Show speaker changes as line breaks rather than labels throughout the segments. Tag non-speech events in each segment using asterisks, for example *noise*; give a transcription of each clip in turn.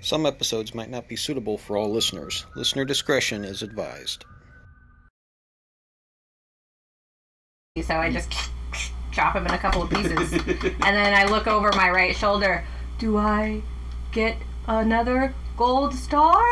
Some episodes might not be suitable for all listeners. Listener discretion is advised.
So I
*laughs*
just chop him in a couple of pieces.
*laughs*
and then I look over my right shoulder. Do I get another gold star?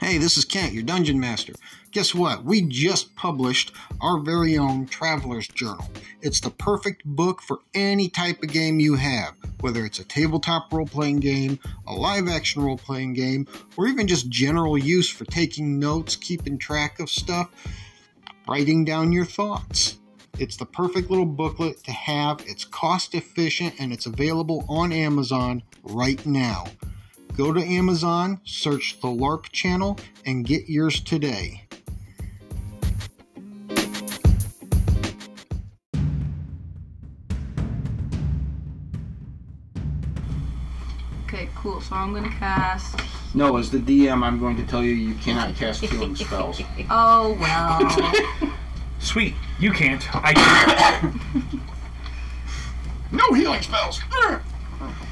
Hey, this is Kent, your dungeon master. Guess what? We just published our very own Traveler's Journal. It's the perfect book for any type of game you have, whether it's a tabletop role playing game, a live action role playing game, or even just general use for taking notes, keeping track of stuff, writing down your thoughts. It's the perfect little booklet to have. It's cost efficient and it's available on Amazon right now. Go to Amazon, search the LARP channel, and get yours today.
Okay, cool. So I'm gonna cast.
No, as the DM, I'm going to tell you you cannot cast healing spells.
*laughs* Oh
*laughs*
well.
Sweet. You can't. I can't.
No healing spells!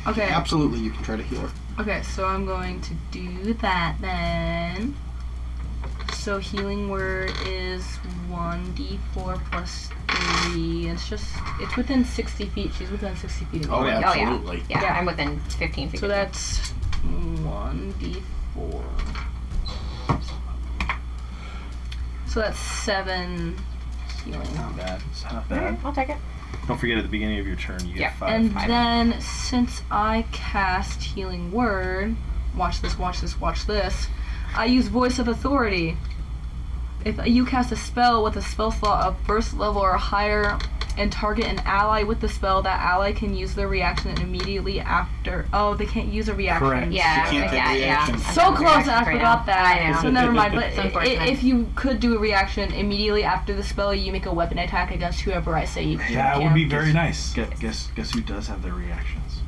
Okay.
Absolutely, you can try to heal her.
Okay. So I'm going to do that then. So healing word is one d4 plus three. It's just it's within 60 feet. She's within 60 feet of me.
Oh,
yeah.
absolutely.
Yeah,
Yeah.
I'm within 15 feet.
So
of you.
that's one d4. So that's seven healing.
Not bad.
It's not
Okay,
bad.
I'll take it.
Don't forget at the beginning of your turn, you get
Yeah,
five.
And
five.
then since I cast healing word, watch this, watch this, watch this. I use voice of authority. If you cast a spell with a spell slot of first level or higher and target an ally with the spell, that ally can use their reaction immediately after. Oh, they can't use a reaction.
Correct.
Yeah,
You can't
yeah,
take the
yeah.
action.
I'm
So
not
close,
reacting
I
right
forgot
now. I
that.
know.
So never
*laughs*
mind. But
It's
i-
unfortunate.
if you could do a reaction immediately after the spell, you make a weapon attack against whoever I say you can.
yeah, it would be very nice. Guess, guess guess who does have their reactions?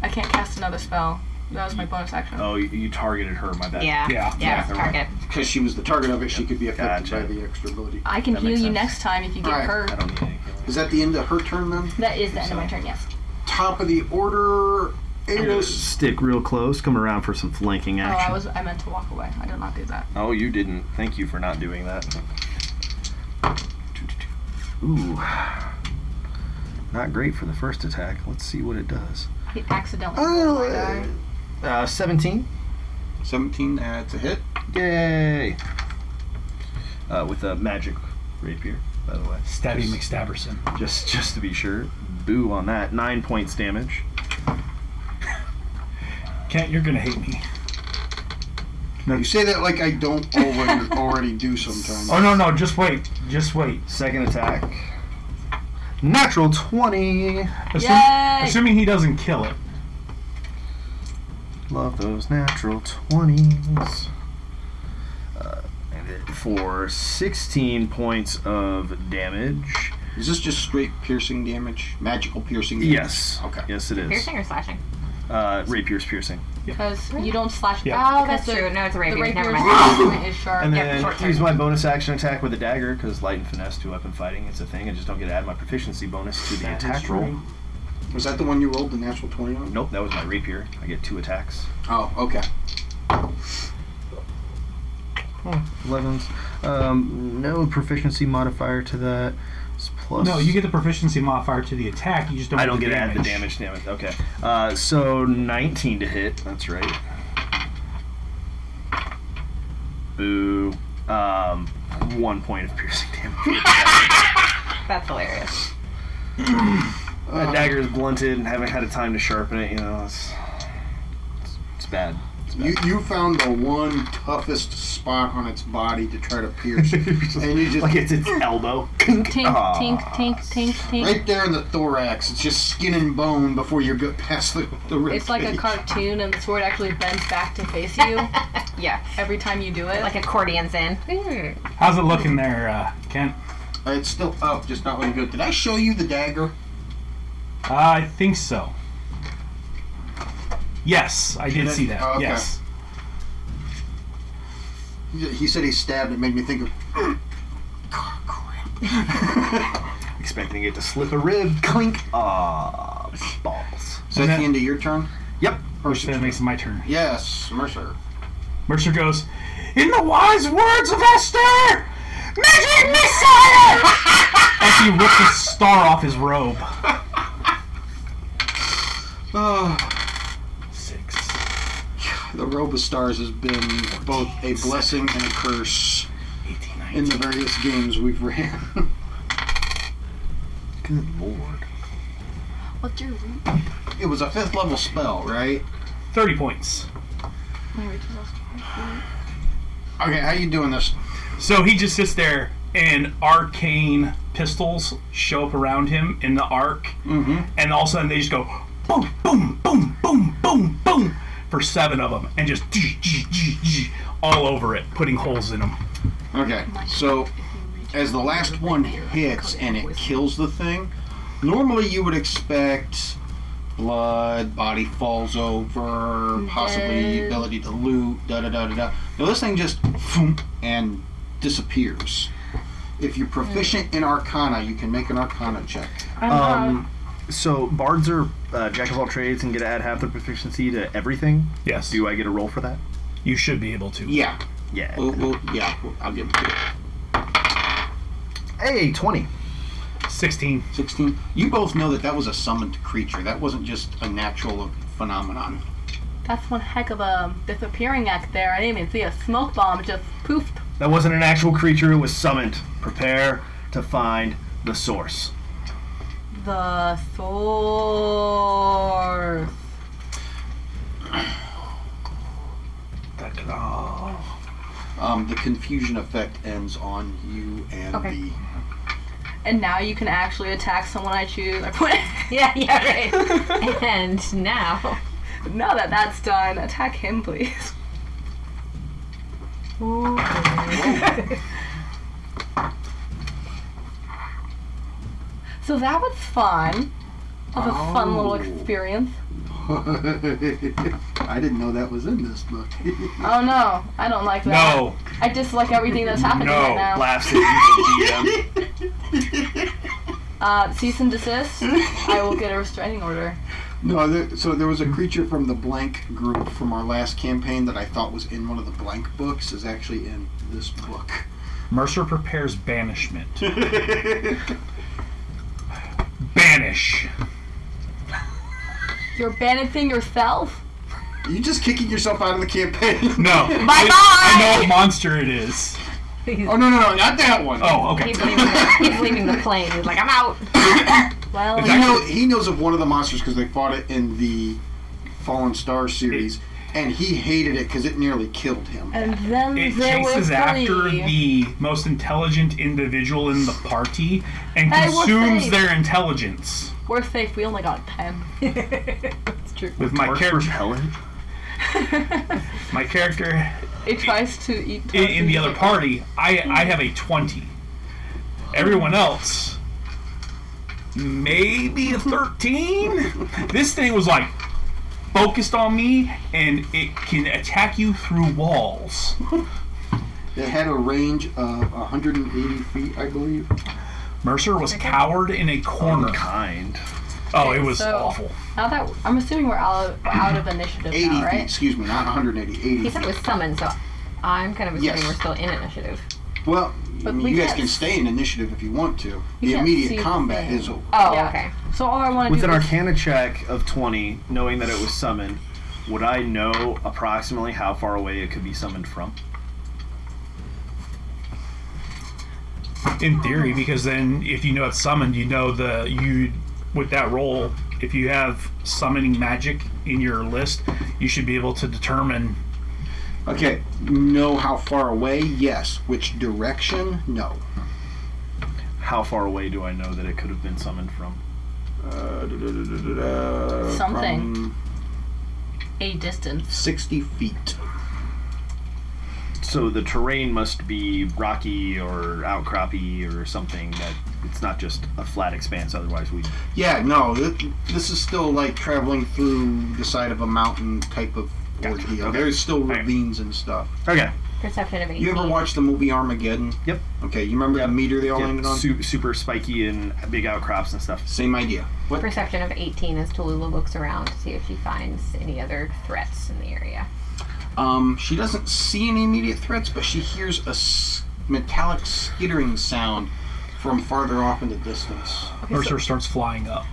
I can't cast another spell. That was my bonus action.
Oh, you, you targeted her. My bad.
Yeah.
Yeah.
Yeah,
never mind.
target.
Because she was the target of it, she could be affected
Gotcha.
by the extra ability.
I can
That
heal
makes
you
sense.
next time if you get
Alright.
hurt.
I don't need any healing.
Is that the end of her turn then?
That is the end of my turn, yes.
Top of the order, Ados.
Stick real close. Come around for some flanking
Oh,
action.
I was I meant to walk away. I did not do that.
Oh, you didn't. Thank you for not doing that. Ooh. Not great for the first attack. Let's see what it does.
He accidentally.
Oh,
rolled my die.
Uh, 17.
17, that's a hit.
Yay! Uh, with a magic rapier, by the way.
Stabby
Just-
McStabberson.
Just, just to be sure. Boo on that. Nine points damage.
Kent, you're gonna hate me.
You say that like I don't already, *laughs* already do sometimes.
Oh no, no, just wait, just wait.
Second attack. Natural twenty.
Assum-
Yay!
Assuming he doesn't kill it.
Love those natural twenties. Uh, and it- for sixteen points of damage.
Is this just straight piercing damage? Magical piercing damage?
Yes.
Okay.
Yes,
*laughs*
it is.
Piercing or slashing?
Uh, rapier's piercing.
Because you don't slash.
Yeah.
Oh,
That's true. No, it's a
The
rapier.
rapier's
Never mind.
instrument is sharp.
And
Yeah,
then
short
use
sword.
my bonus action attack with a dagger because light and finesse two weapon fighting. It's a thing. I just don't get to add my proficiency bonus to the
That
attack
is
roll.
true.
Was that the one you rolled the natural 20 on?
Nope, that was my rapier. I get two attacks.
Oh, okay.
11s. Um, no proficiency modifier to that. It's plus.
No, you get the proficiency modifier to the attack. You just don't.
I don't get to add the damage. Damn it. Okay. Uh, so 19 to hit. That's right. Boo. Um, one point of piercing *laughs* damage.
That's hilarious.
That dagger is blunted and haven't had a time to sharpen it. You know, it's it's, it's bad. It's bad.
You, you found the one toughest spot on its body to try to pierce. and you just,
like it's its elbow.
Tink,
Aw.
tink, tink, tink, tink.
right there in the thorax, it's just skin and bone before you get past the, the rib
It's like a
cage.
cartoon, and the sword actually bends back to face you
Yeah.
every time you do it.
Like accordion's in.
How's it looking there, uh, Kent?
It's still up, just not looking good. Did I show you the dagger?
Uh, I think so. Yes, I did
Did it?
see that.
Oh, okay.
Yes.
He he said he stabbed. It made me think of.
Expecting it to slip a rib. Clink. Ah, balls.
Is that
And
the
that-
end of your turn?
Yep.
Which then makes it my turn.
Yes, Mercer.
Mercer goes, In the wise words of Esther, Magic Messiah! *laughs* As he rips a star off his robe.
Oh,
Six.
the robe of stars has been both a blessing and a curse
18,
in the various games we've ran. *laughs*
Good lord.
What's your root?
it was a fifth level spell, right?
30 points.
My root is also
Okay, how you doing this?
So he just sits there, and arcane pistols show up around him in the arc,
Mm-hmm.
and all of a sudden they just go boom, boom, boom, boom, boom, boom for seven of them, and just all over it, putting holes in them.
Okay, so as the last one hits and it kills the thing, normally you would expect blood, body falls over, possibly
Dead.
ability to loot, da da da da da. Now this thing just phoom, and disappears. If you're proficient in Arcana, you can make an Arcana check.
I'm
Um, so bards are uh, jack of all trades and get to add half their proficiency to everything.
Yes,
Do I get a roll for that?
you should be able to.
Yeah,
Yeah.
we'll, we'll, yeah, we'll, I'll give it to
Hey, twenty.
Sixteen.
you. 16. You both know that that was a summoned creature. That wasn't just a natural phenomenon.
That's one heck of a disappearing act there. I didn't even see a smoke bomb just poofed.
That wasn't an actual creature. It was summoned. Prepare to find the source.
The source.
Um, the confusion effect ends on you and
Okay.
the *laughs*
And now you can actually attack someone I choose. *laughs* I put
*laughs* Yeah, yeah, right. *laughs* and now.
now that that's done, attack him, please. So that was fun. That was a fun little
Oh.
experience.
I didn't know that was in this book. *laughs*
Oh no, I don't like that.
No,
I dislike everything that's happening right
no,
now.
laughs at you, GM.
Uh, cease and desist. I will get a restraining order.
no, there, so there was a creature from the blank group from our last campaign that I thought was in one of the blank books is actually in this book.
Mercer
*laughs*
prepares banishment. Banish.
You're banishing yourself?
you just kicking yourself out of the campaign. *laughs*
No. Bye
bye.
I know what monster it is.
He's,
oh no no no, not that one.
Oh,
*laughs*
okay.
he's leaving, the, he's leaving the plane. He's like, I'm out.
Well,
Is
He,
that-
know, he knows of one of the monsters because they fought it in the Fallen Star series, and he hated it because it nearly killed him.
and then
It
there was
chases after
Billy.
the most intelligent individual in the party and
Hey, we're
consumes
safe.
their intelligence
We're safe. We only got ten.
That's true.
with my
Bards
character.
repellent.
My character
It tries to eat.
in, in the other party, I I have a twenty. Everyone else, maybe a thirteen. This thing was like focused on me, and it can attack you through walls.
It had a range of 180 feet, I believe.
Mercer was cowered in a corner.
Unkind.
Oh, it was
So-
awful.
Now that I'm assuming we're out out of initiative
80
now,
feet,
right?
excuse me, not 180. 80
He said it was summoned, so I'm kind of assuming
Yes.
we're still in initiative.
Well,
But
I mean,
we
you guys
can't-
can stay in initiative if you want to.
You
The
can't see
immediate
the
combat
thing.
is over.
Oh,
Yeah.
okay.
So all I want to
With
do
an
is
Arcana check of twenty, knowing that it was summoned, would I know approximately how far away it could be summoned from?
In theory, because then if you know it's summoned, you know the you with that roll. If you have summoning magic in your list, you should be able to determine.
Okay, know how far away? Yes. Which direction? No.
How far away do I know that it could have been summoned from?
Uh, da- da- da- da- da- da,
Something.
from
a distance.
60 feet.
So the terrain must be rocky or outcroppy or something that it's not just a flat expanse. Otherwise, we
Yeah, no, th- this is still like traveling through the side of a mountain type of
Gotcha,
ordeal.
okay.
There's still
right.
ravines and stuff.
okay.
Perception of 18.
You ever watched the movie Armageddon?
Yep.
Okay, you remember the meter they all landed
Yeah,
on?
super, super spiky and big outcrops and stuff.
Same idea. What?
Perception of 18 as Tallulah looks around to see if she finds any other threats in the area.
Um, she doesn't see any immediate threats, but she hears a s- metallic skittering sound from farther off in the distance.
Okay, so,
Mercer starts flying up.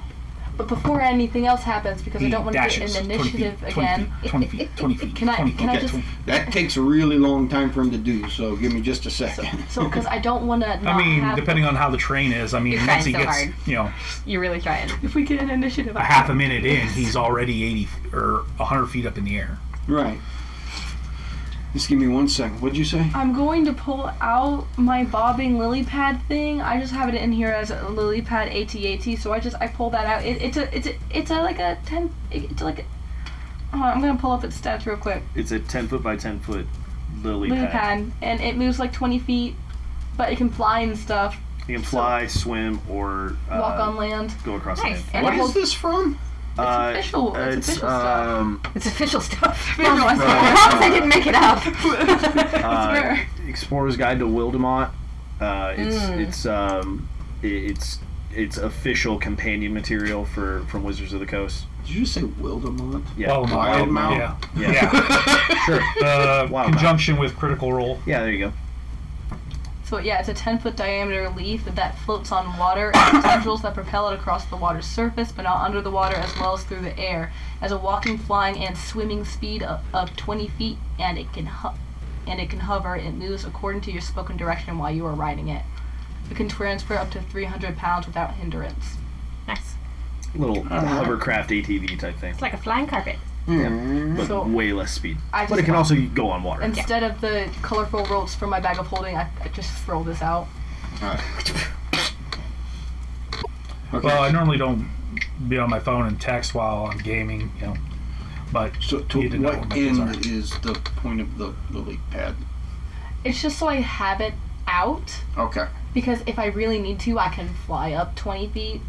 but before anything else happens, because I don't want to get
dashes
an
20 feet,
initiative
20
again.
Feet,
*laughs*
20 feet, 20 feet.
Can I-
20 feet,
can I
okay,
just-
20
That takes a really long time for him to do, so give me just a
So,
second. *laughs*
so because I don't want to.
I mean, depending on how the train is, I mean,
You're
once he
trying
gets,
so hard.
you know,
You're really trying.
If we get an initiative,
a half a minute in, he's already 80 f- or 100 feet up in the air.
Right. Just give me one second. What'd you say?
I'm going to pull out my bobbing lily pad thing. I just have it in here as a lily pad ATAT, so I just I pull that out. It, it's a it's a it's a like a ten. It's like a. Hold on, I'm gonna pull up its stats real quick.
It's a 10 foot by 10 foot lily,
Lily
pad.
pad, and it moves like 20 feet, but it can fly and stuff,
You can fly, swim, or uh,
walk on land. *laughs*
go across
Nice.
the
And
land.
What
it
is
holds-
this from?
Uh,
official- it's official stuff.
um,
It's official *laughs* stuff.
No, no, *laughs* I
I
swear.
promise I didn't make it up.
*laughs* I
uh,
swear.
Explorer's Guide to Wildermont. Uh, it's
Hmm.
Mm.
it's um, i- it's it's official companion material for from Wizards of the Coast.
Did you just say Wildermont?
Yeah,
Well, no,
Wild
I-
Mount.
Yeah.
oh Yeah. *laughs*
sure. Uh,
Wild Mount.
conjunction with critical roll.
yeah. There you go.
So yeah, it's a 10 foot diameter leaf that floats on water and *coughs* has tendrils that propel it across the water's surface, but not under the water as well as through the air. Has a walking, flying, and swimming speed of, of 20 feet, and it can ho- and it can hover. It moves according to your spoken direction while you are riding it. It can transfer up to 300 pounds without hindrance.
Nice.
Little
Uh-huh.
hovercraft ATV type thing,
It's like a flying carpet.
but
So-
way less speed.
I
But it
just
can also go on water.
Instead of the colorful ropes from my bag of holding, I, I just throw this out.
Okay.
Well, I normally don't be on my phone and text while I'm gaming, you know. But
so to
you did not
what
know what
end
those
is the point of the lily pad?
It's just so I have it out.
Okay,
Because if I really need to, I can fly up 20 feet.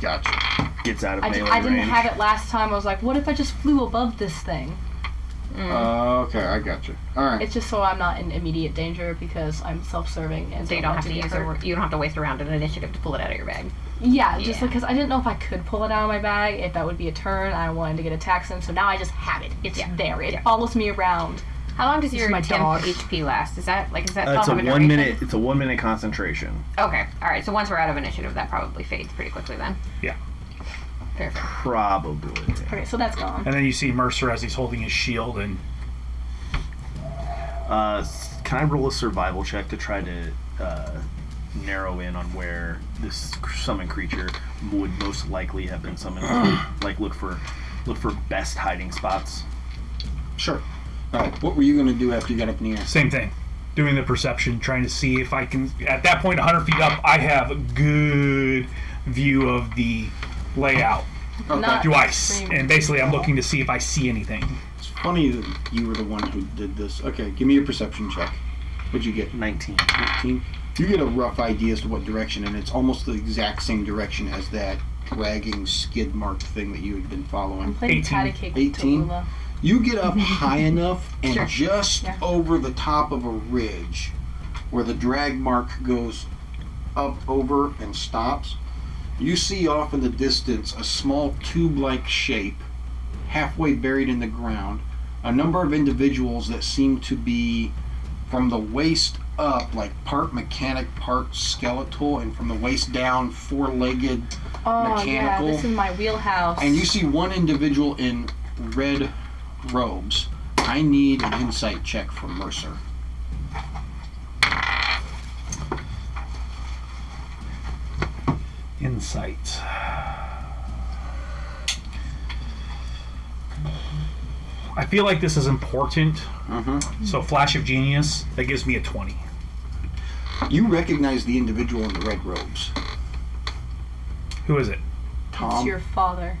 gotcha.
Gets out of
I,
melee
di- I didn't
range.
have it last time. I was like, what if I just flew above this thing?
Uh, okay, I gotcha. All right.
It's just so I'm not in immediate danger because I'm self-serving and
So you
don't
don't
want
have to
get
use
hurt.
a, you don't have to waste around an initiative to pull it out of your bag.
Yeah, just
Yeah.
because I didn't know if I could pull it out of my bag, if that would be a turn. I wanted to get a tax in, so now I just have it. It's there. It follows me around.
How long does
This
your
is my
temp
dog.
HP last? Is that like is that
Uh, it's a
still have
one
duration?
minute. It's a one minute concentration.
Okay, all right. So once we're out of initiative, that probably fades pretty quickly then.
Yeah.
Perfect.
Probably.
Okay, so that's gone.
And then you see Mercer as he's holding his shield, and
Uh, s- can I roll a survival check to try to uh, narrow in on where this cr- summoned creature would most likely have been summoned? *clears throat* like look for look for best hiding spots.
Sure. All right. What were you gonna do after you got up in the air?
same thing, doing the perception, trying to see if I can. At that point, 100 feet up, I have a good view of the layout
Not
through ice, and basically, I'm looking to see if I see anything.
It's funny that you were the one who did this. Okay, give me a perception check. What'd you get?
Nineteen.
19. You get a rough idea as to what direction, and it's almost the exact same direction as that dragging skid mark thing that you had been following.
playing
18.
patty cake with
18?
Tallulah.
You get up high enough and
Sure.
just
Yeah.
over the top of a ridge where the drag mark goes up over and stops. You see off in the distance a small tube like shape halfway buried in the ground. A number of individuals that seem to be from the waist up, like part mechanic, part skeletal, and from the waist down, four legged
Oh,
Mechanical.
yeah, this is my wheelhouse.
and you see one individual in red robes. I need an insight check from Mercer.
Insight. I feel like this is important. So, flash of genius that gives me a 20.
You recognize the individual in the red robes.
Who is it?
It's
Tom.
your father.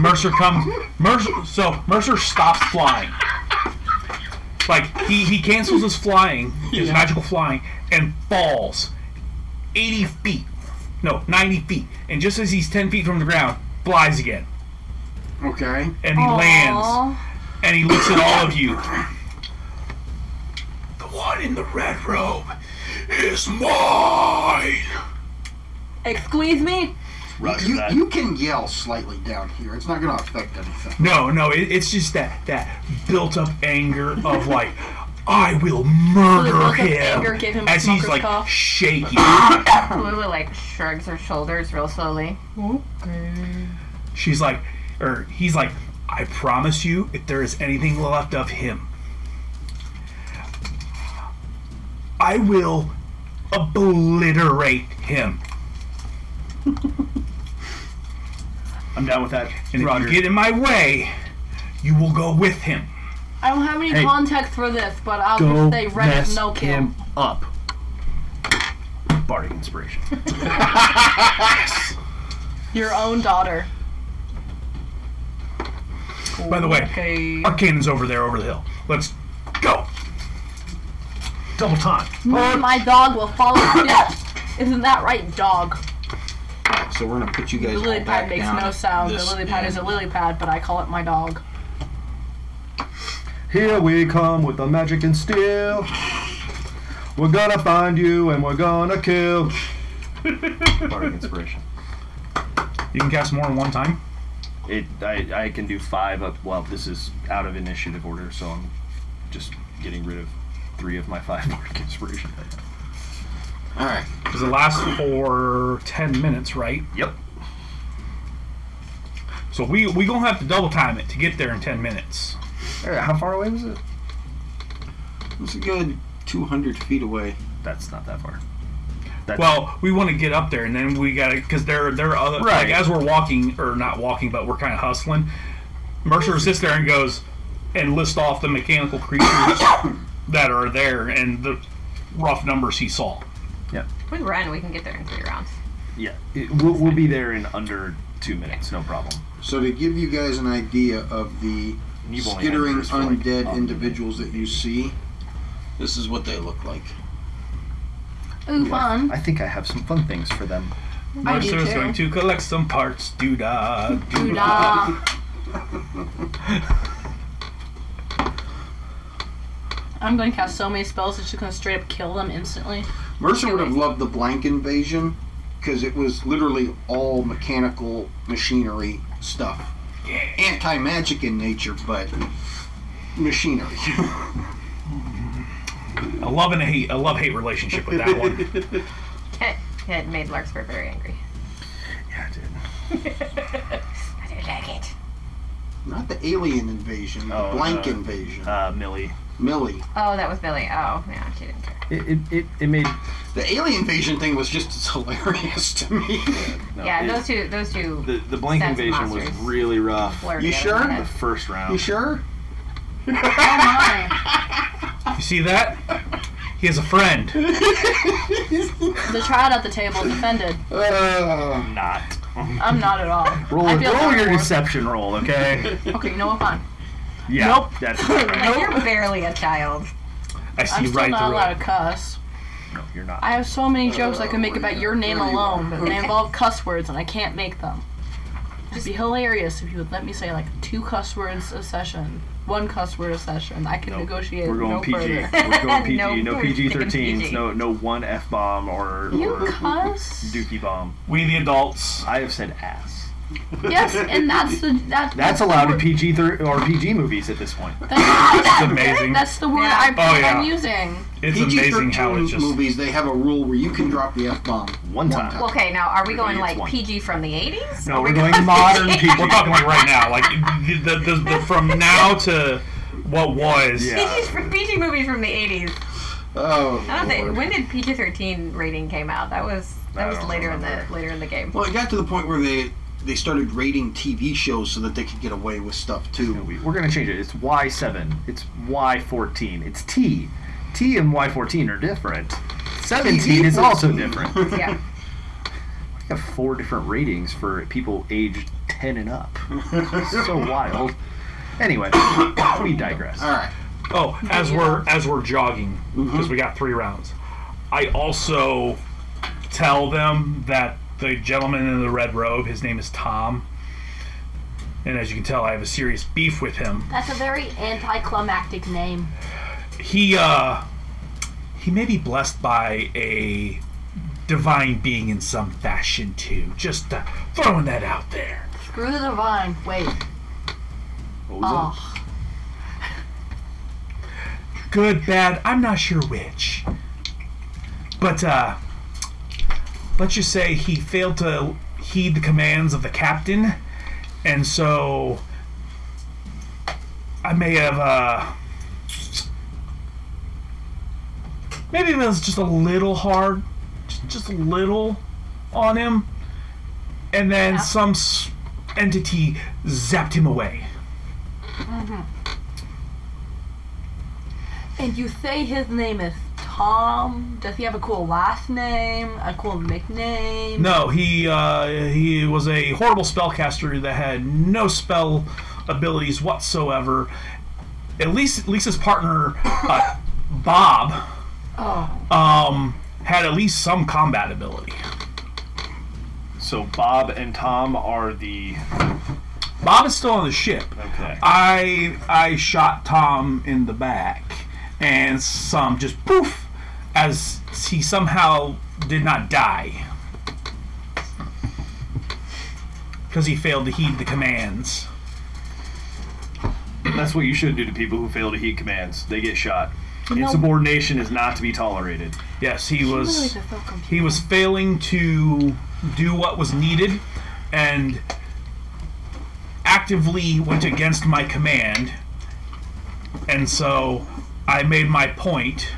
Mercer comes. Mercer. So Mercer stops flying. Like he he cancels his flying, his magical flying, and falls eighty feet. No, ninety feet. And just as he's ten feet from the ground, flies again,
okay.
and he
Aw.
lands. and he looks at all of you. The one in the red robe is mine.
Excuse me?
Roger
you,
that.
you can yell slightly down here. It's not going to affect anything.
No, no, it, it's just that that built up anger
*laughs*
of like, I will murder
built-up
him,
anger gave him
as he's
smoker's
like
cough.
shaking.
Lulu like shrugs her shoulders real slowly.
She's like, or he's like, I promise you, if there is anything left of him, I will obliterate him.
I'm down with that.
And if
Roger.
you get in my way, you will go with him.
I don't have any context for this, but I'll just say Reddit no kill.
him up. Bardic inspiration.
Your own daughter.
By the way,
Okay.
our cannon's over there, over the hill. Let's go.
Double time.
My dog will follow
*coughs*
suit. Isn't that right, dog?
So we're gonna put you guys
The lily
all
pad
back
makes
down.
no sound. The
this
lily pad is a
end.
lily pad, but I call it my dog.
Here we come with the magic and steel. We're gonna find you and we're gonna *laughs* kill. Bardic inspiration.
You can cast more than one time.
It. I, I can do five up. Well, this is out of initiative order, so I'm just getting rid of three of my five *laughs* bardic inspiration.
All right.
Does it last for ten minutes, right?
Yep.
So we we gonna have to double time it to get there in ten minutes.
How far away was it?
It's a good 200 feet away.
That's not that far. That's,
Well, we want to get up there, and then we got to because there there are other
Right.
like as we're walking or not walking, but we're kind of hustling. Mercer sits there and goes and lists off the mechanical creatures *coughs* that are there and the rough numbers he saw.
We run, we can get there in three rounds.
yeah, it- we'll, we'll be there in under two minutes. No problem.
So to give you guys an idea of the
You've only had
skittering
yours for, like,
undead
um,
individuals that you see, this is what they look like.
Ooh,
*laughs*
fun.
I think I have some fun things for them.
I do
Mercer is
too.
going to collect some parts. Doo da.
Ooh, da. I'm going to cast so many spells that she's going to straight up kill them instantly.
Mercer would have loved the blank invasion because it was literally all mechanical machinery stuff. Anti magic in nature, but machinery. *laughs*
A love and a hate, a love hate relationship with that one.
It, it made Larkspur very angry.
Yeah, I did.
I don't like it.
Not the alien invasion, the
Oh,
blank
uh,
invasion.
Uh, Millie.
Millie.
Oh, that was Billy. Oh, yeah, she didn't care.
It, it, it, it made.
The alien invasion thing was just *laughs* as hilarious to me. *laughs*
No,
yeah,
it-
those two, those two
The, the blank
That's
invasion was
monsters.
really rough.
blurred
You
together in my
The
head.
first round.
you sure?
You see that? He has a friend.
The child at the table is offended.
Uh,
Not.
I'm not at all.
Roll,
I feel
roll
bad
your
for him.
deception roll, *laughs* okay?
Okay, you know what? Fine.
yeah.
Nope.
That's
Like, *laughs* you're barely a child.
I see
I'm still
right
not
through
allowed
it.
to cuss.
no, you're not.
I have so many jokes I can make about your name alone, but they involve cuss words and I can't make them. It'd be hilarious if you would let me say like two cuss words a session, one cuss word a session. I can
Nope.
negotiate.
We're going
no
PG. *laughs*
Further.
We're going PG.
No,
no
we're
PG
sticking
13s.
PG.
No no one F bomb or,
You
or *laughs*
cuss?
dookie bomb.
We the adults.
I have said ass.
Yes, and that's the that,
*laughs* That's allowed in PG thir- or PG movies at this point. *laughs*
That's,
It's amazing.
that's the word
Yeah.
I
Oh, yeah.
am using.
It's amazing how it
PG-13
just.
movies they have a rule where you can drop the f bomb.
One time.
Well, okay, now are we going
It's
like
one.
PG from the 80s?
no, we're going modern PG.
*laughs*
We're talking like right now, like the, the, the, the from now to what was.
Yeah.
PG, from- PG movies from the 80s.
Oh.
I don't
Lord.
think when did PG 13 rating came out? That was that
I
was
don't
later in the
remember.
later in the game.
Well, it got to the point where they they started rating TV shows so that they could get away with stuff
No,
too.
we- We're gonna change it. It's Y seven. It's Y fourteen. It's T. T and Y fourteen are different. Seventeen is also different. We
Yeah.
have four different ratings for people aged ten and up. so wild. Anyway, *coughs* we digress.
All right.
Oh, as we're as we're jogging because we got three rounds. I also tell them that the gentleman in the red robe, his name is Tom. And as you can tell, I have a serious beef with him.
That's a very anticlimactic name.
he uh he may be blessed by a divine being in some fashion too just uh, throwing that out there
Screw the vine. Wait.
What was that?
Oh.
good bad i'm not sure which but uh let's just say he failed to heed the commands of the captain and so i may have uh maybe it was just a little hard just, just a little on him and then some s- entity zapped him away
And you say his name is Tom. Does he have a cool last name? A cool nickname?
No, he uh, he was a horrible spellcaster that had no spell abilities whatsoever. At least, at least his partner uh, Bob um, had at least some combat ability.
So Bob and Tom are the
Bob is still on the ship.
okay.
I I shot Tom in the back, and some just poof, as he somehow did not die because he failed to heed the commands.
That's what you should do to people who fail to heed commands. They get shot. Insubordination is not to be tolerated.
Yes, he was.
Really, I feel confused.
he was failing to do what was needed and actively went against my command and so i made my point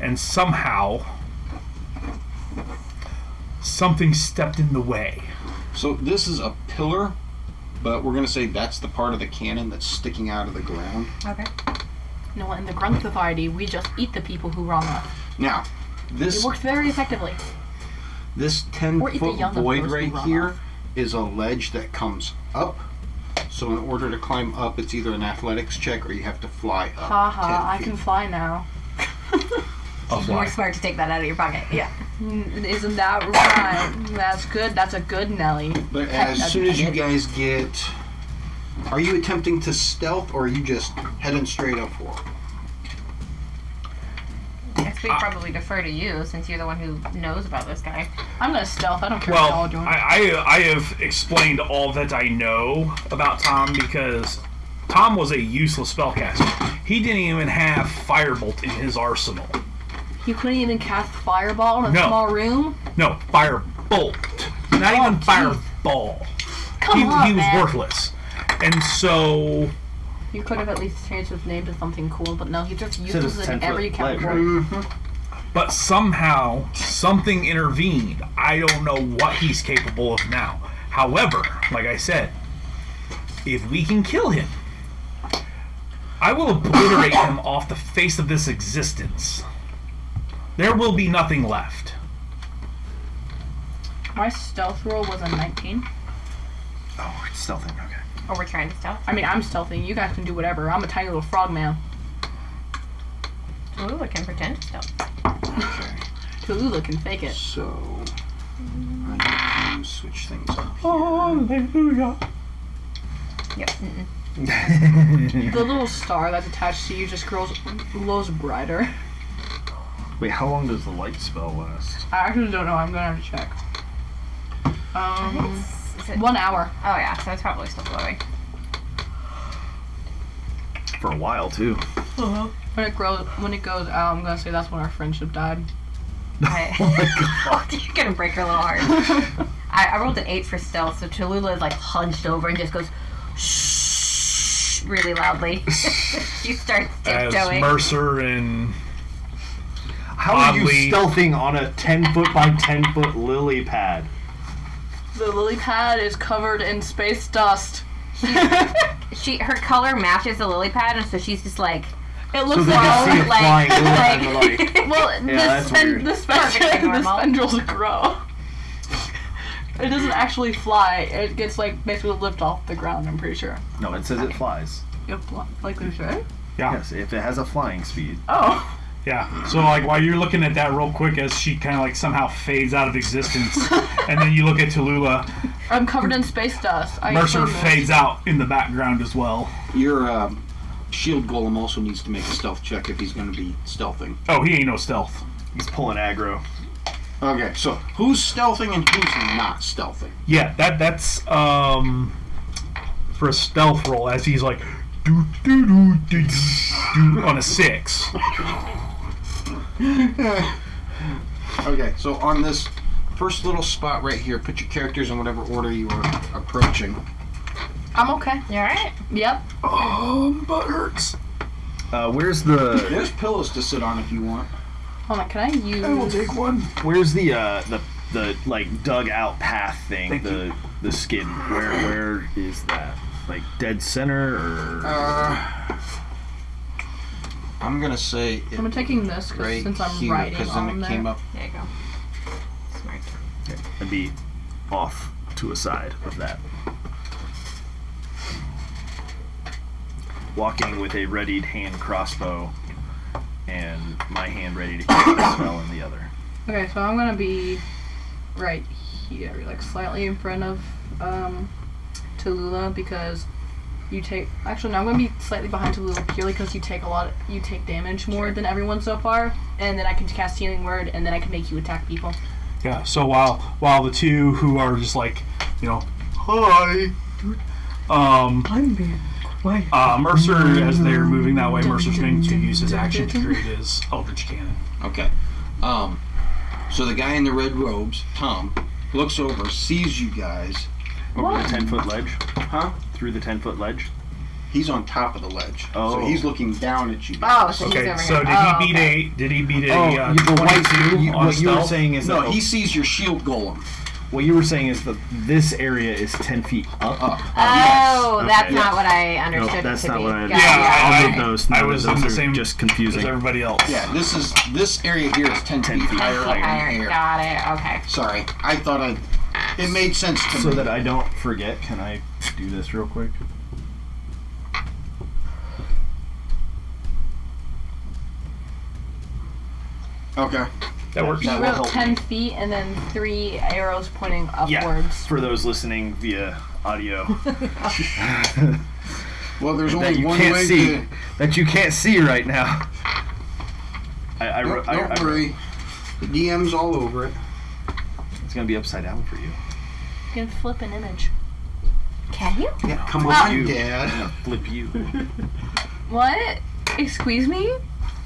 and somehow something stepped in the way
So this is a pillar, but we're gonna say that's the part of the cannon that's sticking out of the ground.
Okay.
No, in the Grunt Society, we just eat the people who wrong us.
Now,
It
this
works very effectively.
this ten
Or eat the
foot
young of
void
those who
right
run
here
off.
is a ledge that comes up. So in order to climb up, it's either an athletics check or you have to fly up.
Haha, ha,
10
I
feet.
can fly now.
You were smart to take that out of your pocket.
*laughs*
Yeah.
Mm, Isn't that right? That's good. That's a good Nelly.
But as soon as you guys get, are you attempting to stealth or are you just heading straight up for? it?
I guess we probably defer to you since you're the one who knows about this guy.
I'm gonna stealth. I don't care what
Well,
y'all doing.
I, I, I have explained all that I know about Tom because Tom was a useless spellcaster. He didn't even have Firebolt in his arsenal.
You couldn't even cast fireball in a
No.
small room.
No, Firebolt. Not even Fireball.
Oh, Come
he,
on,
he was
man.
worthless. And so,
You could have at least changed his name to something cool, but no, he just
it's
uses it in
10
every
foot ledge,
category.
but somehow something intervened. I don't know what he's capable of now. However, like I said, if we can kill him, I will obliterate
*coughs*
him off the face of this existence. There will be nothing left.
My stealth roll was a 19.
Oh, it's stealthing. Okay.
Or we're trying to stealth.
I mean, I'm stealthing. You guys can do whatever. I'm a tiny little frog man.
Ooh, I can pretend to stealth.
Tulula can fake it.
So I need to switch things up.
Yep. Mm-mm.
The little star that's attached to you just grows glows brighter.
Wait, how long does the light spell last?
I actually don't know. I'm gonna have to check. Um,
It's- is it-
one hour.
Oh yeah, so it's probably still
*laughs*
glowing.
For a while too.
When it grows, when it goes out, I'm gonna say that's when our friendship died.
Oh
I, *laughs* you're gonna break her little heart.
*laughs*
I, I rolled an eight for stealth, so Cholula is like hunched over and just goes shh really loudly.
*laughs*
*laughs* she starts
As
tiptoeing.
Mercer and
How are
Oddly-
you stealthing on a ten foot by ten foot lily pad?
The lily pad is covered in space dust.
she her color matches the lily pad, and so she's just like
It looks
they
like
can see it flying over and they're
like,
like,
well, the,
that's
spend,
weird.
the, spend,
Perfectly
the
normal.
spindles grow. It doesn't actually fly. It gets like basically lift off the ground. I'm pretty sure.
No, it says it flies.
It fl- like they say.
Ah. Yes, if it has a flying speed,
Oh,
Yeah. So like while you're looking at that real quick, as she kind of like somehow fades out of existence, and then you look at Tallulah,
I'm covered in space dust. I
Mercer
assume it.
fades out in the background as well.
Your um, shield golem also needs to make a stealth check if he's going to be stealthing.
Oh, he ain't no stealth.
He's pulling aggro.
Okay, so who's stealthing and who's not stealthing?
Yeah, that that's um for a stealth roll as he's like do do do do do, do on a six.
Okay, so on this first little spot right here, put your characters in whatever order you are approaching.
I'm okay.
*laughs* You alright?
Yep.
Um, butt hurts.
Uh, where's the
There's pillows to sit on if you want.
Hold on. Can I use?
one.
where's the uh, the the like dug out path thing? the the skid. Where where is that? Like dead center or
Uh, I'm gonna say it
I'm taking this 'cause-
right
since I'm
here
writing
because then
on
it
there.
came up.
There you go. Smart.
I'd be off to a side of that. Walking with a readied hand crossbow and my hand ready to cast a spell in the other.
Okay, so I'm gonna be right here, like slightly in front of um, Tallulah because you take. Actually, no, I'm gonna be slightly behind Tallulah purely because you take a lot. you take damage more than everyone so far, and then I can cast Healing Word, and then I can make you attack people.
Yeah. So while while the two who are just like, you know, hi, um, I'm being uh, Mercer as they're moving that way, Mercer's going to use his action to *laughs* create his Eldritch Cannon.
Okay. Um, so the guy in the red robes, Tom, looks over, sees you guys.
Over the ten foot ledge?
Huh?
Through the ten foot ledge?
He's on top of the ledge. So
Oh.
he's looking down at you.
Oh, so he's
Okay.
over
So
here.
did
oh,
he beat
okay.
a? Did he beat a
Oh,
uh,
you- the white-
twenty-two
you-
on
what you were
stealth?
saying is
No,
that
he sees your shield golem.
what you were saying is that this area is ten feet up.
Oh,
Yes.
that's
Okay.
not what I
No,
understood. it
that's
to
not
be.
what I.
Got it,
Yeah,
got it,
I-
all
got
of
it.
those. none
I
of
was
those
in the
are
same-
Just
As
confusing.
everybody else.
Yeah, this is this area here is ten,
10
feet,
feet
higher.
Okay,
than
higher.
here.
Got it. Okay.
Sorry, I thought I. It made sense to
So
me.
that I don't forget, can I do this real quick?
okay.
That works.
That
You
will
rolled
help
ten
me.
feet and then three arrows pointing upwards.
For those listening via
*laughs*
audio,
Well, there's
that
only
you
one
can't
way
see,
to.
that you can't see right now. I, I, wrote-
Don't,
I-
don't
I-
worry. The DM's all over it.
It's gonna be upside down for you.
You can flip an image.
Can you?
Yeah, come
Well-
on,
You-
Dad.
Flip
*laughs*
you.
What? Excuse me?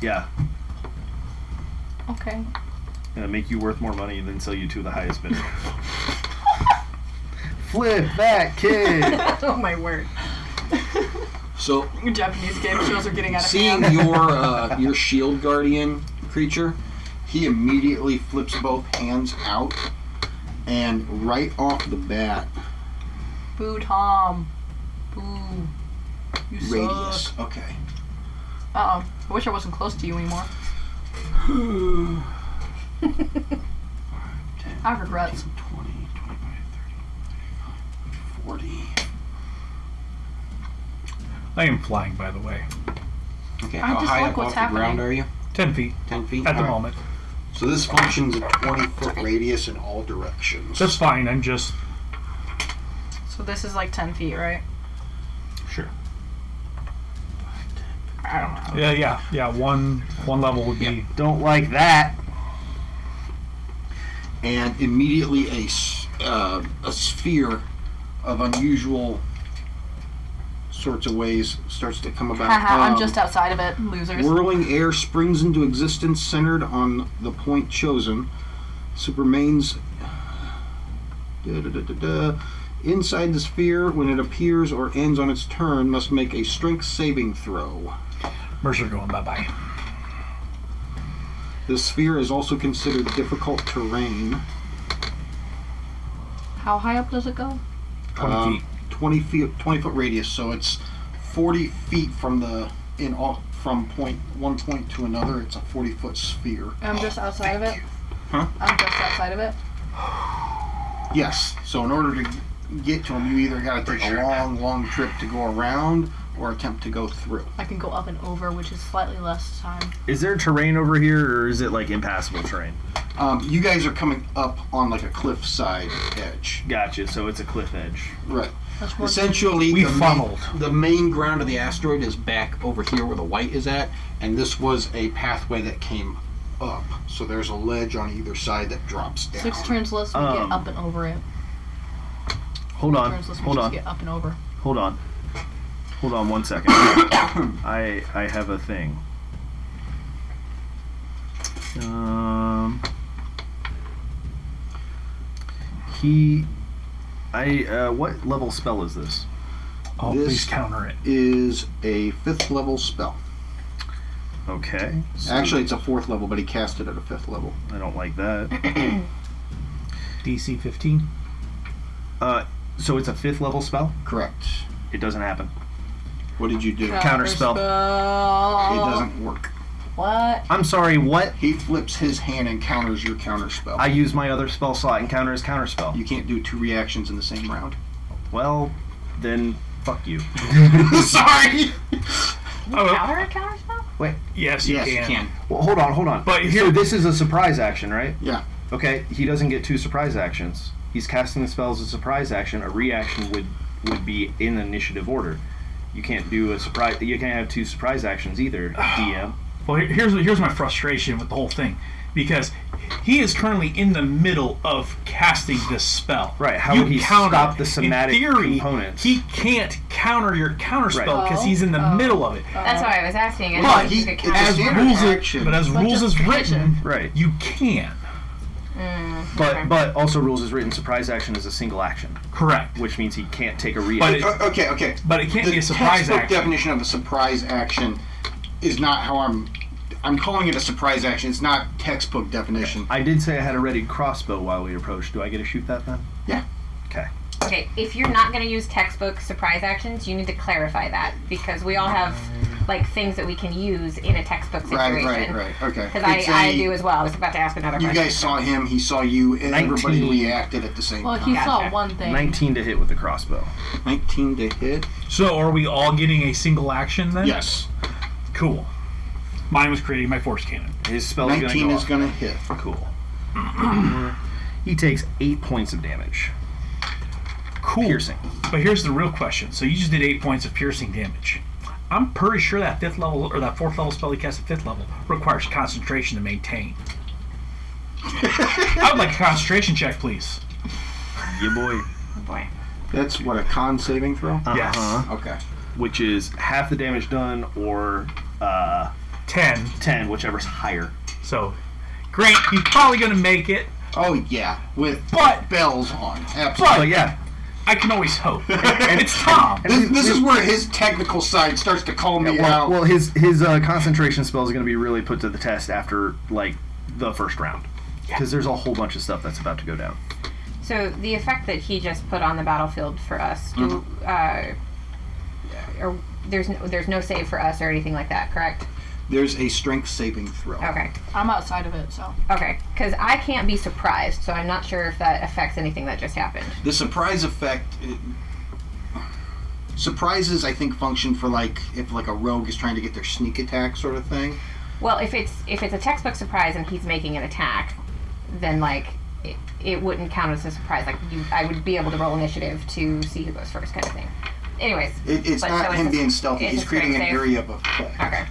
Yeah,
Okay.
gonna make you worth more money than sell you to the highest
*laughs*
bidder. Flip that
*laughs*
kid.
*laughs*
oh my word.
So
Your Japanese game shows are getting out of
seeing *laughs*
hand.
your uh, your shield guardian creature, he immediately flips both hands out, and right off the bat,
Boo Tom. Boo. You
radius. Okay.
Uh oh. I wish I wasn't close to you
*sighs*
anymore. I have regrets.
20, 25, 30, 40.
I am flying, by the way,
Okay,
I
how
just
high
like
up
what's
off the ground
happening.
are you?
ten feet
10 feet?
at the
Alright.
moment.
So this functions a 20 foot radius in all directions.
That's fine. I'm just
So this is like 10 feet, right?
Sure.
I don't know.
yeah, yeah, yeah. One one level would be.
Don't like that.
and immediately a, s- uh, a sphere of unusual sorts of ways starts to come about.
Haha, I'm
Um,
just outside of it. Losers.
Whirling air springs into existence centered on the point chosen. Supermains. Da, da, da, da, da. Inside the sphere, when it appears or ends on its turn, must make a strength saving throw.
Mercer going bye bye.
The sphere is also considered difficult terrain.
How high up does it go?
Twenty
Um,
feet.
20 feet 20 foot radius so it's 40 feet from the in all from point one point to another it's a 40 foot sphere
I'm just outside of it.
Huh?
I'm just outside of it.
yes so in order to get to them you either got to take a long long trip to go around or attempt to go through.
I can go up and over, which is slightly less time.
Is there terrain over here, or is it like impassable terrain?
Um, you guys are coming up on like a cliffside edge,
Gotcha. So it's a cliff edge.
right?
That's more
Essentially,
We
the main-
funneled.
the main ground of the asteroid is back over here where the white is at, and this was a pathway that came up. So there's a ledge on either side that drops down.
six turns less. We
Um,
get up and over it.
Hold on.
turns less. We
Hold
just
on.
get up and over.
Hold on. Hold on one second. *coughs* I I have a thing. Um He I uh what level spell is this?
Oh,
This-
please counter it.
Is a fifth level spell.
Okay. so
Actually, it's a fourth level, but he cast it at a fifth level.
I don't like that.
DC 15.
So it's a fifth level spell?
Correct.
It doesn't happen.
What did you do? It
Counter spell.
Spell.
Oh.
doesn't work.
What?
I'm sorry, what?
He flips his hand and counters your counter spell.
I use my other spell slot and counter his counter spell.
you can't do two reactions in the same round.
*laughs*
Well, then fuck you.
Sorry.
Oh,
Counter counter spell?
yes, you
Yes,
can.
you can.
Well, hold on, hold on.
But
so
here-
this is a surprise action, right?
Yeah.
Okay, he doesn't get two surprise actions. He's casting the spell as a surprise action. A reaction would would be in initiative order. You can't do a surprise. You can't have two surprise actions *sighs* either. DM.
Well, here- here's here's my frustration with the whole thing, because he is currently in the middle of casting this spell.
Right, how would he
counter
stop
it.
the somatic
in theory,
components?
He can't counter your counter spell
Right.
because he's in the
Oh,
middle of it.
That's what I was asking. I
But
didn't
he,
think
it's
it
a
counted.
As
standard
rules, are-
action.
but as rules is written,
Right.
you can
Mm, okay.
But but also rules is written. Surprise action is a single action,
correct,
which means he can't take a
but
reaction.
it,
O- okay, okay.
but it can't
the
be a surprise
textbook
action.
definition of a surprise action is not how I'm. I'm calling it a surprise action. It's not textbook definition.
I did say I had a ready crossbow while we approached. Do I get to shoot that then?
Okay, if you're not going to use textbook surprise actions, you need to clarify that because we all have like things that we can use in a textbook
Right,
situation.
right, right. Okay.
Because
It's a-
I, I do as well. I was about to ask another
You
question.
guys saw him. He saw you, and everybody
19.
reacted at the same
Well,
time.
he saw
Gotcha.
one thing.
Nineteen to hit with the crossbow.
19 to hit.
So are we all getting a single action then?
Yes.
Cool. Mine was creating my force cannon.
His spell is going
19
to go
is
off.
going to hit.
Cool. *clears throat* he takes eight points of damage.
Cool.
Piercing.
But here's the real question. So you just did eight points of piercing damage. I'm pretty sure that fifth level or that fourth level spell he cast at fifth level requires concentration
*laughs*
to maintain. I would like a concentration check, please.
Yeah, boy.
Oh, boy.
That's what, a con saving throw?
Yes.
Uh, Okay.
Which is half the damage done or uh,
Ten.
10, whichever's higher.
So, Grant, he's probably gonna make it,
Oh, yeah. With *laughs*
but
bells on. Absolutely.
But yeah,
I can always
*laughs*
hope. it's Tom.
This, this is where his technical side starts to call me
well,
out.
well his his uh, concentration spell is going to be really put to the test after like the first round. Because there's a whole bunch of stuff that's about to go down.
So the effect that he just put on the battlefield for us, do,
Mm-hmm.
uh, or there's no, there's no save for us or anything like that, correct?
There's a strength saving throw.
Okay.
I'm outside of it, so
Okay. Because I can't be surprised, so I'm not sure if that affects anything that just happened.
The surprise effect. It, surprises, I think, function for like if like a rogue is trying to get their sneak attack sort of thing.
Well, if it's if it's a textbook surprise and he's making an attack, then like it, it wouldn't count as a surprise. Like you, I would be able to roll initiative to see who goes first, kind of thing. Anyways,
It, it's
But
not
so it's
him
a-
being stealthy.
it's
He's
a
creating an
strength save.
area of effect.
okay.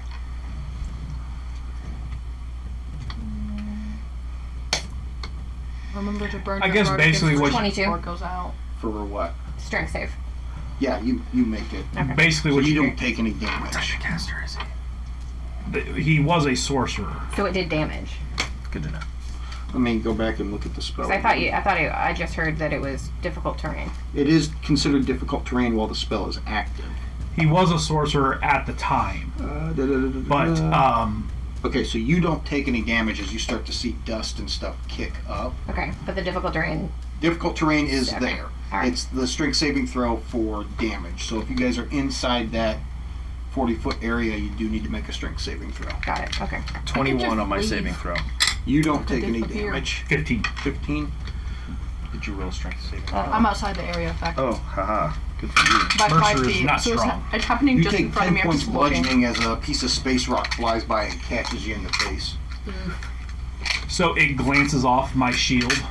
remember to burn.
I
your
guess
guard
basically
against
what
it
you- 22.
before it goes out.
For what?
Strength save.
Yeah, you you make it.
Basically,
So
what
you
you,
don't take any damage.
Caster is
he was a sorcerer.
So it did damage.
Good to know.
Let me go back and look at the spell.
'Cause I thought you, I thought it, I just heard that it was difficult terrain.
It is considered difficult terrain while the spell is active.
He was a sorcerer at the time,
Uh, da- da- da- da-
but
da.
um,
okay, so you don't take any damage as you start to see dust and stuff kick up.
Okay, but the difficult terrain.
Difficult terrain is
Okay.
there.
All right.
It's the strength saving throw for damage. So if you guys are inside that 40 foot area, you do need to make a strength saving throw.
Got it. Okay.
21 on my
leave.
saving throw.
You don't take any
disappear.
damage.
15.
15.
Did you roll strength saving?
Uh,
I'm outside the area of effect.
Oh, haha. Good for you.
by five
Mercer is
feet.
not
so it's,
strong.
it's happening
You
just in
take
front of
ten
me. I'm
points
just looking.
bludgeoning as a piece of space rock flies by and catches you in the face.
So it glances off my shield,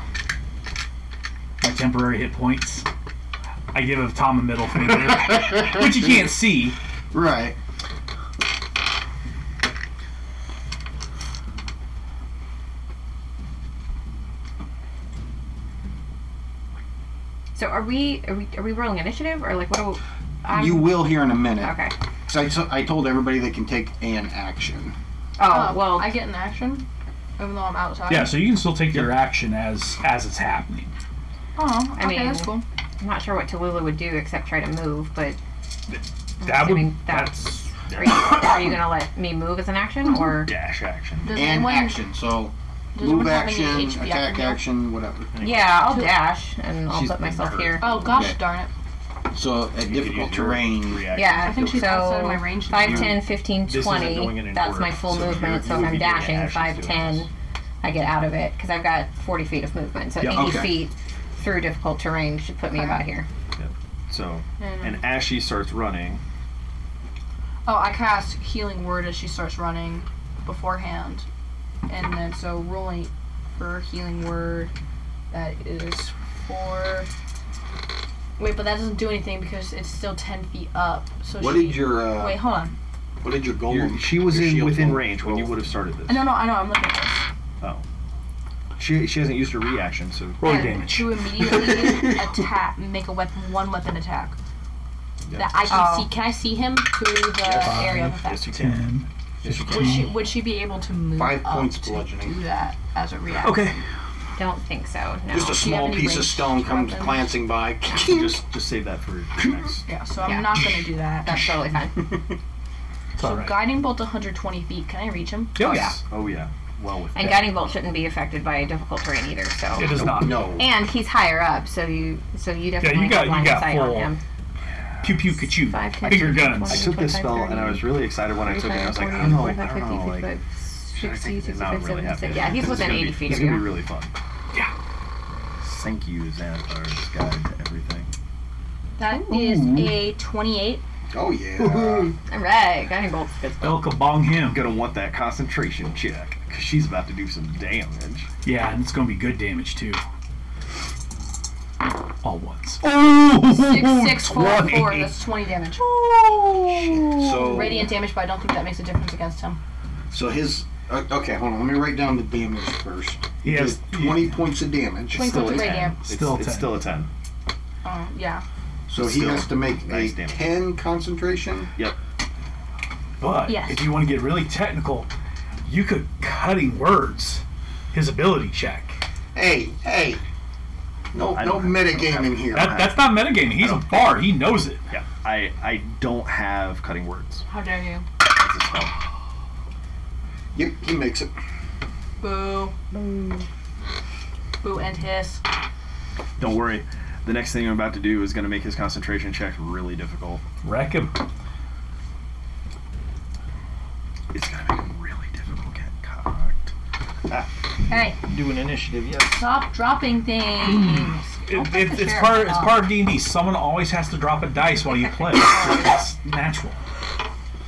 my temporary hit points. I give it Tom a middle *laughs* finger, which you can't see.
Right.
So are we are we are we rolling initiative or like what? Are we, I'm-
you will here in a minute.
Okay.
'Cause I to- I told everybody they can take an action.
Oh well.
Uh, I get an action, even though I'm outside.
Yeah, so you can still take your action as as it's happening.
Oh, okay,
I mean-
that's cool.
I'm not sure what Tallulah would do except try to move, but I'm
That would
assuming that-
that's
are you, are you gonna let me move as an action or?
Dash action.
Does
An
anyone,
action. So
does anyone
move
have any
action,
HP I can
attack
heal?
action, whatever.
Yeah, I'll dash and I'll
She's
put
been
myself
hurt.
here.
Oh gosh,
Okay.
darn it!
So at difficult terrain.
Reaction.
Yeah.
I think she's
so
outside of my range.
5, 10, 15,
This isn't
20.
going in in
that's
order,
my full
so if
movement.
you're
So if I'm
moving, you're gonna
dashing
dash
5,
into it.
10, I get out of it because I've got 40 feet of movement. So 80
okay.
feet through difficult terrain should put me about here.
So,
And-
and as she starts running,
Oh, I cast Healing Word as she starts running beforehand. And then, so rolling for Healing Word, that is for. Wait, but that doesn't do anything because it's still 10 feet up. So
What
she.
did your uh,
Wait, hold on.
What did your
you're-
golem?
she was
your
in
shield
within
roll?
range when you would have started this.
No, no, I know, I'm looking at this.
She, she hasn't used her reaction, so
roll your
And
damage.
To
*laughs*
immediately attack, make a weapon, one weapon attack.
Yeah.
That I can
Oh.
see. Can I see him through the area of effect?
yes, you can.
Ten.
Yes, you can.
Would she, would she be able to move
Five
up
points
to
bludgeoning.
do that as a reaction?
Okay.
Don't think so. No.
Just a
you have
small
any
piece of
ranged
stone comes
weapons?
glancing by.
*laughs* Just just save that for for next.
Yeah, so I'm
Yeah.
not gonna do that.
That's totally fine.
It's all right.
Guiding bolt 120 feet. Can I reach him?
Oh yeah.
Oh yeah. Well with *laughs*
And guiding bolt shouldn't be affected by difficult terrain either. So.
It is not.
no.
And he's higher up, so you so you definitely have
got- you
line of
got
sight on
full-
him.
Pew pew kachu.
Five, ten,
Bigger
fifteen,
I
guns.
took this spell and I was really excited when I took it. I was like, I don't know, I don't know, like. I think it's not really happening.
Yeah, he's
It's
within
gonna be-
80 feet
It's
of
gonna be
you.
really fun.
Yeah.
Thank you, Xanathar's guide to everything.
That is a 28.
*laughs*
*laughs*
Oh yeah.
Alright, guiding bolt's good spell.
El kabong him.
Gonna want that concentration check because she's about to do some damage.
Yeah, and it's gonna be good damage too. All once. Oh,
Six, six, four, four. That's 20 damage.
so
Radiant damage, but I don't think that makes a difference against him.
So his. Uh, okay, hold on. Let me write down the damage first.
He has
Did 20 points of damage.
Twenty
Still a
points of
10.
radiant.
It's-
Still a
it's
10.
still a ten.
Oh, yeah.
So he
Still
has to make
nice
a
damage.
10 concentration.
But
Yes.
if you want to get really technical, you could cutting words his ability check.
Hey, hey. No,
I
no
don't have- I don't have-
metagaming here.
That, that's not metagaming. He's a bard. He knows it.
Yeah. I I don't have cutting words.
How dare you?
That's a spell.
Yep, he makes it.
Boo. Boo. Boo and hiss.
Don't worry. The next thing I'm about to do is going to make his concentration check really difficult.
Wreck him.
It's going to make him really difficult. Get cocked.
Hey,
Do an initiative, yes.
stop dropping things.
It, it, it's part. It's part of D and D. Someone always has to drop a dice while you play. it's natural.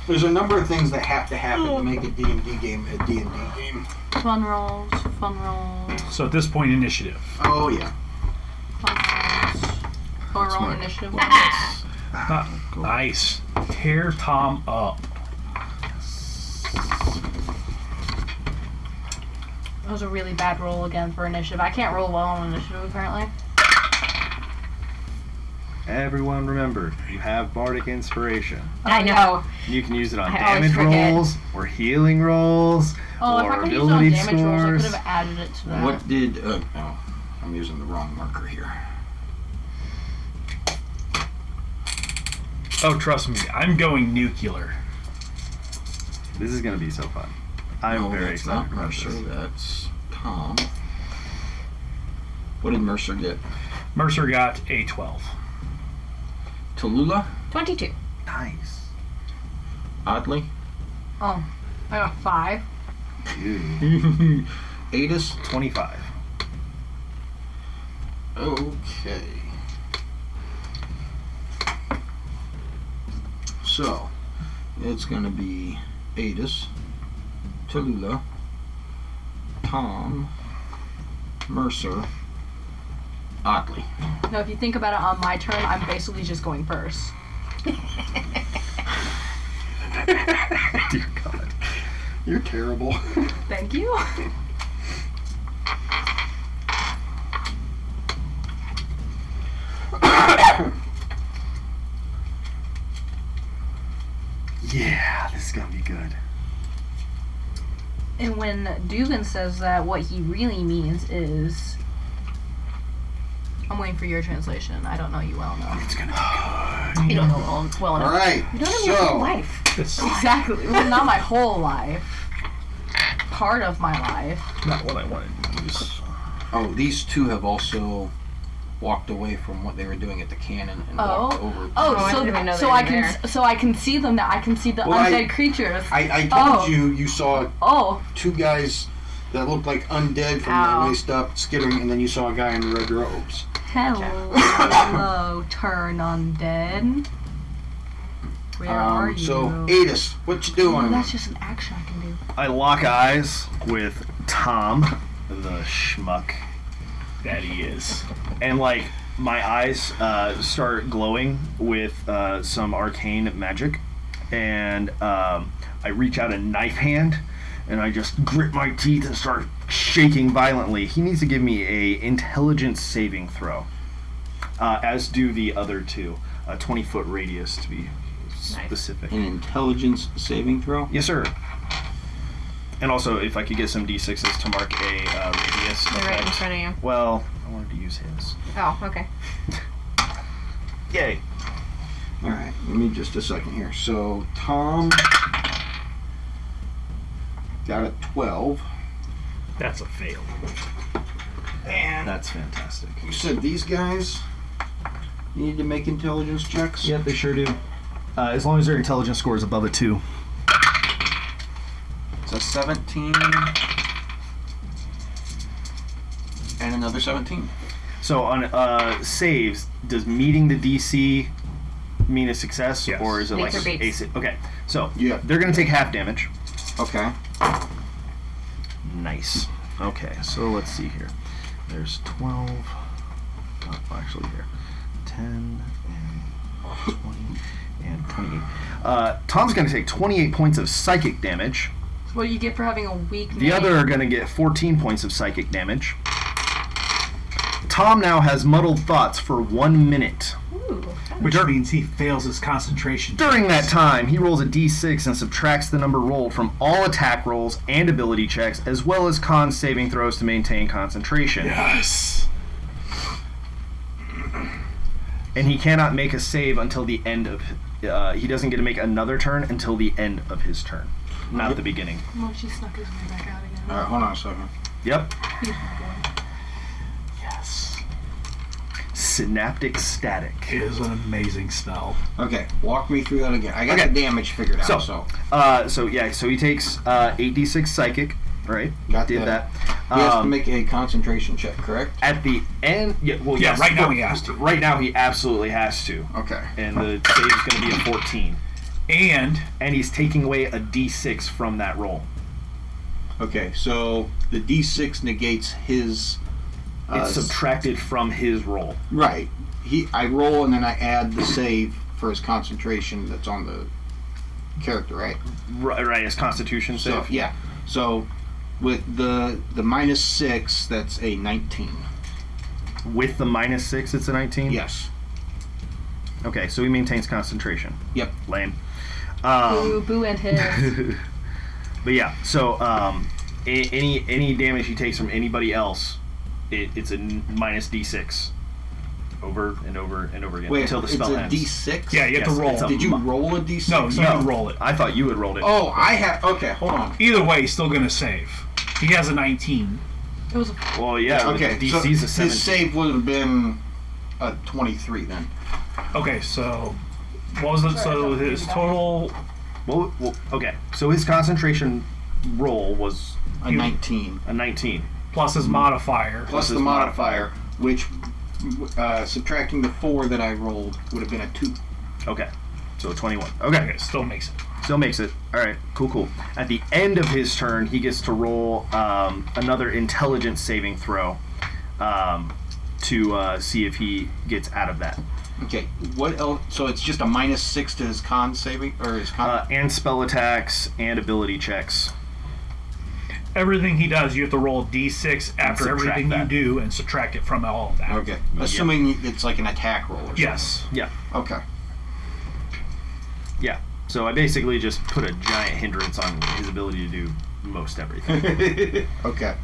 There's a number of things that have to happen to make a D&D game a D&D game.
Fun rolls, fun rolls,
So at this point, initiative.
Oh, yeah.
fun rolls. Or roll
my-
initiative.
Not nice. Tear Tom up.
That was a really bad roll again for initiative. I can't roll well on initiative apparently.
Everyone remember, you have bardic inspiration.
I know.
You can use it on
I always
damage
forget.
rolls or healing rolls
Oh, if I
or
could have used it on
ability
damage rolls, I
scores.
could have added it to that.
What did... Uh, oh, I'm using the wrong marker here.
Oh, trust me, I'm going nuclear.
This is going to be so fun. I'm
No,
very
that's
excited
not
about
Mercer.
this.
That's Tom. What did Mercer get?
Mercer got a 12.
Tallulah?
22.
Nice.
Oddly?
I got five.
Dude.
Adis?
*laughs*
25.
Okay. So, it's going to be Adis, Tallulah, Tom, Mercer, Otley.
Now, if you think about it, on my turn, I'm basically just going first.
*laughs* Dear God.
You're terrible.
Thank you. *laughs*
Yeah, this is gonna be good.
And when Dugan says that, what he really means is.
I'm waiting for your translation. I don't know you well *laughs* enough.
You don't know well, well
All
enough.
right.
You don't know your whole
So,
life.
It's
Exactly. Well, not my whole life. Part of my life.
not what I wanted to use.
oh, these two have also walked away from what they were doing at the cannon and walked
Oh.
over.
Oh,
Oh, I didn't even know
so
they
so
were
I can
there.
so I can see them now. I can see the
Well, I-
undead creatures.
I, I told
Oh.
you you saw
Oh,
two guys that looked like undead from
Ow.
the waist up skittering, and then you saw a guy in red robes.
hello, *laughs* turn undead. Where are
Um,
you?
so, Adis, what you doing?
Oh, that's just an action I can do.
I lock eyes with Tom, the schmuck,
That he is.
and like my eyes uh, start glowing with uh, some arcane magic, and um, I reach out a knife hand, and I just grit my teeth and start shaking violently. He needs to give me a intelligence saving throw, uh, as do the other two. A 20 foot radius to be specific.
An intelligence saving throw?
Yes, sir. And also, if I could get some d6s to mark a uh, radius.
They're right in
effect.
front of you.
Well, I wanted to use his.
Oh, okay.
Yay.
All right, let me just a second here. So Tom got a 12.
That's a fail.
That's fantastic.
You said these guys need to make intelligence checks?
Yep, they sure do. Uh, as long as their intelligence score is above a two.
It's a 17 and another 17.
So on uh, saves, does meeting the DC mean a success,
Yes.
or is it
Beats
like
or beats.
AC? Okay, so
Yeah.
they're gonna take half damage.
Okay.
Nice. Okay, so let's see here. There's 12. oh, actually, here. 10 and 20 and 28. Uh, Tom's going to take 28 points of psychic damage.
What do you get for having a weak?
The other are going to get 14 points of psychic damage. Tom now has muddled thoughts for one minute.
Which means he fails his concentration.
During that time, he rolls a d6 and subtracts the number rolled from all attack rolls and ability checks, as well as con saving throws to maintain concentration.
Yes.
and he cannot make a save until the end of. Uh, he doesn't get to make another turn until the end of his turn, not the beginning.
Well, Oh, she snuck his way back out again.
All right, hold on a second.
Yep.
Yes.
Synaptic static.
It is an amazing spell.
Okay, walk me through that again. I got
Okay.
the damage figured out,
So-
so,
Uh, so yeah, so he takes uh, 8d6 psychic, right?
Got
Did
that.
that.
he has to
Um,
make a concentration check, correct?
at the end, yeah. Well,
Yeah,
yes,
right now
for-
he has to.
Right now he absolutely has to,
Okay.
and the save is going to be a 14,
And
and he's taking away a d6 from that roll.
Okay, so the D6 negates his. uh,
It's subtracted from his roll.
Right. He, I roll and then I add the save for his concentration that's on the character, right?
Right, right his Constitution
So
save.
yeah. So with the the minus six, that's a nineteen.
With the minus six, it's a 19.
Yes.
Okay, so he maintains concentration.
Yep.
Lame.
Ah.
Um,
Boo, boo, and his.
but yeah, so um, a- any any damage he takes from anybody else, it, it's a n- minus d6, over and over and over again
Wait,
until the spell
it's
ends.
a D six.
yeah, you have
Yes,
to roll.
it's a-
Did you roll a D six?
no, you
No.
roll it.
I thought you had rolled it.
Oh, I have. Okay, hold on.
Either way, he's still gonna save. He has a 19.
It was a
Well, yeah. but
Okay, so
DC's a seven.
his save would have been a twenty three then.
Okay, so what was it? So his total.
Well, well, okay, so his concentration roll was
A
You-
nineteen
a 19.
plus his modifier.
plus
his
the modifier, which uh, subtracting the four that I rolled would have been a two.
Okay. So 21. Okay.
Okay, still makes it.
Still makes it. All right. Cool, cool. At the end of his turn, he gets to roll um, another intelligence saving throw um, to uh, see if he gets out of that.
Okay. What else? So it's just a minus six to his con saving or his con.
Uh, and spell attacks and ability checks.
Everything he does, you have to roll a d6 after
subtract
everything
that.
you do and subtract it from all of that.
okay. Assuming it's like an attack roll or something.
Yes.
Yeah.
Okay.
Yeah. So I basically just put a giant hindrance on his ability to do most everything.
Okay.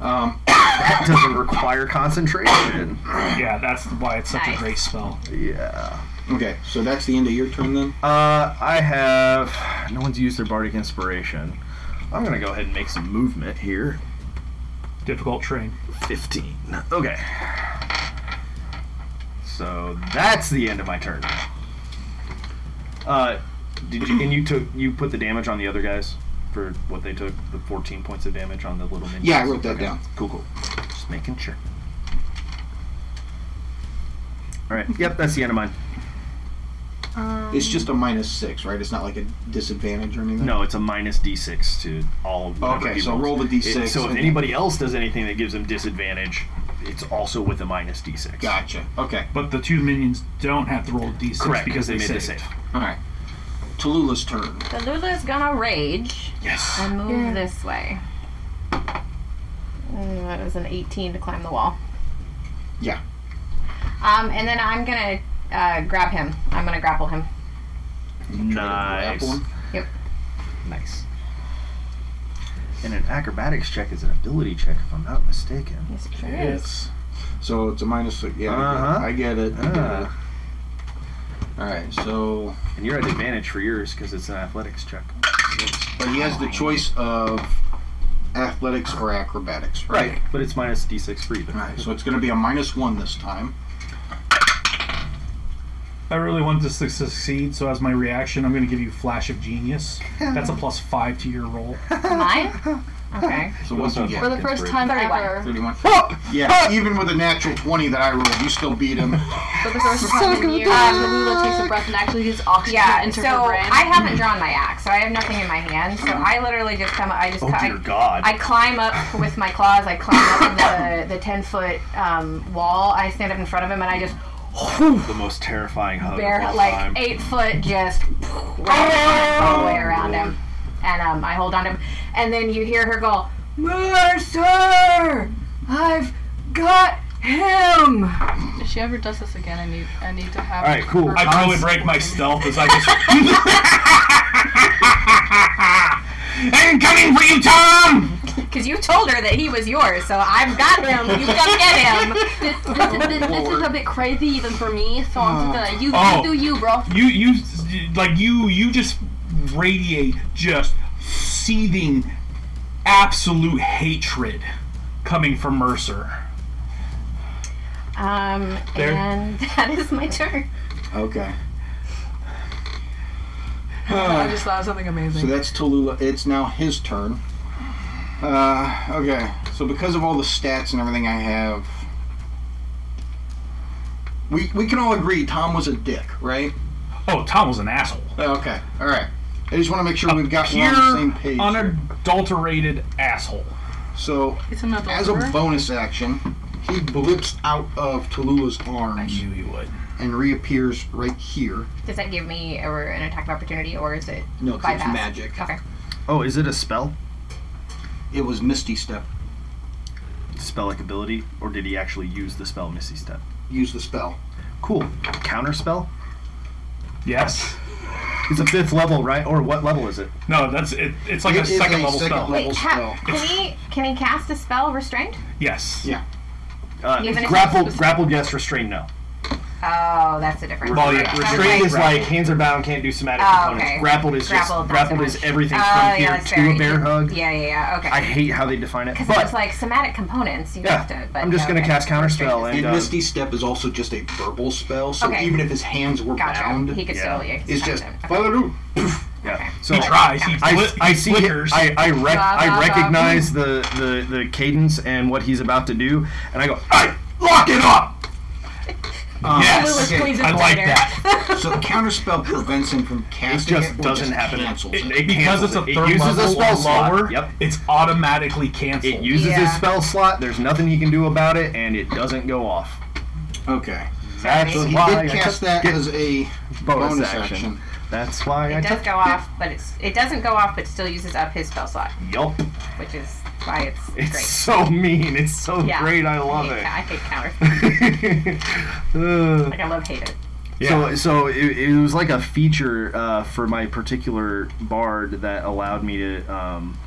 Um,
that doesn't require concentration.
Yeah, that's why it's such
Nice.
a great spell.
Yeah.
okay. So that's the end of your turn then.
Uh, I have. No one's used their bardic inspiration. I'm gonna go ahead and make some movement here.
Difficult terrain.
15. Okay. So that's the end of my turn. Uh, did you and you took you put the damage on the other guys for what they took the 14 points of damage on the little minions?
Yeah, I wrote that
Okay.
down.
Cool, cool. Just making sure. All right. Yep, that's the end of mine.
It's just a minus six, right? It's not like a disadvantage or anything.
No, it's a minus d6 to all. of whatever
Okay,
he
so
rolls.
roll the d6
It- so if
and-
anybody else does anything that gives him disadvantage, it's also with a minus d6.
Gotcha. Okay.
But the two minions don't have to roll a d6
Correct,
because they,
made
saved.
the save.
All right. Tallulah's turn.
So Lula's gonna rage
Yes.
and move this way. Mm, That was an 18 to climb the wall.
Yeah.
Um, and then I'm gonna uh, grab him. I'm gonna grapple him.
Try to grapple
Nice.
him.
Nice. And an acrobatics check is an ability check, if I'm not mistaken.
Yes, it sure is.
Yes.
So it's a minus six. Yeah.
Uh-huh.
I get it. I get it.
Ah.
All right. So,
And you're at advantage for yours because it's an athletics check.
but he has the choice of athletics or acrobatics, right?
But it's minus d6 for either.
All right. So it's going to be a minus one this time.
I really want this to succeed, so as my reaction, I'm going to give you Flash of Genius. That's a plus five to your roll.
Mine? Okay.
So what's he
For
get?
the first time
Inspiration.
31.
ever.
Thirty-one. Yeah. Even with a natural twenty that I rolled, you still beat him.
For the first time in years, Lula takes a breath and actually gets oxygen
*laughs* Yeah,
into
so
her brain.
I haven't drawn my axe, so I have nothing in my hand. So I literally just come. I just.
Oh,
I,
dear God.
I climb up with my claws. I climb up the the ten foot um, wall. I stand up in front of him, and I just *laughs*
the most terrifying hug
bear
of all
like
time.
eight foot just right all the way around him, and um, I hold on to him, and then you hear her go, "Mercer, I've got him."
if she ever does this again, I need I need to have
all right, cool.
I'd probably break my stealth as I just. *laughs* I'm coming for you, Tom!
Because you told her that he was yours, so I've got him. You come get him.
This, this, this, this is a bit crazy even for me, so I'm
Ah.
just gonna you,
Oh.
you do you, bro.
You, you, like, you, you just radiate just seething absolute hatred coming from Mercer.
Um,
There.
and that is my turn.
Okay.
I just thought of something amazing.
So that's Tallulah. It's now his turn. Uh, okay. So because of all the stats and everything I have, we we can all agree Tom was a dick, right?
Oh, Tom was an asshole.
Okay. All right. I just want to make sure we've got we're on the
Pure,
same page. here.
unadulterated asshole.
So
it's another
as a bonus action, he blips out of Tallulah's arms
knew you would.
and reappears right here.
Does that give me or an attack of opportunity, or is it
No, 'cause
by
it's
that?
magic.
Okay.
oh, is it a spell?
It was Misty Step.
Spell like ability? Or did he actually use the spell Misty Step?
Use the spell.
Cool. Counter spell?
Yes.
It's a fifth level, right? Or what level is it?
No, that's it. It's like
It
a
is a
second level
second
spell.
level.
Wait, ha- can he can he cast a spell restrained?
Yes.
Yeah.
Uh,
Even if it's
grappled,
specific-
grappled, yes. Restrained, no.
Oh, that's a different.
Well, yeah,
Okay.
Restrained
Okay.
is like hands are bound, can't do somatic
Oh,
components.
okay.
Grappled is
Grappled,
just
that's
grappled
a
is
much-
everything
Oh,
from
yeah,
here
that's
to
very-
a bear hug.
Yeah, yeah, yeah. Okay.
I hate how they define it,
Because
but
it's like somatic components. You
yeah,
have to. But
I'm just
no,
gonna
okay.
cast counter spell
And
and. uh,
Misty Step is also just a verbal spell, so
Okay.
even if his hands were
Gotcha.
bound,
He could
Yeah.
still. Yeah,
it's just
Okay.
"Ba-da-doo."
yeah. So
He tries. He,
I,
fli-
I
he
see. it-
flickers.
I I, rec-
Ba,
I
ba,
recognize the, the the cadence and what he's about to do, and I go, "Hey, lock it up!"
Um,
Yes.
okay,
Squeeze it
I like
tighter.
that.
So counterspell prevents him from casting
just
it or
doesn't
just
happen.
Cancels
It-
it.
because
cancels
it's a
it. It
third
uses a
level
spell
or
slot.
lower,
Yep.
it's automatically
It
canceled.
uses his
Yeah.
spell slot. There's nothing he can do about it, and it doesn't go off.
Okay.
That's
Sorry.
He
why I
did cast
took-
that
get
as a
bonus,
bonus
action.
action.
That's why I
It does
took.
go off, but it's it doesn't go off, but still uses up his spell slot,
Yup.
which is why it's,
It's
great.
so mean. It's so
Yeah.
great. I
I
love
hate,
it.
I hate counter.
*laughs* Ugh. *laughs*
Like I love hate it.
So, so it, it was like a feature uh, for my particular bard that allowed me to um,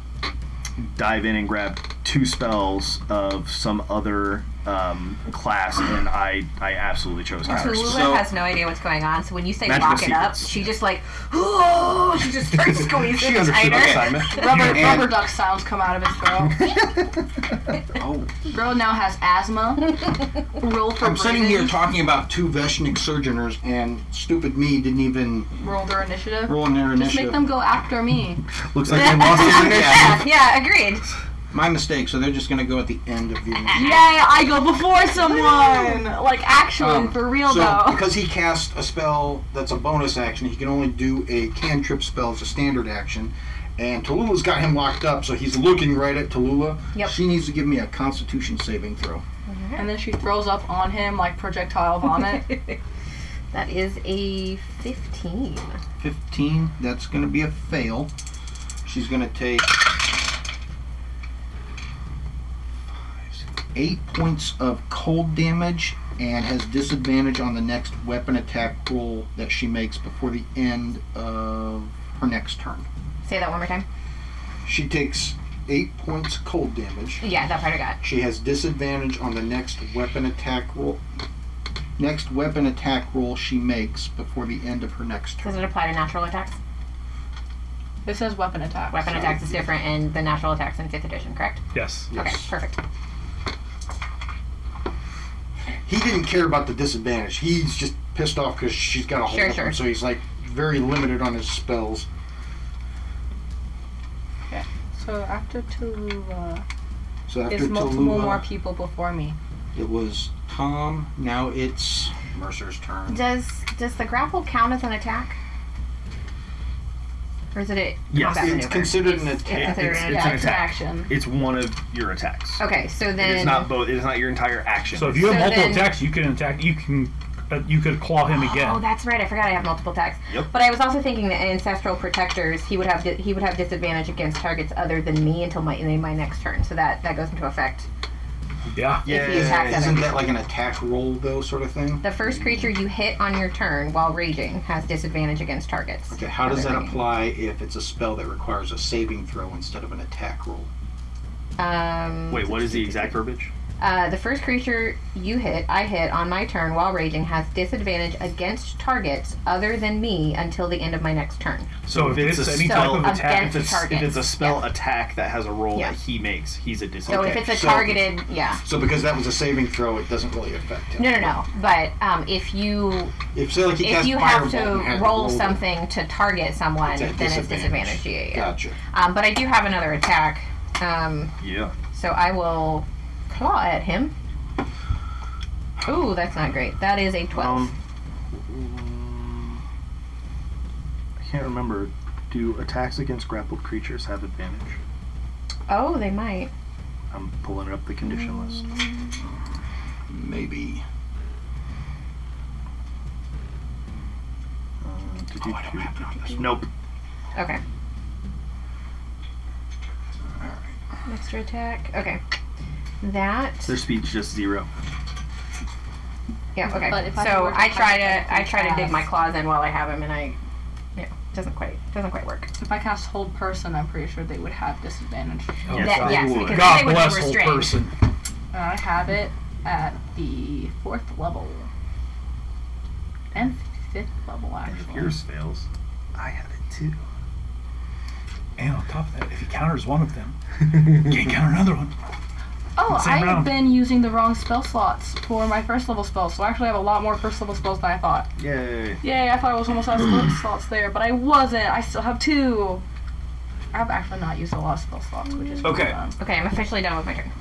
dive in and grab two spells of some other um, class, and I, I absolutely chose ours.
Tulula
So-
has no idea what's going on, so when you say
Magical
lock it up,
secrets.
she just like, *gasps* ooh, she just
*laughs*
starts squeezing
She understood
tighter.
assignment.
*laughs*
Rubber,
And-
rubber duck sounds come out of his throat.
*laughs* Oh,
Bro now has
*laughs*
asthma. Roll for
I'm sitting
breathing.
here talking about two Veshnik Surgeoners, and stupid me didn't even
Roll their initiative.
roll in their
Just
initiative.
make
*laughs*
them go after me.
Looks like they lost their
*laughs* yeah,
initiative.
yeah, agreed.
My mistake, so they're just going to go at the end of the initiative.
Yay, I go before someone! Like, actually,
Um,
for real
so,
though.
because he cast a spell that's a bonus action, he can only do a cantrip spell as a standard action. And Tallulah's got him locked up, so he's looking right at Tallulah.
Yep.
She needs to give me a Constitution saving throw.
And then she throws up on him like projectile vomit.
That is a 15.
15. That's going to be a fail. She's going to take eight points of cold damage and has disadvantage on the next weapon attack roll that she makes before the end of her next turn.
Say that one more time.
She takes eight points cold damage.
Yeah, that part I got.
She has disadvantage on the next weapon attack roll. Next weapon attack roll she makes before the end of her next turn.
Does it apply to natural attacks?
it says weapon attack.
Weapon attacks is different, and the natural attacks in 5th edition, correct?
Yes.
Okay, perfect.
he didn't care about the disadvantage. He's just pissed off because she's got a hold
Sure,
of
sure.
him, so he's like very limited on his spells.
So after Tulula,
So after
there's multiple
Tallulah,
more people before me.
it was Tom. Now it's Mercer's turn.
Does does the grapple count as an attack? Or is it a
Yes.
combat
It's
maneuver?
considered an
It's
attack.
considered
It's-
an
it's
attack.
an attack.
Action.
It's one of your attacks.
Okay, so then
It
*gasps*
is not both. It is not your entire action.
So if you have
So
multiple
then-
attacks, you can attack. You can uh, you could claw him again.
Oh, that's right. I forgot I have multiple attacks.
Yep.
But I was also thinking that ancestral protectors he would have di- he would have disadvantage against targets other than me until my in my next turn. So that that goes into effect.
yeah.
If he attacks
Isn't
other.
that like an attack roll though, sort of thing?
The first creature you hit on your turn while raging has disadvantage against targets.
Okay, how does
other
that
than me.
apply if it's a spell that requires a saving throw instead of an attack roll?
Um,
Wait, what is the exact verbiage?
Uh, the first creature you hit, I hit on my turn while raging has disadvantage against targets other than me until the end of my next turn.
So if it's,
a
any
spell
type of attack,
against-
If it's, if
Targets.
it's a spell attack that has a roll
Yeah.
that he makes, he's at
So
disadvantage.
if it's a
so-
targeted, yeah.
So because that was a saving throw, it doesn't really affect him.
No, no, no. But um, if you
If say like he
if
cast
you have
Firebolt and
to
had
roll
rolled it,
something to target someone,
it's at
then it's disadvantage. Yeah, yeah, yeah.
Gotcha.
Um, but I do have another attack, um,
yeah.
so I will claw at him. Ooh, that's not great. That is a twelve.
Um, mm, I can't remember. Do attacks against grappled creatures have advantage?
oh, they might.
I'm pulling up the condition list.
Maybe.
Uh, do, do, do, do, do. Nope.
Okay. Extra attack. Okay. That.
Their speed's just zero.
Yeah. Okay.
But if I
so
were to
I try
fight
to I
something
try to dig
fast-
my claws in while I have them, and I yeah doesn't quite doesn't quite work.
If I cast hold person, I'm pretty sure they would have disadvantage.
Oh,
That-
God.
yes, because
God
they would
bless
be
old
restrained.
person.
And I have it at the fourth level. And fifth level,
If
actually.
yours fails, I have it too.
And on top of that, if he counters one of *laughs* them, you can counter another one.
Oh,
Same
I
round.
have been using the wrong spell slots for my first level spells, so I actually have a lot more first level spells than I thought.
Yay.
Yay, I thought I was almost out of spell slots there, but I wasn't. I still have two. I've actually not used a lot of spell slots, which is
Okay.
pretty fun.
Okay, I'm officially done with my turn.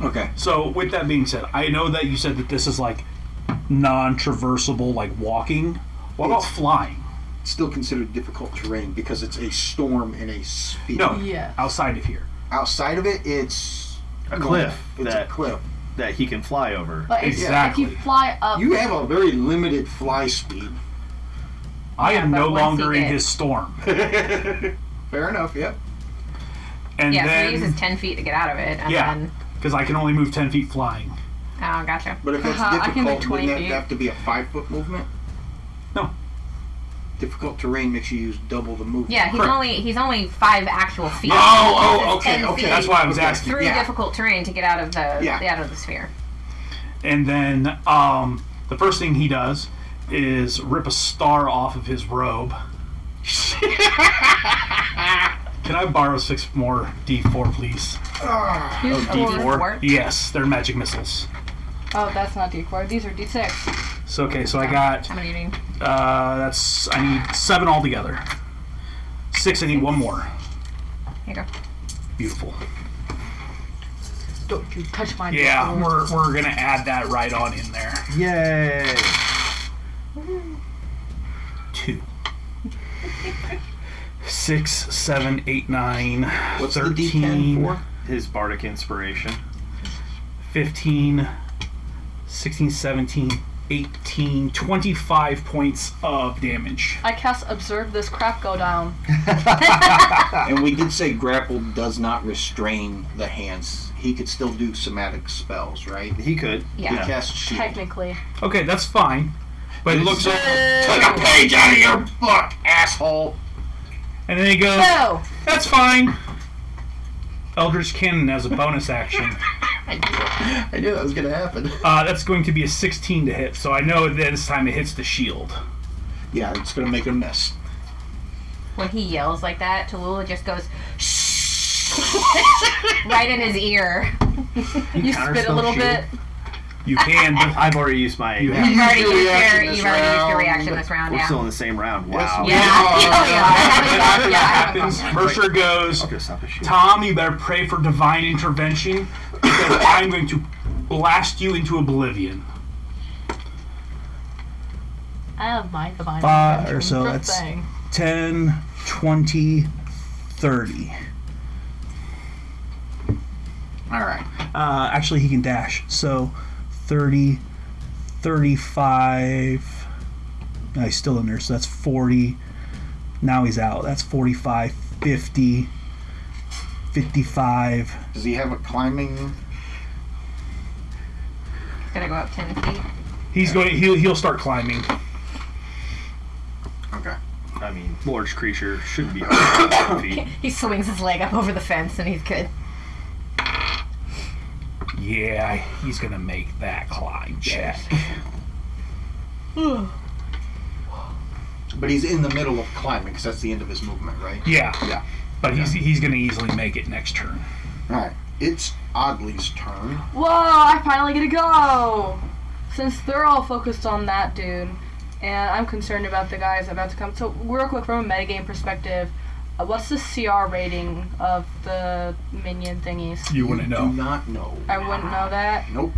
Okay.
So with that being said, I know that you said that this is like non-traversable, like walking. What about flying?
It's still considered difficult terrain because it's a storm in a sphere.
No,
Yeah.
outside of here.
Outside of it, it's
A cliff
It's
that-
a cliff.
that he can fly over.
But if,
Exactly.
if you fly up,
You have a very limited fly speed.
I am
but
no
once he
longer in
did.
his storm.
Fair enough. Yep.
And
yeah, so he
then
uses 10 feet to get out of it. And
Yeah.
Then,
because I can only move ten feet flying.
oh, gotcha.
But if it's
Uh-huh, I can do
difficult,
20
wouldn't that
feet.
have to be a five foot movement?
No.
Difficult terrain makes you use double the movement.
Yeah, he's
Correct.
only he's only five actual feet.
Oh, oh,
It's
okay,
10
okay.
feet
That's why I was
Okay.
asking.
Through
yeah.
difficult terrain to get out of the
Yeah.
out of the sphere.
And then um, the first thing he does is rip a star off of
*laughs*
his robe. Can I borrow six more D4, please?
here's four.
Four.
Yes, they're magic missiles.
Oh, that's not D4. These are D6.
So okay, so I got
How many do you need?
uh, that's I need seven altogether. Six, I need one more.
Here you go.
Beautiful.
Don't you touch my
Yeah,
D4.
we're, we're gonna add that right on in there.
Yay!
Two. Six, seven, eight, nine,
What's the D10
thirteen.
for?
His bardic inspiration.
15, 16, 17, 18, 25 points of damage.
I cast Observe This Crap Go Down.
And we did say grapple does not restrain the hands. He could still do somatic spells, right?
He could.
Yeah.
He casts shield.
Technically.
Okay, that's fine. But it looks
Take a page out of your book, asshole.
And then he goes,
No!
that's fine. Eldritch Cannon as a bonus action.
I knew that was gonna happen. *laughs*
Uh, that's going to be a 16 to hit, so I know that this time it hits the shield.
Yeah, it's gonna make a mess.
When he yells like that, Tallulah just
*laughs*
goes shh right in his ear.
You spit a little bit.
You can, but
I've already used my.
You-
You've already
your
used your
reaction this
you've already used your
round.
reaction this round.
We're
Yeah.
still in the same round. Wow.
Yes,
*laughs* Yeah. yeah.
we are.
after
yeah.
that Oh, happens, Mercer goes,
Just stop the shit.
Tom, you better pray for divine intervention because I'm going to blast you into oblivion.
I have my divine.
Five
intervention.
or so,
Good
that's-
thing.
10, 20, 30.
All right.
Uh, actually, he can dash. So 30, 35. No, he's still in there, so that's 40. Now he's out. That's 45, 50, 55.
Does he have a climbing?
Gonna go up ten feet.
He's going. He'll, he'll start climbing.
Okay.
I mean, large creature shouldn't be
*coughs*
hard to find feet.
He swings his leg up over the fence and he's good.
Yeah, he's gonna make that climb check.
But he's in the middle of climbing because that's the end of his movement, right?
Yeah,
Yeah.
but he's he's gonna easily make it next turn.
All right. It's Oddly's turn.
Whoa, I finally get to go! Since they're all focused on that dude, and I'm concerned about the guys about to come. So, real quick, from a metagame perspective, uh, what's the CR rating of the minion thingies?
You wouldn't
Do
know.
not know.
Oh.
I wouldn't know that.
Nope.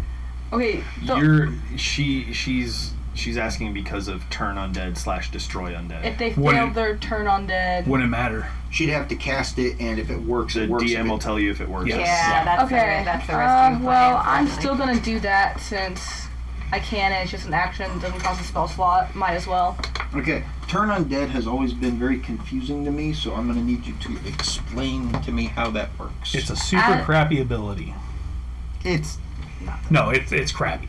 Okay, the-
You're she she's she's asking because of turn undead slash destroy undead.
if they fail
Wouldn't-
their turn on dead.
Wouldn't matter.
She'd have to cast it, and if it works,
the
it works.
DM will
If it,
tell you if it works.
Yes.
Yeah, that's
Okay.
the, that's the risk.
uh,
of the
well,
plan,
I'm
definitely.
still gonna do that since I can. And it's just an action. It doesn't cost a spell slot. Might as well.
okay. Turn undead has always been very confusing to me, so I'm going to need you to explain to me how that works.
It's a super
I-
crappy ability.
it's
No, it's it's crappy.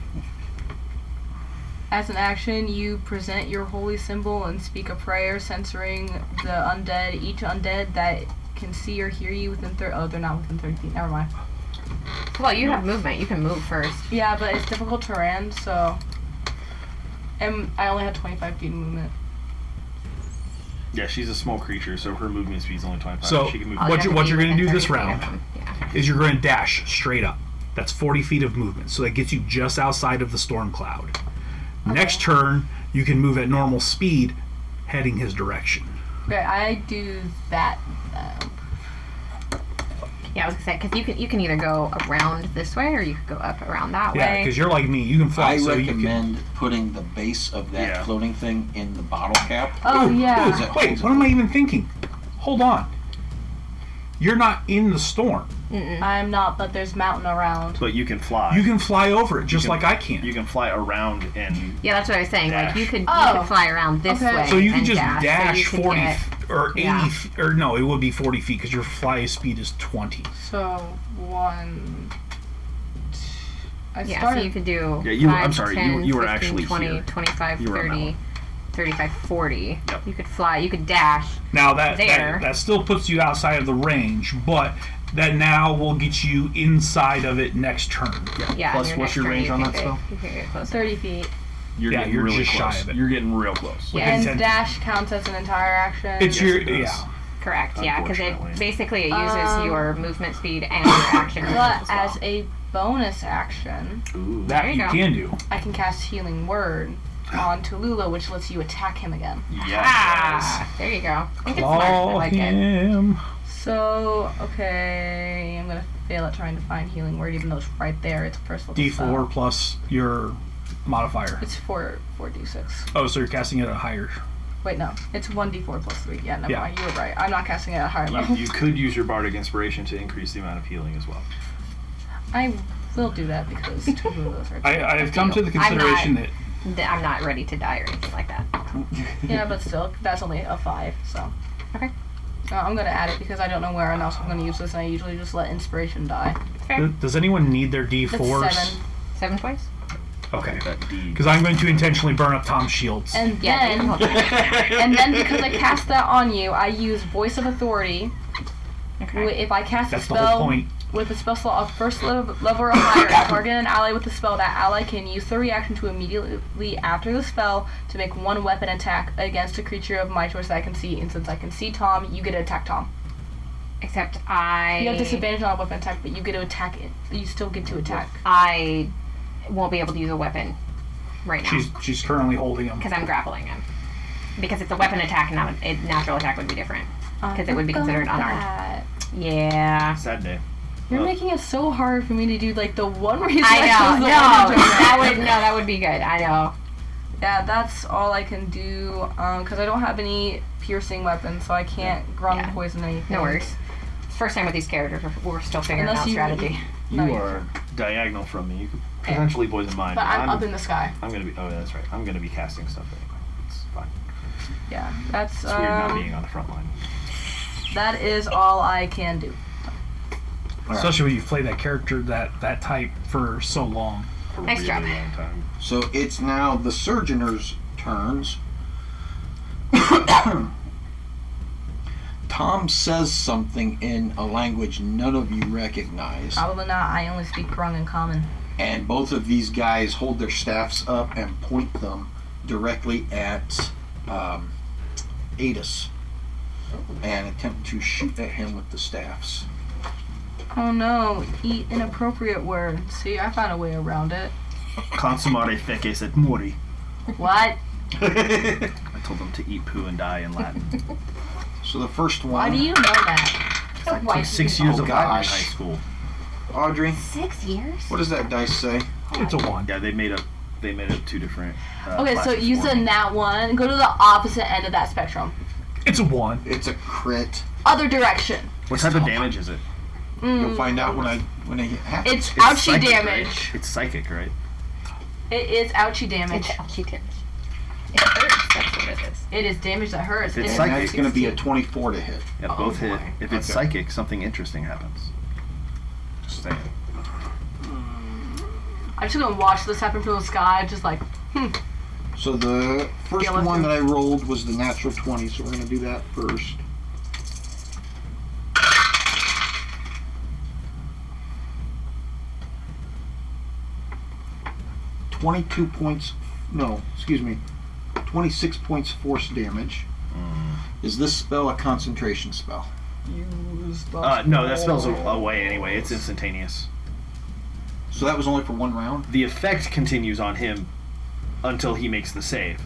As an action, you present your holy symbol and speak a prayer, censoring the undead. Each undead that can see or hear you within third. Oh, they're not within thirty feet. Never mind.
Well, you have movement. You can move first.
Yeah, but it's difficult terrain, so. And I only had 25 feet of movement.
Yeah, she's a small creature, so her movement speed's only twenty five.
So-
she can move.
What you-
have
what
be
you're gonna
within
do this
30 feet of
round?
them. Yeah.
Is you're gonna dash straight up. That's 40 feet of movement, so that gets you just outside of the storm cloud. Next turn, you can move at normal speed, heading his direction.
Okay, I do that. Um,
Yeah, I was gonna say because you can you can either go around this way or you could go up around that
Yeah,
way.
because you're like me. You can fly,
I
so you can.
recommend putting the base of that
Yeah.
floating thing in the bottle cap.
Oh yeah.
that
Wait,
holds
what
it.
am I even thinking? Hold on. You're not in the storm.
I'm not, but there's mountain around.
But you can fly.
You can fly over it just
can-
like I can.
You can fly around and
Yeah, that's what I was saying. Like you could, you
Oh.
could fly around this
Okay.
way.
so you can
and
just
dash, so
dash
you can
40
get-
f- or 80
yeah.
f- or no, it would be 40 feet because your fly speed is 20.
So one. I
yeah,
started.
so you could do.
Yeah, you-
5,
I'm sorry, you-
10,
you were
15,
actually
20,
here.
25,
You were on that
30, 35, 40.
Yep.
You could fly. You could dash.
Now that,
There.
that that still puts you outside of the range, but that now will get you inside of it next turn.
Yeah.
Plus,
and
what's
next
your
turn
range
you
on
can
that
get-
spell?
You can get closer.
Thirty feet.
you're
Yeah,
getting
you're
really
just shy
close.
of it.
You're getting real close.
Yeah.
And
Intent.
dash counts as an entire action.
It's your
it does.
yeah.
Correct. Yeah, because
Unfortunately.
it basically it uses
Um,
your movement speed and your
*coughs*
action.
But
as well.
as a bonus action,
Ooh.
That
you
you,
go.
can do.
I can cast Healing Word on Tulula, which lets you attack him again.
Yeah.
ah, there you go. I think it's smart. I
Claw
like it.
him.
So okay, I'm gonna fail at trying to find Healing Word, even though it's right there. It's a personal
D4
spell.
plus your modifier.
It's four four d six.
Oh, so you're casting it at a higher.
Wait, no. It's 1d4 plus 3. Yeah, never
Yeah.
mind. You were right. I'm not casting it at a higher
You,
level.
you could use your bardic inspiration to increase the amount of healing as well.
I will do that because two of those are.
I, uh, I have come to the
not-
consideration that
Th- I'm not ready to die or anything like that.
Yeah, but still, that's only a 5, so.
Okay.
Uh, I'm going to add it because I don't know where else I'm going to use this, and I usually just let inspiration die.
Fair.
does anyone need their
That's
D4s?
7.
Seven points.
Okay.
That D.
Because I'm going to intentionally burn up Tom's shields.
And
Yeah,
then,
they can hold
and then because I cast that on you, I use Voice of Authority.
it.
Wh-
Okay.
If I cast a
That's the whole
spell
point.
with a spell slot of first lev- level or higher, target an ally with the spell. That ally can use the reaction to immediately after the spell to make one weapon attack against a creature of my choice that I can see. And since I can see Tom, you get to attack Tom.
Except I.
*laughs* You have disadvantage on a weapon attack, but you get to attack it. You still get to attack.
I won't be able to use a weapon right now
She's she's currently holding him.
because I'm grappling him. Because it's a weapon attack, and not a a natural attack would be different. Because it would be considered unarmed.
That.
Yeah.
Sad day.
You're making it so hard for me to do like the one reason
I
chose
know.
the
No,
one to do
that
that.
would no, that would be good. I know.
Yeah, that's all I can do because I don't have any piercing weapons, so I can't grunt
Yeah.
poison anything.
No worries. First time with these characters, we're- we're still figuring
Unless
out
you-
strategy.
You
No, you
are diagonal from me. You could potentially poison mine.
But
but
I'm,
I'm,
up in the sky.
I'm gonna be. Oh, yeah, that's right. I'm gonna be casting stuff anyway. It's fine.
Yeah, that's
It's weird not
um,
being on the front line.
that is all I can do.
Especially when you play that character that that type for so long.
For
Nice
really
job.
long time.
So it's now the surgeoner's turns. Tom says something in a language none of you recognize,
Probably not. I only speak Grung and Common.
and both of these guys hold their staffs up and point them directly at um, Adis and attempt to shoot at him with the staffs.
Oh no! Eat inappropriate word. See, I found a way around *laughs* it.
Consommare feces et mori.
What?
I told them to eat poo and die in Latin.
*laughs*
So the first one,
Why do you know that?
Why-
Six years
Oh,
of Latin in high
gosh.
school.
Audrey,
Six years?
what does that dice say?
It's a one.
Yeah, they made up. They made up two different. Uh,
Okay, so
classes
use
for
the
me.
nat one. Go to the opposite end of that spectrum.
It's a one.
It's a crit.
Other direction.
What type of damage is it?
You'll find out when I when it happens.
Hmm. It's, ouchie
psychic,
damage.
right? It's psychic, right?
It is ouchie
It's
damage.
she tears. It hurts. That's what it is.
It is damage that hurts.
It's
It is
and
psychic.
that's going to be a 24 to hit.
Yeah,
Oh
both hit. If it's
Okay.
psychic, something interesting happens. Just saying.
I'm just gonna watch this happen from the sky, just like
So the first
Yeah, let's
one
do
that I rolled was the natural 20, so we're going to do that first. Twenty-two points. No, excuse me. Twenty-six points force damage. Is this spell a concentration spell?
Uh, no, that spell's a- away anyway. It's instantaneous.
So that was only for one round.
The effect continues on him until he makes the save,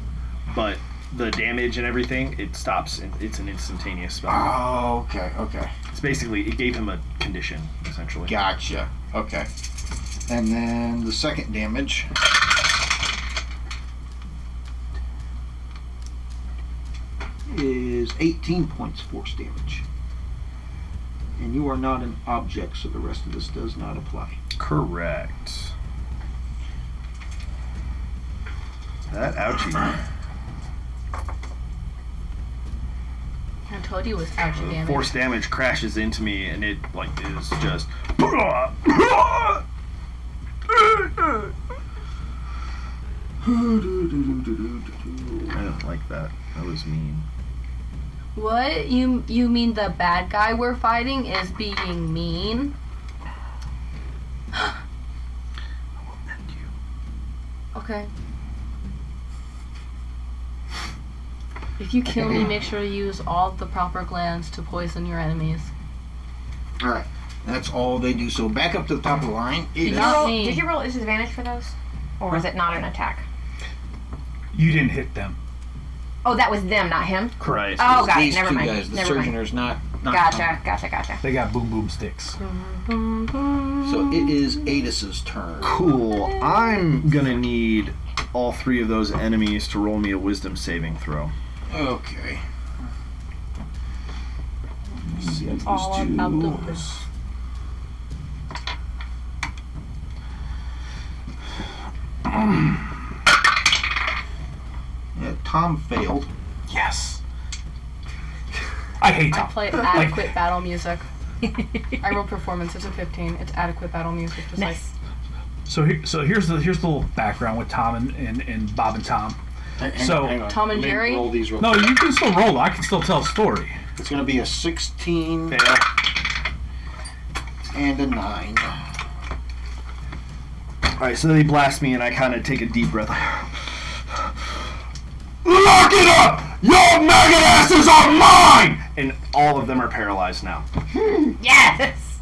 but the damage and everything it stops. And it's an instantaneous spell.
Oh, okay, okay.
It's It's basically it gave him a condition essentially.
Gotcha. Okay. And then the second damage. Is 18 points force damage. And you are not an object, so the rest of this does not apply.
Correct. That ouchie.
I told you it was ouch
The
damage.
force damage crashes into me, and it like is just. I don't like that. That was mean.
What you you mean the bad guy we're fighting is being mean? Okay. If you kill me, make sure to use all the proper glands to poison your enemies.
All right. That's all they do. So back up to the top of the line. It
Did
is
you, roll,
me.
did you roll a disadvantage for those? Or was it not an attack?
You didn't hit them.
Oh, that was them, not him.
Right.
Oh, got it.
these
Never
two
mind.
guys. The
Never mind.
surgeoner's not. not
Gotcha, gotcha, gotcha.
They got boom boom sticks.
So it is Adis's turn.
Cool. I'm gonna need all three of those enemies to roll me a wisdom saving throw.
Okay. Let's see, that's
All
these
about the
two.
best.
Yeah, Tom failed.
Yes. I hate
I
Tom.
play adequate battle music. I roll performance. It's a 15. It's adequate battle music. Just
Nice.
So here, so here's the here's the little background with Tom and, and, and Bob and Tom. So-
like Tom and
Let me
Jerry.
roll these real
No, you can still roll. I can still tell a story.
It's going to be a 16 and a 9.
All right, so they blast me, and I kind of take a deep breath. Lock it up! Your maggot asses are mine! And all of them are paralyzed now.
Yes!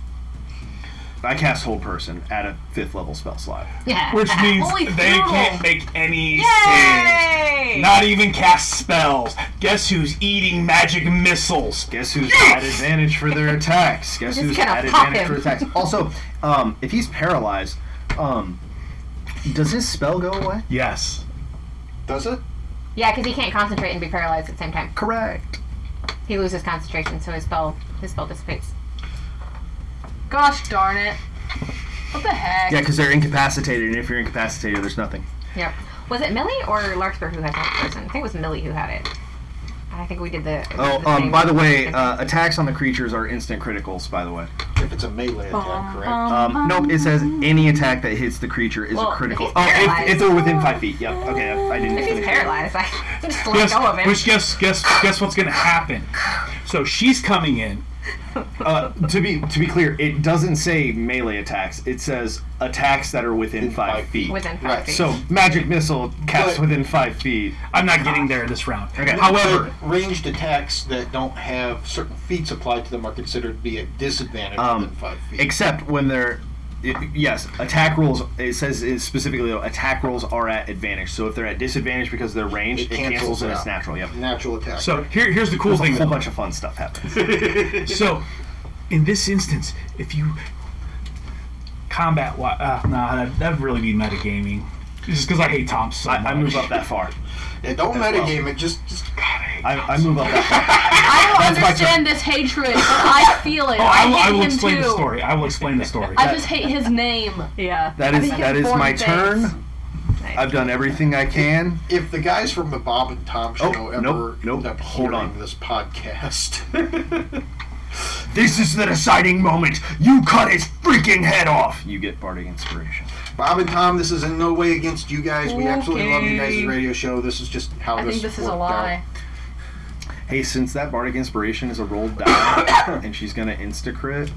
I cast Hold Person at a fifth level spell slot.
Yeah. *laughs*
Which means
Holy
they
funeral.
can't make any saves.
Yay!
Not even cast spells. Guess who's eating magic missiles?
Guess who's at advantage for their attacks? Guess
Just
who's
gonna
at
pop
advantage
him.
for attacks? Also, um, if he's paralyzed, um, does his spell go away?
Yes.
Does it?
Yeah, because he can't concentrate and be paralyzed at the same time.
Correct.
He loses concentration, so his spell his spell dissipates.
Gosh darn it. What the heck?
Yeah, because they're incapacitated, and if you're incapacitated, there's nothing.
Yep. Was it Millie or Larkspur who had that person? I think it was Millie who had it. I think we did the.
Oh,
the
um,
same-
by the way, uh, attacks on the creatures are instant criticals, by the way.
If it's a melee attack, correct?
Um, nope, it says any attack that hits the creature is
Well,
a
if
critical.
he's
Oh, if,
paralyzed.
if they're within five feet. Yep, okay, I, I didn't
If
finish
he's
it.
paralyzed, I *laughs* can just let
Guess,
go of him.
which guess guess guess what's gonna happen? So she's coming in.
Uh, to be to be clear, it doesn't say melee attacks. It says attacks that are within
Within
five
five
feet.
Within five
Right,
feet.
So magic missile cast
But-
within five feet.
I'm not getting there this round.
Okay.
However,
But ranged attacks that don't have certain feats applied to them are considered to be a disadvantage
Um,
within five feet.
Except when they're y- yes, attack rolls. It says it specifically though, attack rolls are at advantage. So if they're at disadvantage because they're ranged, it,
It
cancels,
cancels
and
it
it's
out.
natural. Yep.
Natural attack.
so here here's the cool
There's
thing.
a whole
though.
bunch of fun stuff happens.
So, in this instance, if you combat, wi- uh, nah, that, that'd really be metagaming. Just because I hate Tom so
I, I
much.
move up that far.
yeah, don't
as well.
metagame it. Just, just
I, I move up that far.
I don't
That's my
understand this hatred, but I feel it.
Oh,
I,
I, will,
hate
I will
him
explain
too.
the story. I will explain the
*laughs*
story.
I just hate his name.
yeah.
That is that is my turn.
Nice.
I've done everything I can.
if the guys from the Bob and Tom show
Oh,
ever
nope, nope,
end up
hold
hearing
on.
this podcast, *laughs*
This is the deciding moment. You cut his freaking head off. You get bardic inspiration.
Bob and Tom, this is in no way against you guys. We absolutely love you guys' radio show. This is just how
I
this.
think this is a
worked
lie.
Hey, since that bardic inspiration is a rolled die, *coughs* and she's gonna insta crit.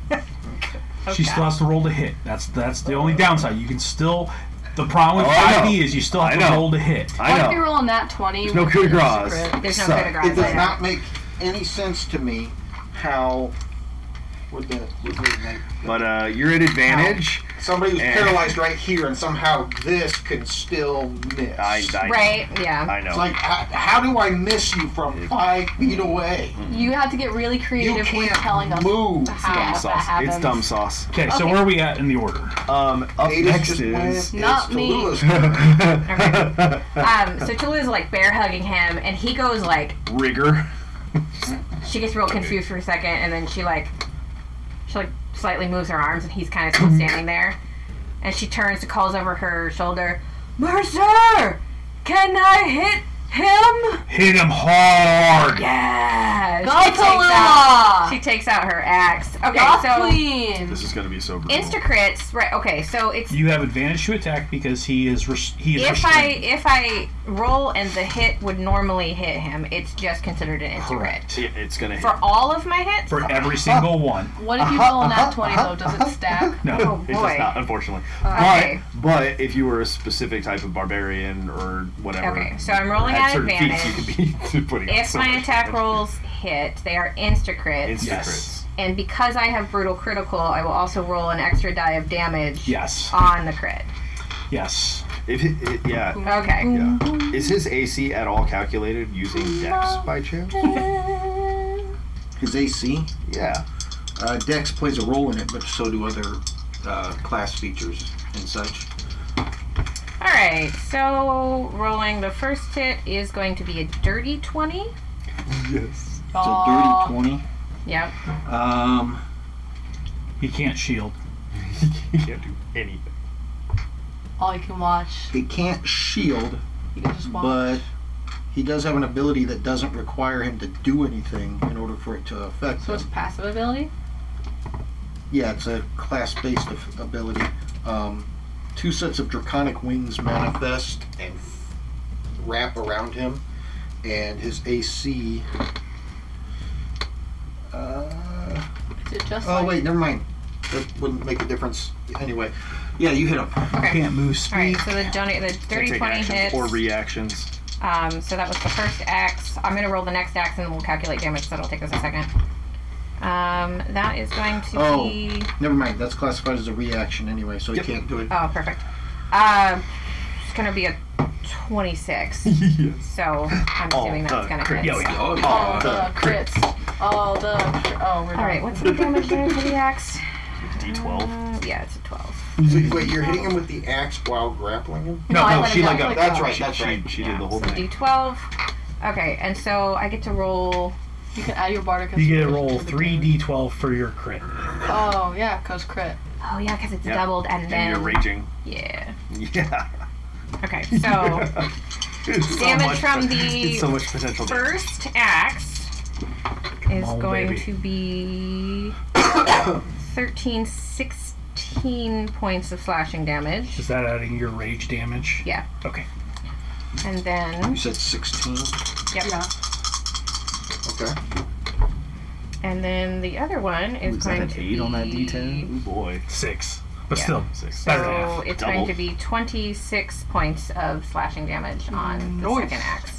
She still has to roll to hit. That's that's the only downside. You can still. The problem with
Oh, I
5e
know.
is you still have
I
to
know.
roll to hit.
I
What if you
know.
roll on that 20?
There's no coup de grace.
There's no
Suck.
good
Out. It does
right now.
not make any sense to me how What the? What's his name?
But uh, you're at advantage.
Somebody who's
And-
paralyzed right here, and somehow this can still miss.
I, I,
Right? Yeah.
I know.
It's like, how, how do I miss you from five feet
Mm-hmm.
away?
You have to get really
You
creative with telling us
can't move.
how
dumb
that
sauce.
happens.
It's dumb sauce.
Okay, so where are we at in the order?
Um, up
Ada's
next
just
is.
went.
Not
It's
me.
Tallulah's
Um,
*laughs*
so Tula's like bear hugging him, and he goes like
Rigor.
she gets real confused for a second, and then she like she like slightly moves her arms, and he's kind of
Mm-hmm.
still standing there, and she turns to calls over her shoulder, Mercer, can I hit him?
Hit him hard.
Yeah.
Go,
she takes out-
Tallulah!
She takes out her axe. Okay, so
queen.
This is going to be so brutal.
insta crits. Right. Okay, so it's
You have advantage to attack because he is res- he is
if I
restrained.
if I roll and the hit would normally hit him, it's just considered an insta crit.
correct
It- it's going to hit.
For all of my hits?
for every single one.
What if you roll on that 20 though? Does it stack?
No,
oh
*laughs* It does
boy.
not, unfortunately.
okay.
But but if you were a specific type of barbarian or whatever,
Okay, so I'm rolling
at
at
certain
advantage.
feats you *laughs* could be putting. up
If
so
my
much
attack
damage.
rolls hit, they are insta crits.
Insta
Yes.
And because I have brutal critical, I will also roll an extra die of damage
yes,
on the crit.
yes.
crits. If it, it- yeah,
Okay.
yeah. Is his AC at all calculated using Dex by chance?
His AC.
Yeah.
Uh, Dex plays a role in it, but so do other uh, class features and such.
Alright, so rolling the first hit is going to be a dirty 20.
Yes.
It's a dirty twenty.
Yep.
Um,
He can't shield.
he can't do anything.
All you can watch.
he can't shield,
You can just watch.
but he does have an ability that doesn't require him to do anything in order for it to affect
so
him.
it's passive ability?
Yeah, it's a class-based af- ability. Um, two sets of draconic wings manifest and f- wrap around him, and his AC. Uh,
Is it just
oh
like
wait, never mind. That wouldn't make a difference anyway. Yeah, you hit him.
Okay.
Can't move speed.
Alright, so the, donate, the
Can't
dirty
take
20
actions
hits.
or reactions.
Um, so that was the first axe. I'm going to roll the next axe and then we'll calculate damage. So that'll take us a second. Um, that is going to
Oh.
be.
Never mind. That's classified as a reaction anyway, so
Yep.
he can't do it.
Oh, perfect. Um, it's going to be a 26.
*laughs* yes.
So I'm
Oh,
assuming that's
the
going to
crit.
hit.
Yeah, yeah.
Oh,
all the crits? All the. Oh, we're
All right,
done.
what's the damage there for the axe?
D12.
Uh, yeah, it's a 12.
So, wait, you're hitting him with the axe while grappling him?
No, I let
she
it
like
go,
got-
let it
That's
go.
right. That's
she,
right.
She did the whole
So
thing.
D12. Okay, and so I get to roll.
You can add your bardic.
You get to
inspiration
roll
to the
three
damage.
d12 for your crit.
Oh yeah, cause crit.
Oh yeah, because it's
Yeah.
doubled, and
And you're
then
raging. *laughs*
yeah.
Yeah. *laughs*
Okay, so
It's so
Damage
much
from
pot-
the
it's so much potential. damage.
first axe is
on,
going
baby.
to be *coughs* 13, 16 points of slashing damage.
Is that adding your rage damage?
Yeah.
Okay.
And
You
then,
said 16.
yep.
Yeah.
Okay.
And then the other one is
Was that
going
an
to be.
8 on that D10? Oh boy.
Six, but
Yeah.
still
Six.
better than
So
half.
it's
Double.
going to be 26 points of slashing damage on the
Mm,
Nice.
second axe.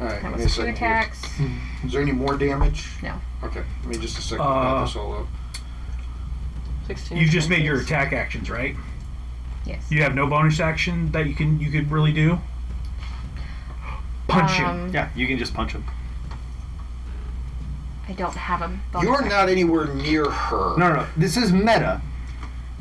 Alright,
That
give
was
me a
two
second here.
attacks.
Hmm.
Is there any more damage?
No.
Okay, give me just a second.
Uh,
Uh, this all up.
Sixteen.
You just made your attack actions, right?
Yes.
You have no bonus action that you can you could really do. Punch him.
Um,
Yeah, you can just punch him.
I don't have a bonus.
You're not anywhere near her.
No, no, no. This is meta.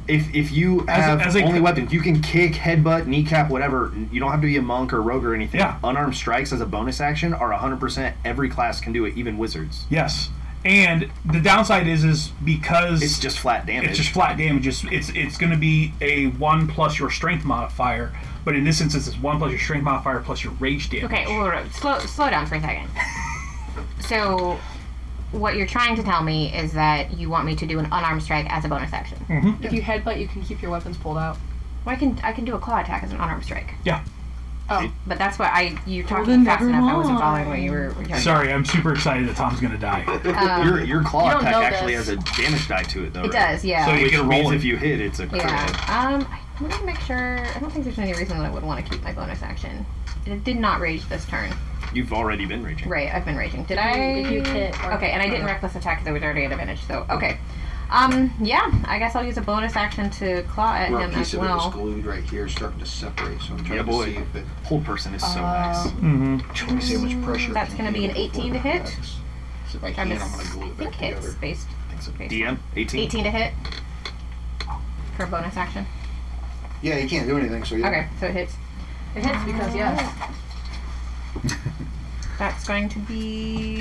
If if you have
as a-
only weapons, you can kick, headbutt, kneecap, whatever. You don't have to be a monk or rogue or anything.
Yeah.
Unarmed strikes as a bonus action are 100%. Every class can do it, even wizards.
Yes. And the downside is is because
It's just flat damage.
it's just flat damage. It's it's, it's going to be a one plus your strength modifier, but in this instance, it's one plus your strength modifier plus your rage damage.
Okay, well, wait, wait, slow, slow down for a second. So, what you're trying to tell me is that you want me to do an unarmed strike as a bonus action.
Hmm.
If you headbutt, you can keep your weapons pulled out.
Well, I can I can do a claw attack as an unarmed strike.
Yeah.
Oh.
But that's what I you talked
then
fast
never
enough. I wasn't following what you were. Talking.
Sorry, I'm super excited that Tom's going to die.
Um,
your, your claw
You don't
attack
know
actually
this.
has a damage die to it, though.
it
right?
does, yeah.
So you
Which
get a
means
roll.
if you hit, it's a crit.
yeah. Um, I'm gonna make sure. I don't think there's any reason that I would want to keep my bonus action. It did not rage this turn.
You've already been raging.
Right, I've been raging. Did I?
If you hit or-
Okay, and I didn't reckless attack. There was already at advantage, so okay. Um, yeah, I guess I'll use a bonus action to claw at
Well, a
him as
piece of it was
well.
glued right here, starting to separate. So I'm
Yeah,
trying to
boy.
see if it.
Whole person
Um,
is so nice.
Mm-hmm.
Trying to see how much pressure.
Mm, That's gonna be an 18 to hit.
So if I
I'm
can,
a,
I'm gonna glue
i
it
think
back together.
hits based. based
DM 18.
18 to hit for a bonus action.
Yeah, you can't do anything. So yeah.
Okay, so it hits.
It hits because yes,
That's going to be.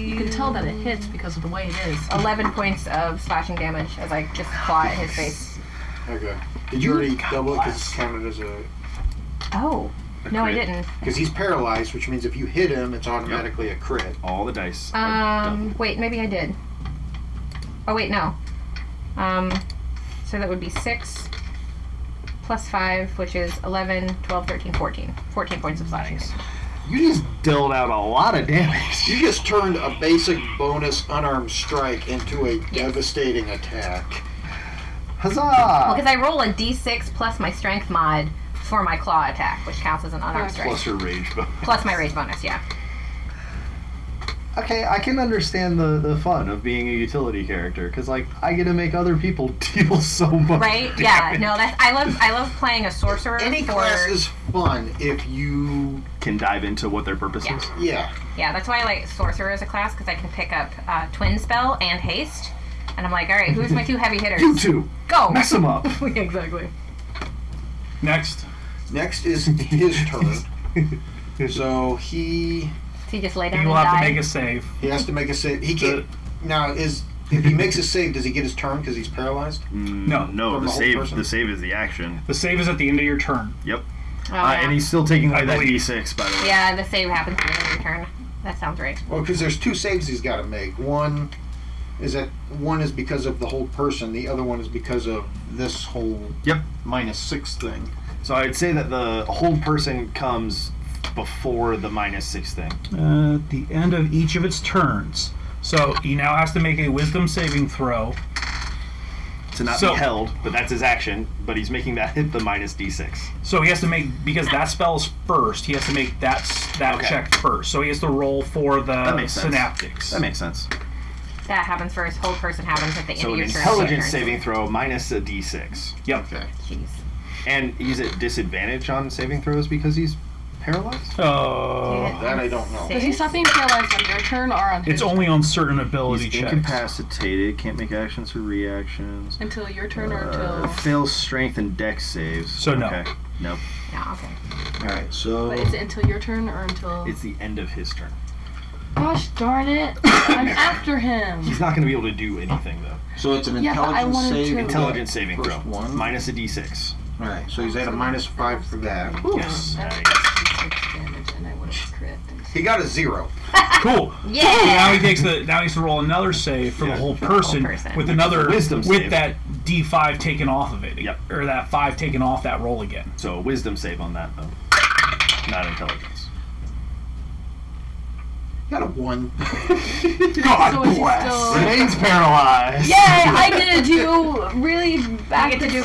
you can tell that it hits because of the way it is.
11 points of slashing damage as I just claw at his face.
Okay. Did
Mm,
you already double it because it's counted as a
Oh. No, I didn't.
because he's paralyzed, which means if you hit him, it's automatically a crit.
All the dice. are
Um, wait, maybe I did. Oh, wait, no. Um, so that would be 6 plus 5, which is 11, 12, 13, 14. 14 points of slashing. damage.
You just
Dealt out a lot of
*laughs*
damage.
you just turned a basic bonus unarmed strike into a devastating attack.
Well,
Huzzah!
because Oh, I roll a d6 plus my strength mod for my claw attack, which counts as an unarmed strike.
Plus your rage bonus.
Plus my rage bonus,
*laughs*
yeah.
Okay, I can understand the, the fun of being a utility character because like I get to make other
*laughs*
people deal so much.
Right? Yeah. No, that's I love I love playing a sorcerer
Any
for
class is fun if you
Can dive into what their purpose
Yeah.
is.
yeah.
Yeah, that's why I like sorcerer as a class because I can pick up uh, twin spell and haste, and I'm like, all right, who's my two heavy
*laughs*
hitters?
You two,
Go.
*laughs*
mess them up.
exactly.
Next.
Next is his *laughs* turn. so he
So you just lay down
You will
and
have
die.
to make a save.
he has to make a save. He can't now is if he makes a save, does he get his turn because he's paralyzed?
No.
Mm,
No, the
From the whole
save
person?
the save is the action.
The save is at the end of your turn.
Oh,
Uh,
yeah.
and he's still taking
I
away that
believe-
d6 by the way.
yeah, the save happens at the end of your turn. That sounds right.
Well, because there's two saves he's got to make. One is that one is because of the whole person. The other one is because of this whole
Yep.
minus six thing.
So I'd say that the hold person comes before the minus six thing.
Uh, at the end of each of its turns.
So he now has to make a wisdom saving throw.
To not
So-
be held, but that's his action. But he's making that hit the minus d6.
So he has to make because that spell's first. He has to make that s- that
Okay.
check first. So he has to roll for the
makes sense.
synaptics.
That makes sense.
That happens first. Whole person happens at the end
So
of
an
your turn.
intelligence
Your
saving
turn.
throw minus a d6.
yep.
Jeez.
And he's at disadvantage on saving throws because he's paralyzed?
Oh,
That I don't know.
Does he stop being paralyzed on your turn or on his?
It's only on certain ability checks.
incapacitated, can't make actions or reactions.
until your turn or until.
fails strength and dex saves.
So no. Okay.
Nope.
No, okay.
All right, so
But is it until your turn or until?
It's the end of his turn.
Gosh darn it! I'm
*coughs*
after him.
He's not going to be able to do anything, though.
so it's an
Yeah, but I
intelligence
wanted
save.
to-
Intelligence saving
First
throw.
one.
Minus a d6.
All right, so he's at a minus five for that.
Yes.
Damage and I would have crit.
He got a zero.
*laughs*
cool. So now
Yeah.
he takes the now he has to roll another save for
Yeah,
the whole
the whole
person,
person.
with another
Wisdom
with
save.
that D five taken off of it.
Yep.
Or that five taken off that roll again.
So a wisdom save on that, though. Not intelligence.
Got a one.
God
So is he still?
Remains paralyzed.
Yay! I did do really
I
back
get to do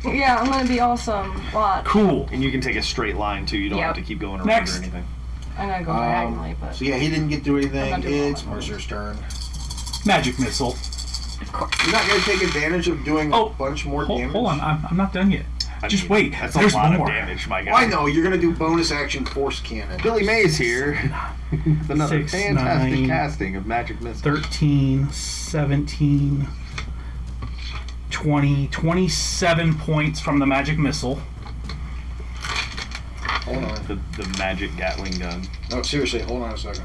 cool
Yeah, I'm gonna be awesome. Lot.
Cool.
And you can take a straight line, too. You don't have
Yep.
to keep going around
Next.
or anything.
I'm gonna go
Um,
diagonally, but
So yeah, he didn't get to do
not
anything.
doing all
It's
my
Mercer's turn.
Magic missile.
You're not gonna take advantage of doing
Oh,
a bunch more
Hold,
damage.
hold on, I'm, I'm not done yet.
I
Just
mean,
wait,
That's
there's
a lot
more.
of damage, my guy.
I know you're gonna do bonus action force cannon.
Billy Mays here. With *laughs* another
Six,
fantastic
nine,
casting of Magic Missile.
13, 17,
20, 27 points from the magic missile.
Hold on.
The, the magic Gatling gun.
No, seriously, hold on a second.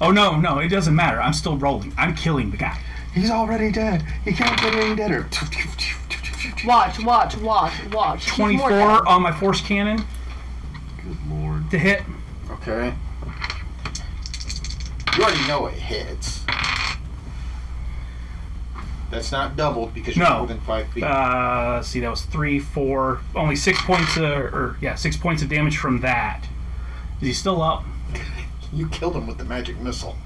Oh no, no, it doesn't matter. I'm still rolling. I'm killing the guy.
He's already dead. He can't get any *laughs* deader.
watch, watch, watch, watch. He's more
24 on my force cannon
Good lord. *laughs*
to hit.
Okay. You already know it hits. That's not doubled because you're
No.
more than five feet.
Uh, let's see, that was three, four, only six points, uh, or yeah, six points of damage from that. Is he still up?
you killed him with the magic missile.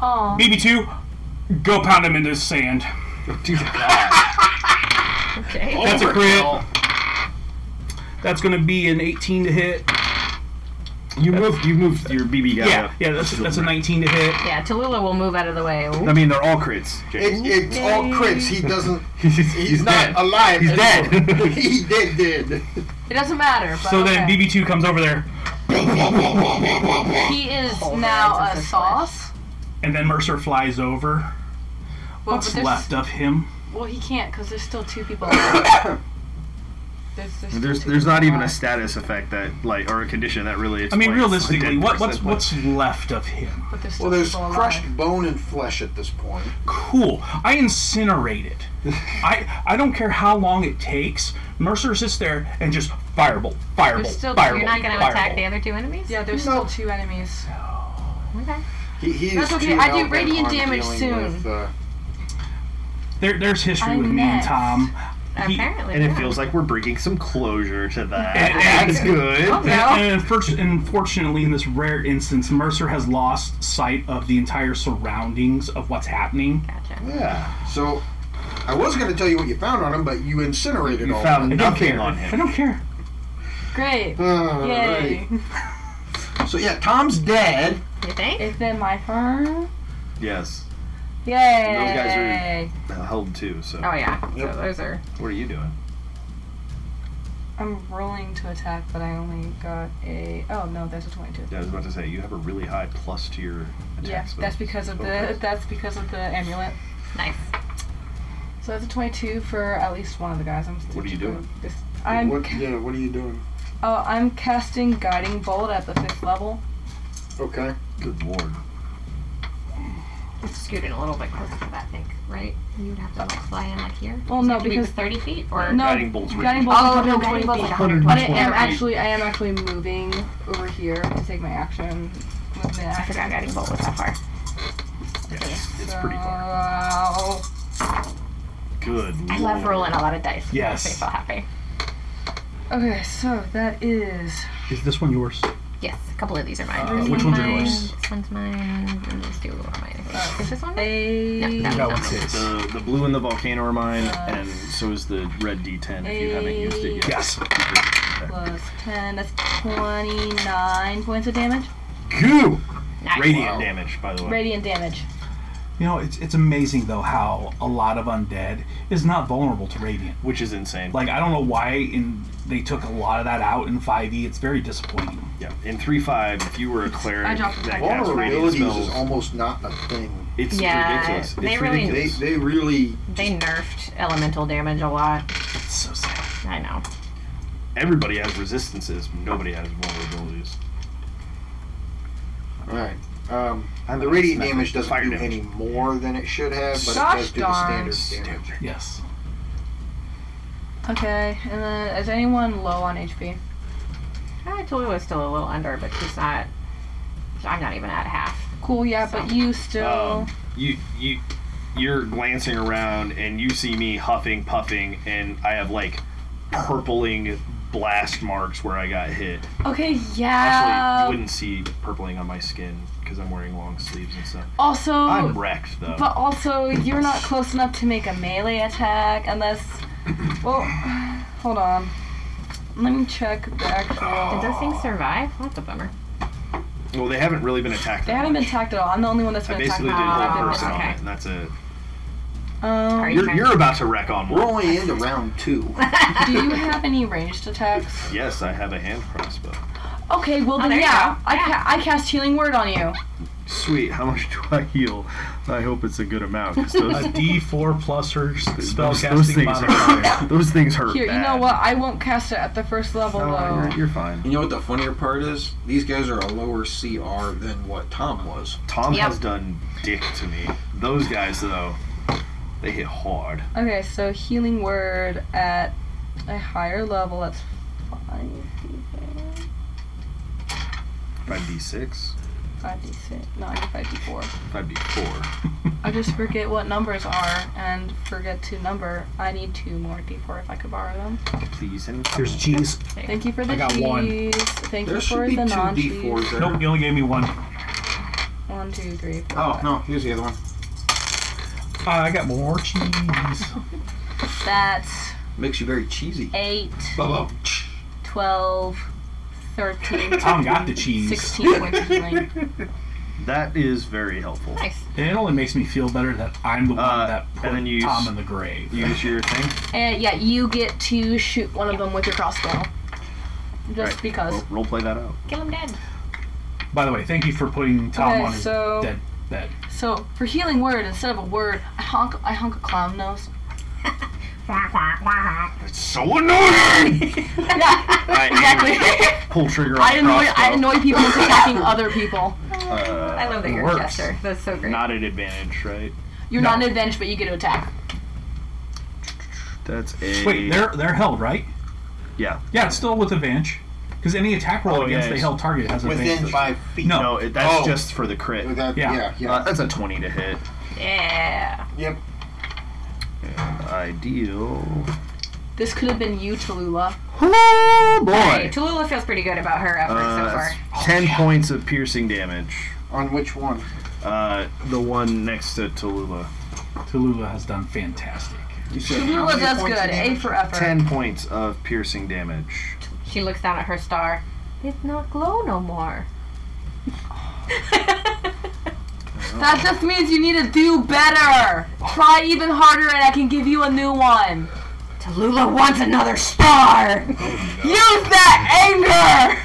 Aw.
BB2, go pound him into the sand.
*laughs*
Okay.
That's a
Overkill.
That's going to be an 18 to hit.
You moved. You moved your BB guy.
Yeah,
up.
yeah, that's, that's a 19 to hit.
Yeah, Tallulah will move out of the way. Ooh.
I mean, they're all crits. Jason.
It, it's all crits. He doesn't.
he's,
He's,
he's
not
dead.
alive.
He's *laughs*
anymore.
dead.
*laughs* he did dead.
It doesn't matter. But
So then
okay.
BB2 comes over there,
he is
Oh,
Hold
now
hands
a
is a
sauce.
and then Mercer flies over.
Well,
What's
Oh, but there's-
left of him?
Well, he can't because there's still two
*coughs*
people. alive. there's, still
There's
two
there's
people
not even a
alive.
status effect that like or a condition that really.
I mean,
explains a
realistically,
dead
what,
person
what's
at that point.
what's left of him?
But there's still
Well, there's
people alive.
crushed bone and flesh at this point.
Cool. I incinerate it. I I don't care how long it takes. Mercer sits there and just firebolt, firebolt,
There's still,
firebolt.
you're not going to
firebolt.
attack the other two enemies?
Yeah, there's still two enemies.
Okay.
He, he is
That's okay,
too
I do
hell-bent
radiant
on
damage
dealing
soon.
With, uh,
There, there's history
I'm
with me and
next.
Tom. He-
Apparently.
And it
yeah.
feels like we're bringing some closure to
And-
that.
and-
That's
Oh,
good.
Okay.
And first, unfortunately, in this rare instance, Mercer has lost sight of the entire surroundings of what's happening.
Gotcha.
yeah. So, I was going to tell you what you found on him, but you incinerated
You
all
found
I
of it.
don't
Nothing
care.
on
I
him.
don't care.
Great.
All
Yay.
right. So, yeah, Tom's dead.
You think?
It's then my turn.
Yes.
Yay.
guys are- Uh, Held too. So
Oh, yeah.
Yep.
So those are.
what are you doing?
I'm rolling to attack, but I only got a. Oh no, that's a 22.
Yeah, I was about to say you have a really high plus to your attack
Yeah,
spell.
that's because of the
Okay.
that's because of the amulet.
Nice.
So that's a 22 for at least one of the guys. I'm. Still
What are you doing?
This, I'm
What, yeah, what are you doing?
oh I'm casting guiding bolt at the fifth level.
Okay.
Good lord.
Let's scoot in a little bit closer to that, I think, right? You would have to like, fly in like here.
Well, no,
Can we
because
be 30 feet? Or
no
Guiding bolt's
guiding
written.
bolt.
Oh, no, guiding bolt's like
120 feet. But I
120
am
feet.
actually I am actually moving over here to take my action. With my
I
action.
forgot guiding bolt was that far.
Yes, it's pretty far.
So-
Good.
I love
lord.
rolling a lot of dice.
Yes.
Makes me feel happy.
Okay, so that is
Is this one yours?
Yes, a couple of these are mine.
Uh,
This
which ones
one's
are
mine,
yours?
This one's mine. And these two are mine. I think. Uh, Is this one?
a
No, that
That one's
one's not mine.
his.
The, the blue and the volcano are mine, and so is the red D10 if you haven't used it yet.
Yes.
plus 10. That's 29 points of damage.
Goo!
Nice.
Radiant damage, by the way.
Radiant damage.
You know, it's, it's amazing though how a lot of undead is not vulnerable to radiant.
Which is insane.
Like I don't know why in they took a lot of that out in 5e. It's very disappointing.
yeah. In 3-5, if you were a cleric
dropped the
that casts radiant
Vulnerabilities is
spells,
almost not a thing.
it's
Yeah,
ridiculous. It's
they really-
They,
ridiculous.
they really.
They nerfed elemental damage a lot.
It's so sad.
I know.
Everybody has resistances, nobody has vulnerabilities.
Alright. Um,
I'm
the
a
radiant
smacker.
damage doesn't
Fire
do
damage.
any more than it should have, but
Gosh
it
darn.
does do the standard damage.
Yes.
Okay, and then is anyone low on HP?
I told was still a little under, but she's not. I'm not even at half.
Cool, yeah, but you still.
Um, you you you're glancing around and you see me huffing, puffing, and I have like purpling blast marks where I got hit.
okay,
Actually,
Oh.
you
yeah.
wouldn't see purpling on my skin because I'm wearing long sleeves and stuff.
also,
Oh.
I'm wrecked though.
but also, you're not close enough to make a melee attack unless. Well, hold on. Let me check the actual.
Did those things survive? That's a bummer.
well, they haven't really been attacked.
They
that
haven't been
much.
attacked at all. I'm the only one that's
I
been attacked.
basically did
attacked.
one
Ah,
person on
okay.
it, and that's it.
Um,
Alright,
You're,
turn.
you're about to wreck on
We're
one.
only into round two.
*laughs*
do you have any ranged attacks?
Yes, I have a hand crossbow.
Okay, well then
Oh, there you
yeah,
go.
I, ca- I cast healing word on you.
Sweet, how much do I heal? I hope it's a good amount. 'cause
A
Those,
D4 plus her
those, those
spellcasting
things
modifier.
hurt. Those things hurt.
Here, you know
bad.
what? I won't cast it at the first level
No,
though.
you're, you're fine.
You know what the funnier part is? These guys are a lower CR than what Tom was.
Tom
Yep.
has done dick to me. Those guys though, they hit hard.
Okay, so healing word at a higher level. That's five,
Five d six,
five d six, not five d four.
five d four.
I just forget what numbers are and forget to number. I need two more d four if I could borrow them.
Please, and
Here's a cheese.
Thank you for the
I got one.
cheese. Thank
There
you
should
for
be
the
two
non
D4s
cheese.
there.
Nope, you only gave me one.
One, two, three, four.
Oh, no, here's the other one.
Uh,
I got more cheese.
That's
Makes you very cheesy.
eight,
Bubba.
twelve, 13.
Tom got the cheese.
16 points of healing.
That is very helpful.
Nice.
And it only makes me feel better that I'm the one
Uh,
that put
and then you
Tom
use-
in the grave.
Use your thing.
And yeah, you get to shoot one of them with your crossbow. Just
Right. Oh.
because.
Roll, roll play that out.
Kill him dead.
By the way, thank you for putting Tom
Okay,
on his
so-
dead bed.
So for healing word, instead of a word, I honk I honk a clown nose. *laughs*
It's so annoying.
Yeah, exactly.
*laughs* Pull trigger on
I annoy
crossbow.
I annoy people with
*laughs*
attacking other people.
Uh,
I love that you're a
works.
Chester. That's so great.
Not an advantage, right?
You're not an advantage, but you get to attack.
That's a.
Wait, they're they're held, right?
Yeah.
Yeah, it's still with advantage. Because any attack
Oh,
roll against
yeah,
the
it's- E,
held target has
Within
advantage.
five feet.
No.
No, it, that's
Oh.
just for the crit.
With that-
Yeah.
yeah, yeah.
Uh, that's a 20 to hit.
Yeah.
yep.
Ideal.
This could have been you, Tallulah.
Oh
Hey,
boy!
Tallulah feels pretty good about her efforts
Uh,
so far.
that's 10 points of piercing damage.
On which one?
Uh, the one next to Tallulah.
Tallulah has done fantastic.
You said how
Tallulah
many
does
points
good.
of
A
damage?
for effort.
10 points of piercing damage.
She looks down at her star. It's not glow no more.
That just means you need to do better. Try even harder, and I can give you a new one.
*laughs* Tallulah wants another star.
Use
*laughs*
that anger.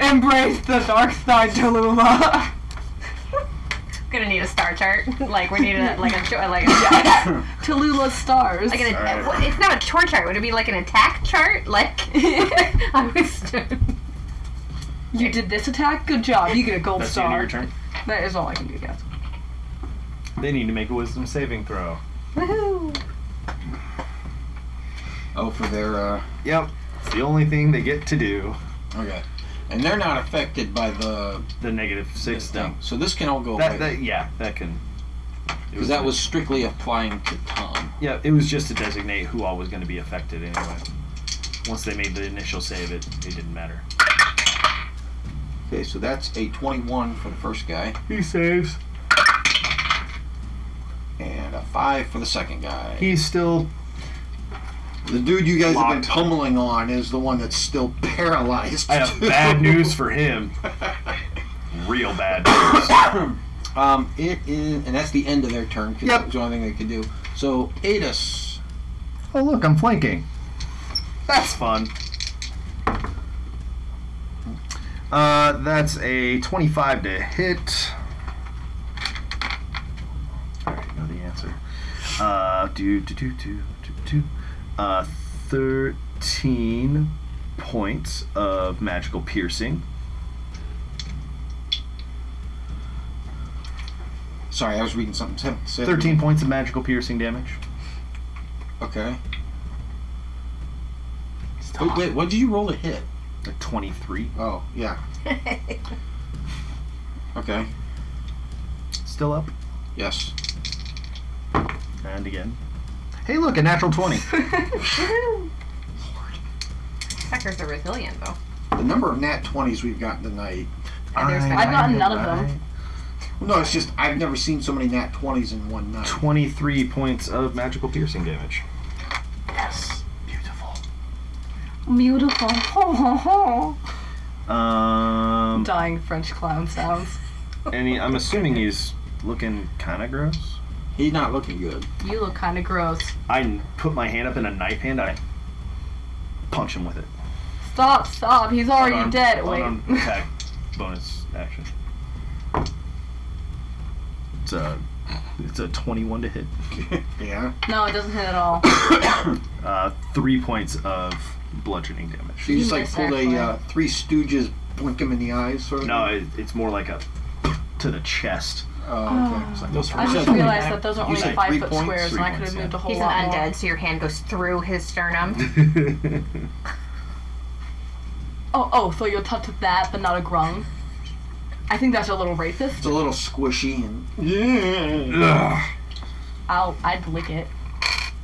Embrace the dark side, Tallulah.
*laughs* Gonna need a star chart. like we need a like a cho- like a,
Tallulah stars.
like an,
Alright.
what- it's not a chore chart. Would it be like an attack chart? Like *laughs* I was.
You did this attack. Good job. You get a gold
That's the end of
star.
your turn.
That is all I can do, guys.
They need to make a wisdom saving throw.
Woohoo!
Oh, for their. Uh,
Yep. It's the only thing they get to do.
okay. And they're not affected by the
The negative six. No.
thing. So this can all go
That,
away.
that, yeah, that can. it
Because that was strictly applying to Tom.
Yeah, it was just to designate who all was going to be affected anyway. Once they made the initial save, it, it didn't matter.
Okay, so that's a 21 for the first guy,
He saves.
and a 5 for the second guy.
He's still.
The dude you guys have
Locked.
been pummeling on is the one that's still *laughs* paralyzed.
I have *laughs* bad news for him. Real bad news.
Um, it is, and that's the end of their turn. 'cause
Yep.
That's the only thing they could do. So Adis,
oh, look, I'm flanking. That's fun. Uh, that's a 25 to hit. Alright, know the answer. Uh, do, do, do, do, do, do. Uh, 13 points of magical piercing.
sorry, I was reading something. Seven- seven-
13 points of magical piercing damage.
Okay. Wait, wait, what did you roll to hit?
A 23.
Oh, *laughs* yeah. okay.
Still up.
Yes.
And again. Hey, look, a natural 20.
Suckers are resilient though.
The number of nat 20s we've gotten tonight.
I've gotten none of them.
No, it's just I've never seen so many nat 20s in one night.
23 points of magical piercing damage. Beautiful.
Beautiful. *laughs* Ho, ho, ho.
Um,
Dying French clown sounds.
and he, I'm assuming he's looking kind of gross.
He's not looking good.
You look kind of gross.
I n- put my hand up in a knife hand. I punch him with it.
Stop, stop. He's already
Unarmed-
dead. Wait. *laughs*
unarmed attack bonus action. It's a it's a 21 to hit.
Yeah.
No, it doesn't hit at all.
Uh, three points of bludgeoning damage.
She just
You
like
missed,
pulled
actually.
a uh, Three Stooges, blink him in the eyes, sort of.
No, it, it's more like a to the chest.
thing? Oh, okay.
Those
I
were
said
just
three-
realized that those are
you
only
said
five
three
foot
points?
squares, and
Three
I could have
points,
moved a whole
He's an
lot more.
undead, so your hand goes through his sternum.
Oh, oh, so you're touched with that, but not a grung. I think that's a little
It's
racist.
a little squishy and. Yeah.
I'll, I'd lick it.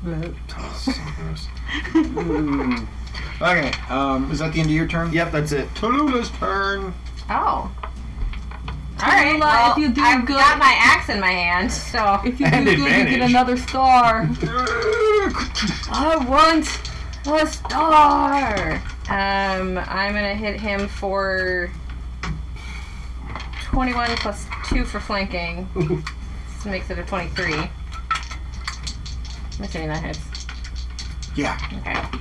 so gross.
Okay. Um, is that the end of your turn?
Yep, that's it.
Tallulah's turn.
Oh. All right.
Tallulah,
Well,
if you do
I've
good-
got my axe in my hand,
*laughs*
so
If you do
And
good, you
advantage.
get another star. I want a star.
Um, I'm gonna hit him for 21 plus two for
*laughs*
flanking. this makes it a 23. I'm assuming that hits.
Yeah.
Okay.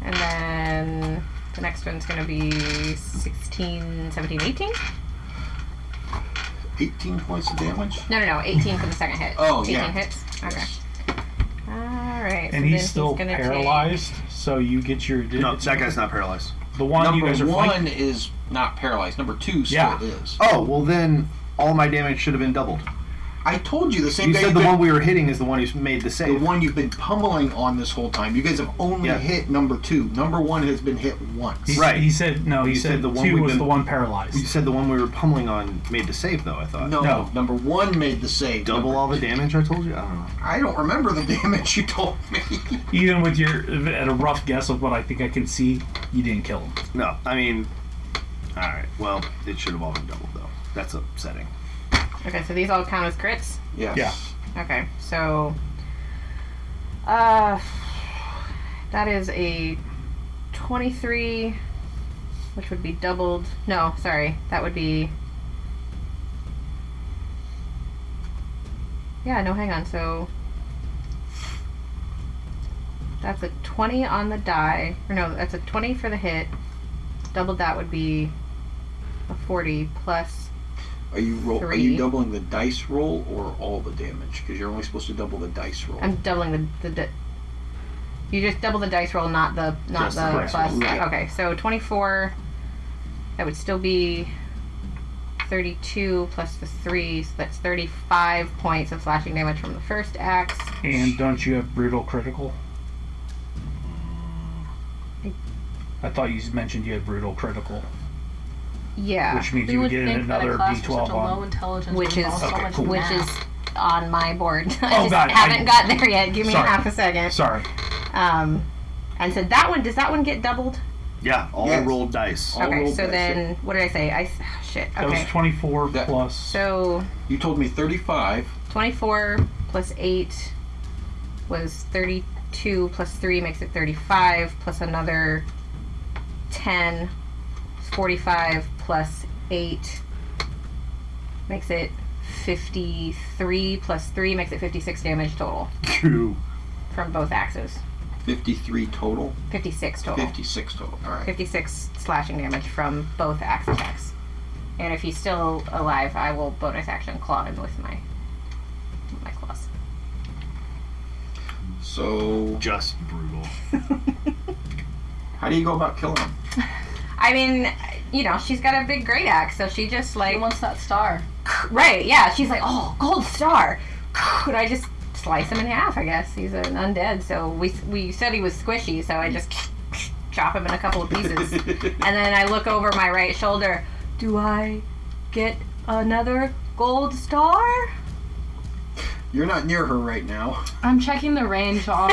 And then the next one's gonna be 16, 17, 18?
18 points of damage.
No, no, no, 18 for the second hit.
Oh,
18
yeah.
hits. Okay. All right. so
And
then
he's still
gonna take-
paralyzed, so you get your.
No, that guy's not paralyzed.
The one you guys
Number
are
one
flanking.
is not paralyzed. Number two still
Yeah.
is.
Oh well, then all my damage should have been doubled.
I told you the same
You
guy
said
you've
the
been-
one we were hitting is the one who's made the
the
save.
one you've been pummeling on this whole time. You guys have only
Yeah.
hit number two. Number one has been hit once.
He-
Right.
He said no. He
You
said,
said the one
two
we've
was
been-
the one paralyzed.
You said the one we were pummeling on made the save, though. I thought.
No,
No.
number one made the save.
Double all the damage I told you. I don't know.
I don't remember the *laughs* damage you told me.
Even with your at a rough guess of what I think I can see, you didn't kill him.
No, I mean, all right. Well, it should have all been doubled though. That's upsetting.
Okay, so these all count as crits?
yes.
Yeah.
Okay, so uh that is a 23 which would be doubled. No, sorry. That would be Yeah, no, hang on. So that's a 20 on the die. Or no, that's a 20 for the hit. Doubled that would be a 40 plus
Are you roll, Oh, Are
Three.
you doubling the dice roll or all the damage? Because you're only supposed to double the dice roll.
I'm doubling the the. Di- you just double the dice roll, not the not
Just
the,
the dice
plus.
roll, yeah.
Okay, so twenty four. That would still be thirty two plus the three, so that's thirty five points of slashing damage from the first axe.
And don't you have brutal critical? I thought you mentioned you had brutal critical,
Yeah,
which means
We
you
would
would get
think that a
another
class with
D12
such a low
on.
intelligence
Which
would
is-
involve so
Okay,
much
cool.
which
math.
is on my board. *laughs* I
Oh,
just
got it. I-
haven't got there yet. Give me
Sorry.
half a second.
Sorry.
Um, and so that one does that one get doubled?
Yeah, all
Yes.
rolled dice.
All
okay,
rolled
so
dice,
then what did I say? I s- ah, shit.
That
Okay,
was 24
That-
plus.
so
You told me 35.
24 plus 8 was 32 plus 3 makes it 35 plus another 10 is 45 plus 8 makes it 53 plus 3 makes it 56 damage total
Two.
from both axes
53 total.
56 total
56 total. All right.
56 slashing damage from both axe attacks and if he's still alive i will bonus action claw him with my my claws
So
Just brutal.
how do you go about killing him?
I mean, you know, she's got a big great axe, so she just like
He wants that star.
right, yeah. She's like, oh, gold star. *sighs* Could I just slice him in half? I guess he's an undead, so we we said he was squishy, so I just *laughs* chop him in a couple of pieces, and then I look over my right shoulder. Do I get another gold star?
You're not near her right now.
I'm checking the range
*laughs*
on.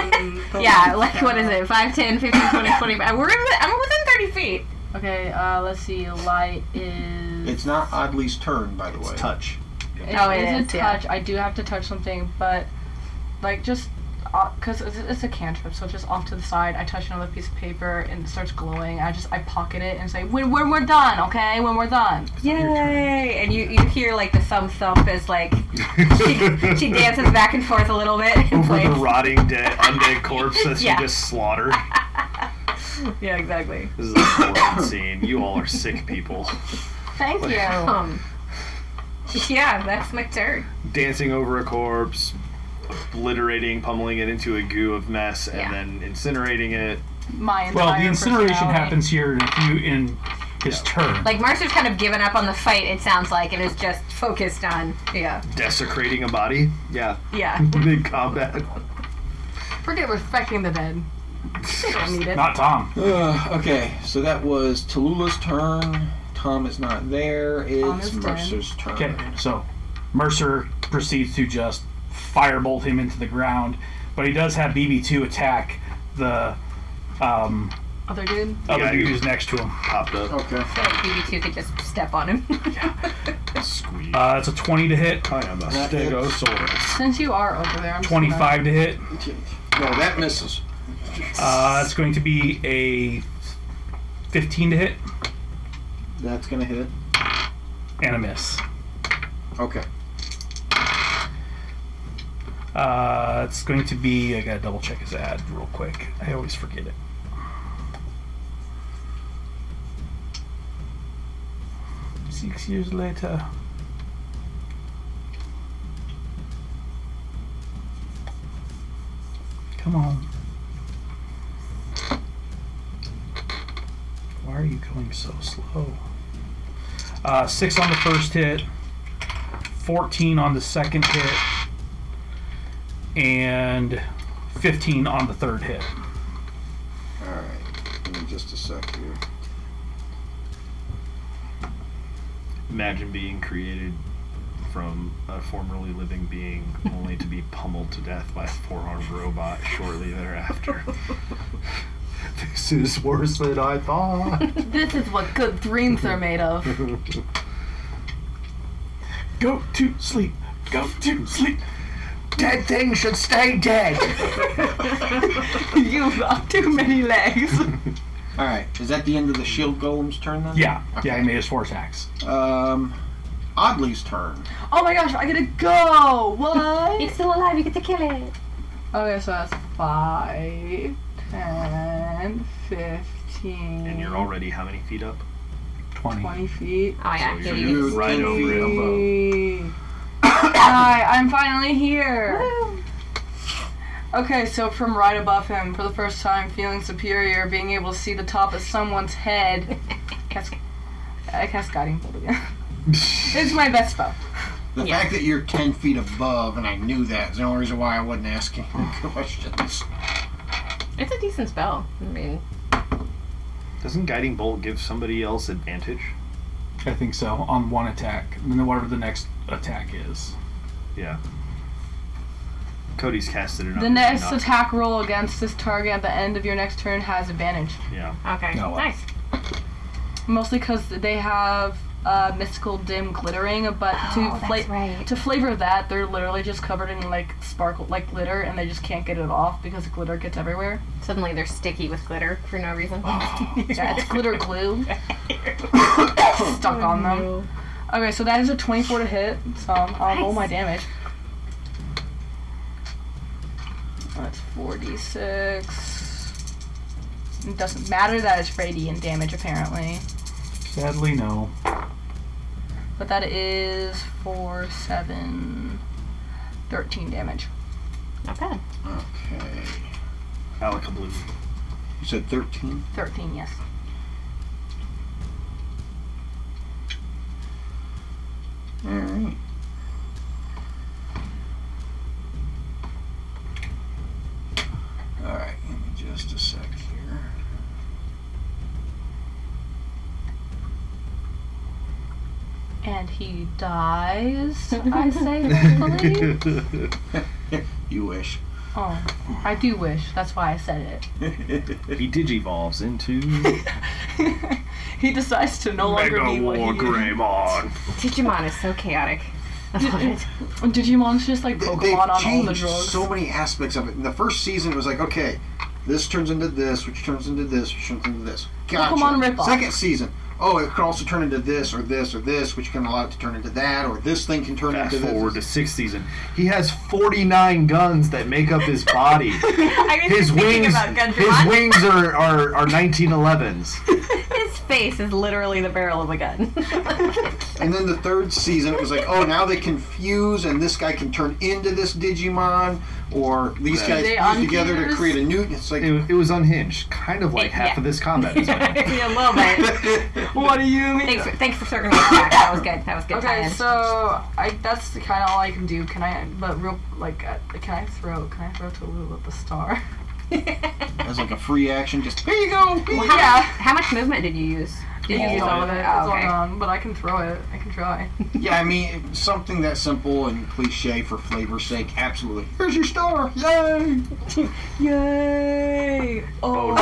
The
Yeah, like what is it? 5, 10, 15, 20, 25. We're in, I'm within 30 feet.
Okay, uh, let's see. Light is.
It's not Oddly's turn, by the
*laughs*
way.
Touch.
It
Oh, it
is
is,
a
yeah.
touch. I do have to touch something, but like just because it's, it's a cantrip, so just off to the side, I touch another piece of paper and it starts glowing. I just I pocket it and say, when, when we're done, okay, when we're done.
Yay! And you, you hear like the thump thump as like
*laughs*
she, she dances back and forth a little bit *laughs* and
Over the
plays.
rotting dead undead corpse that
Yeah.
you just slaughtered.
Yeah, exactly.
This is a horrid scene. You all are sick people.
Thank you. Um, yeah, that's my turn.
Dancing over a corpse, obliterating, pummeling it into a goo of mess, and
Yeah.
then incinerating it.
My
well, the
entire
incineration
personality.
happens here in, a few, in his turn.
Like Mercer's kind of given up on the fight. It sounds like, and is just focused on yeah,
Desecrating a body. Yeah. *laughs*
yeah.
Mid combat.
Forget respecting the dead. They don't need it.
Not Tom.
Uh, okay, so that was Tallulah's turn. Tom is not there. It's
is dead.
Mercer's turn.
Okay, so Mercer proceeds to just firebolt him into the ground, but he does have BB2 attack the um,
Other dude.
other
guy
dude
who-
who's next to him.
Popped up.
Okay.
I feel like BB2 could just step on *laughs* him.
Squeeze.
Uh, it's a 20 to hit,
I am a
That
stegosaurus.
Since you are over there, I'm just gonna-
25 to hit.
No, that misses.
Uh, it's going to be a 15 to hit
That's gonna hit.
and a miss.
Okay.
Uh, it's going to be. I gotta double check his ad real quick. I always forget it. Six years later. Come on. Why are you going so slow? Uh, six on the first hit, 14 on the second hit, and 15 on the third hit.
All right. Give me just a sec here.
Imagine being created from a formerly living being only to be pummeled to death by a four-armed robot shortly thereafter. this is worse than I thought.
This is what good dreams are
*laughs*
made
*laughs*
of.
Go to sleep. Go to sleep. Dead things should stay dead.
You've got too many
*laughs*
legs.
All right. Is that the end of the shield golem's turn then?
Yeah, yeah, he made his four attacks.
Um, Oddly's turn.
Oh my gosh, I gotta go! What?
It's still alive. You get to kill it.
Okay, so that's 5, 10, 15,
And you're already how many feet up?
20.
20 feet.
Oh yeah. here
So you're
you
good. Right
ten
over
feet
it.
above.
Hi, I'm finally here.
Okay, so from right above him, for the first time, feeling superior, being able to see the top of someone's head. Cast- I cast
*laughs*
Guiding Bolt again. it's my best spell.
The fact that you're ten feet above, and I knew that, is the only reason why I wasn't asking *laughs* questions.
It's a decent spell. I mean,
Doesn't guiding bolt give somebody else advantage?
I think so, on one attack. And then whatever the next attack is.
Yeah. Cody's casted it.
The next attack roll against this target at the end of your next turn has advantage.
Yeah.
okay.
No, uh,
nice.
Mostly because they have uh, mystical dim glittering, but to
Oh,
fla-
that's right.
to flavor that, they're literally just covered in like sparkle, like glitter, and they just can't get it off because glitter gets everywhere.
Suddenly they're sticky with glitter for no reason.
Yeah, it's glitter glue
*laughs*
stuck on them. Okay, so that is a 24 to hit, so I'll roll my damage. That's 46. It doesn't matter that it's radiant damage, apparently.
Sadly, no.
But that is 4, 7, 13 damage.
Not bad.
Okay.
Alec *laughs* Blue.
You said thirteen.
13, yes.
All right. All right. Give me just a sec here.
And he dies, I say, hopefully.
You wish.
oh, I do wish. That's why I said it.
he digivolves into
He decides to no *laughs* longer be what he is.
Greymon.
Digimon is so chaotic. I love it.
Digimon's just like
They-
Pokemon
they've
on all the
changed
drugs.
so many aspects of it. In the first season, it was like, okay, this turns into this, which turns into this, which turns into this. Gotcha.
Pokemon ripoff.
Second season, oh, it can also turn into this or this or this, which can allow it to turn into that, or this thing can turn
Fast
into
forward to
this.
sixth season. He has 49 guns that make up
*laughs*
his body.
*laughs* I was
His
just thinking
wings,
about
his
Gundramon.
wings are, are, are 1911s.
*laughs* His face is literally the barrel of a gun. *laughs*
And then the third season, it was like, oh, now they can fuse, and this guy can turn into this Digimon, or these
Right.
guys
They
fuse together to
unfuse?
create a new. It's like,
It, wa- it was unhinged, kind of like half
Yeah.
of this combat. is unhinged.
Yeah, a little bit. *laughs*
What do you mean?
Thanks for, thanks for circling back. That was good. That was good.
Okay,
tie-in.
so I that's kind of all I can do. Can I? But real like, uh, can I throw? Can I throw Tolu with the star?
as like a free action, just here you go.
Well, how, How much movement did you use? Did you use all of it?
It's
Oh,
all
okay.
gone, but I can throw it. I can try.
Yeah, I mean something that simple and cliche for flavor's sake. Absolutely. Here's your star.
*laughs*
Yay!
Yay! Oh,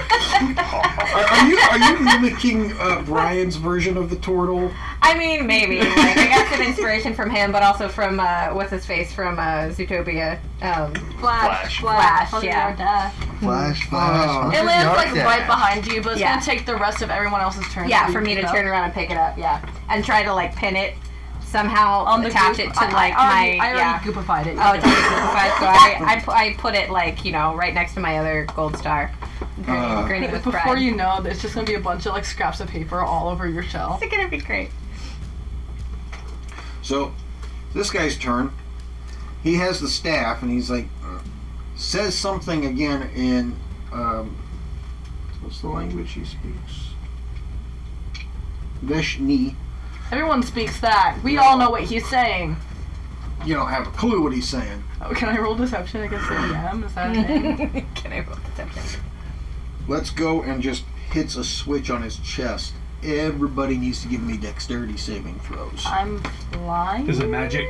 *laughs* Are, are you are you mimicking uh, Brian's version of the turtle?
I mean, *laughs* maybe. Like, I got some inspiration from him, but also from, uh, what's his face, from uh, Zootopia. Um,
Flash,
Flash.
flash,
Flash,
yeah.
Flash,
Oh.
flash.
It lands like
Dark
right
Dad.
behind you, but it's
Yeah.
gonna take the rest of everyone else's turn.
yeah, for me to turn around and pick it up, yeah. And try to, like, pin it somehow, attach it to, like,
I, already,
my.
I already
yeah.
goopified it.
Oh, it's already simplified, so I, I, pu- I put it, like, you know, right next to my other gold star. Grinning,
Uh,
grinning with
Before
pride.
you know, it, it's just gonna be a bunch of like scraps of paper all over your shell.
It's gonna
*laughs*
be great.
So, this guy's turn. He has the staff, and he's like, uh, says something again in, um, what's the language he speaks? Vishni.
Everyone speaks that. We all know what he's saying.
You don't have a clue what he's saying.
Oh, can I roll deception against the DM? Is
*laughs*
that a thing?
Can I roll deception?
Let's go and just hits a switch on his chest. Everybody needs to give me dexterity saving throws.
I'm flying.
Is it magic?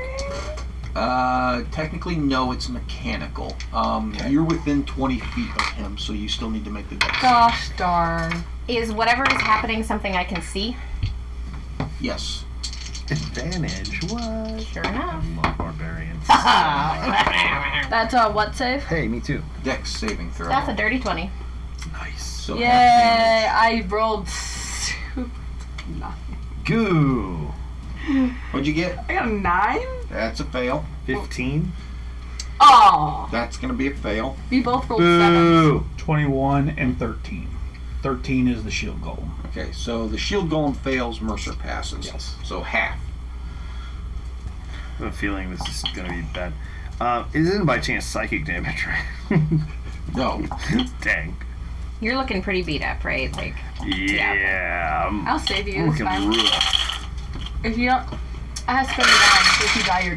Uh, technically, no, it's mechanical. Um, You're within 20 feet of him, so you still need to make the dex.
Oh.
Gosh darn.
Is whatever is happening something I can see?
Yes.
Advantage. What?
Sure enough.
I love barbarians.
That's a what save?
Hey, me too.
Dex saving throw.
That's a dirty 20.
nice.
So
Yay!
half damage.
I rolled. Two.
Goo.
What'd you get?
I got a nine.
That's a fail.
15.
Oh,
That's gonna be a fail.
we both rolled seven.
21 and 13. 13 is the shield goal.
Okay, so the shield golem fails, Mercer passes.
Yes.
So half.
I have a feeling this is going to be bad. Uh, isn't by chance psychic damage, right?
*laughs* No.
Dang.
You're looking pretty beat up, right? Like,
Yeah. I'm
I'll save you. It's
looking
fine.
rough.
If you don't, I have to spend nine. So if you die, you're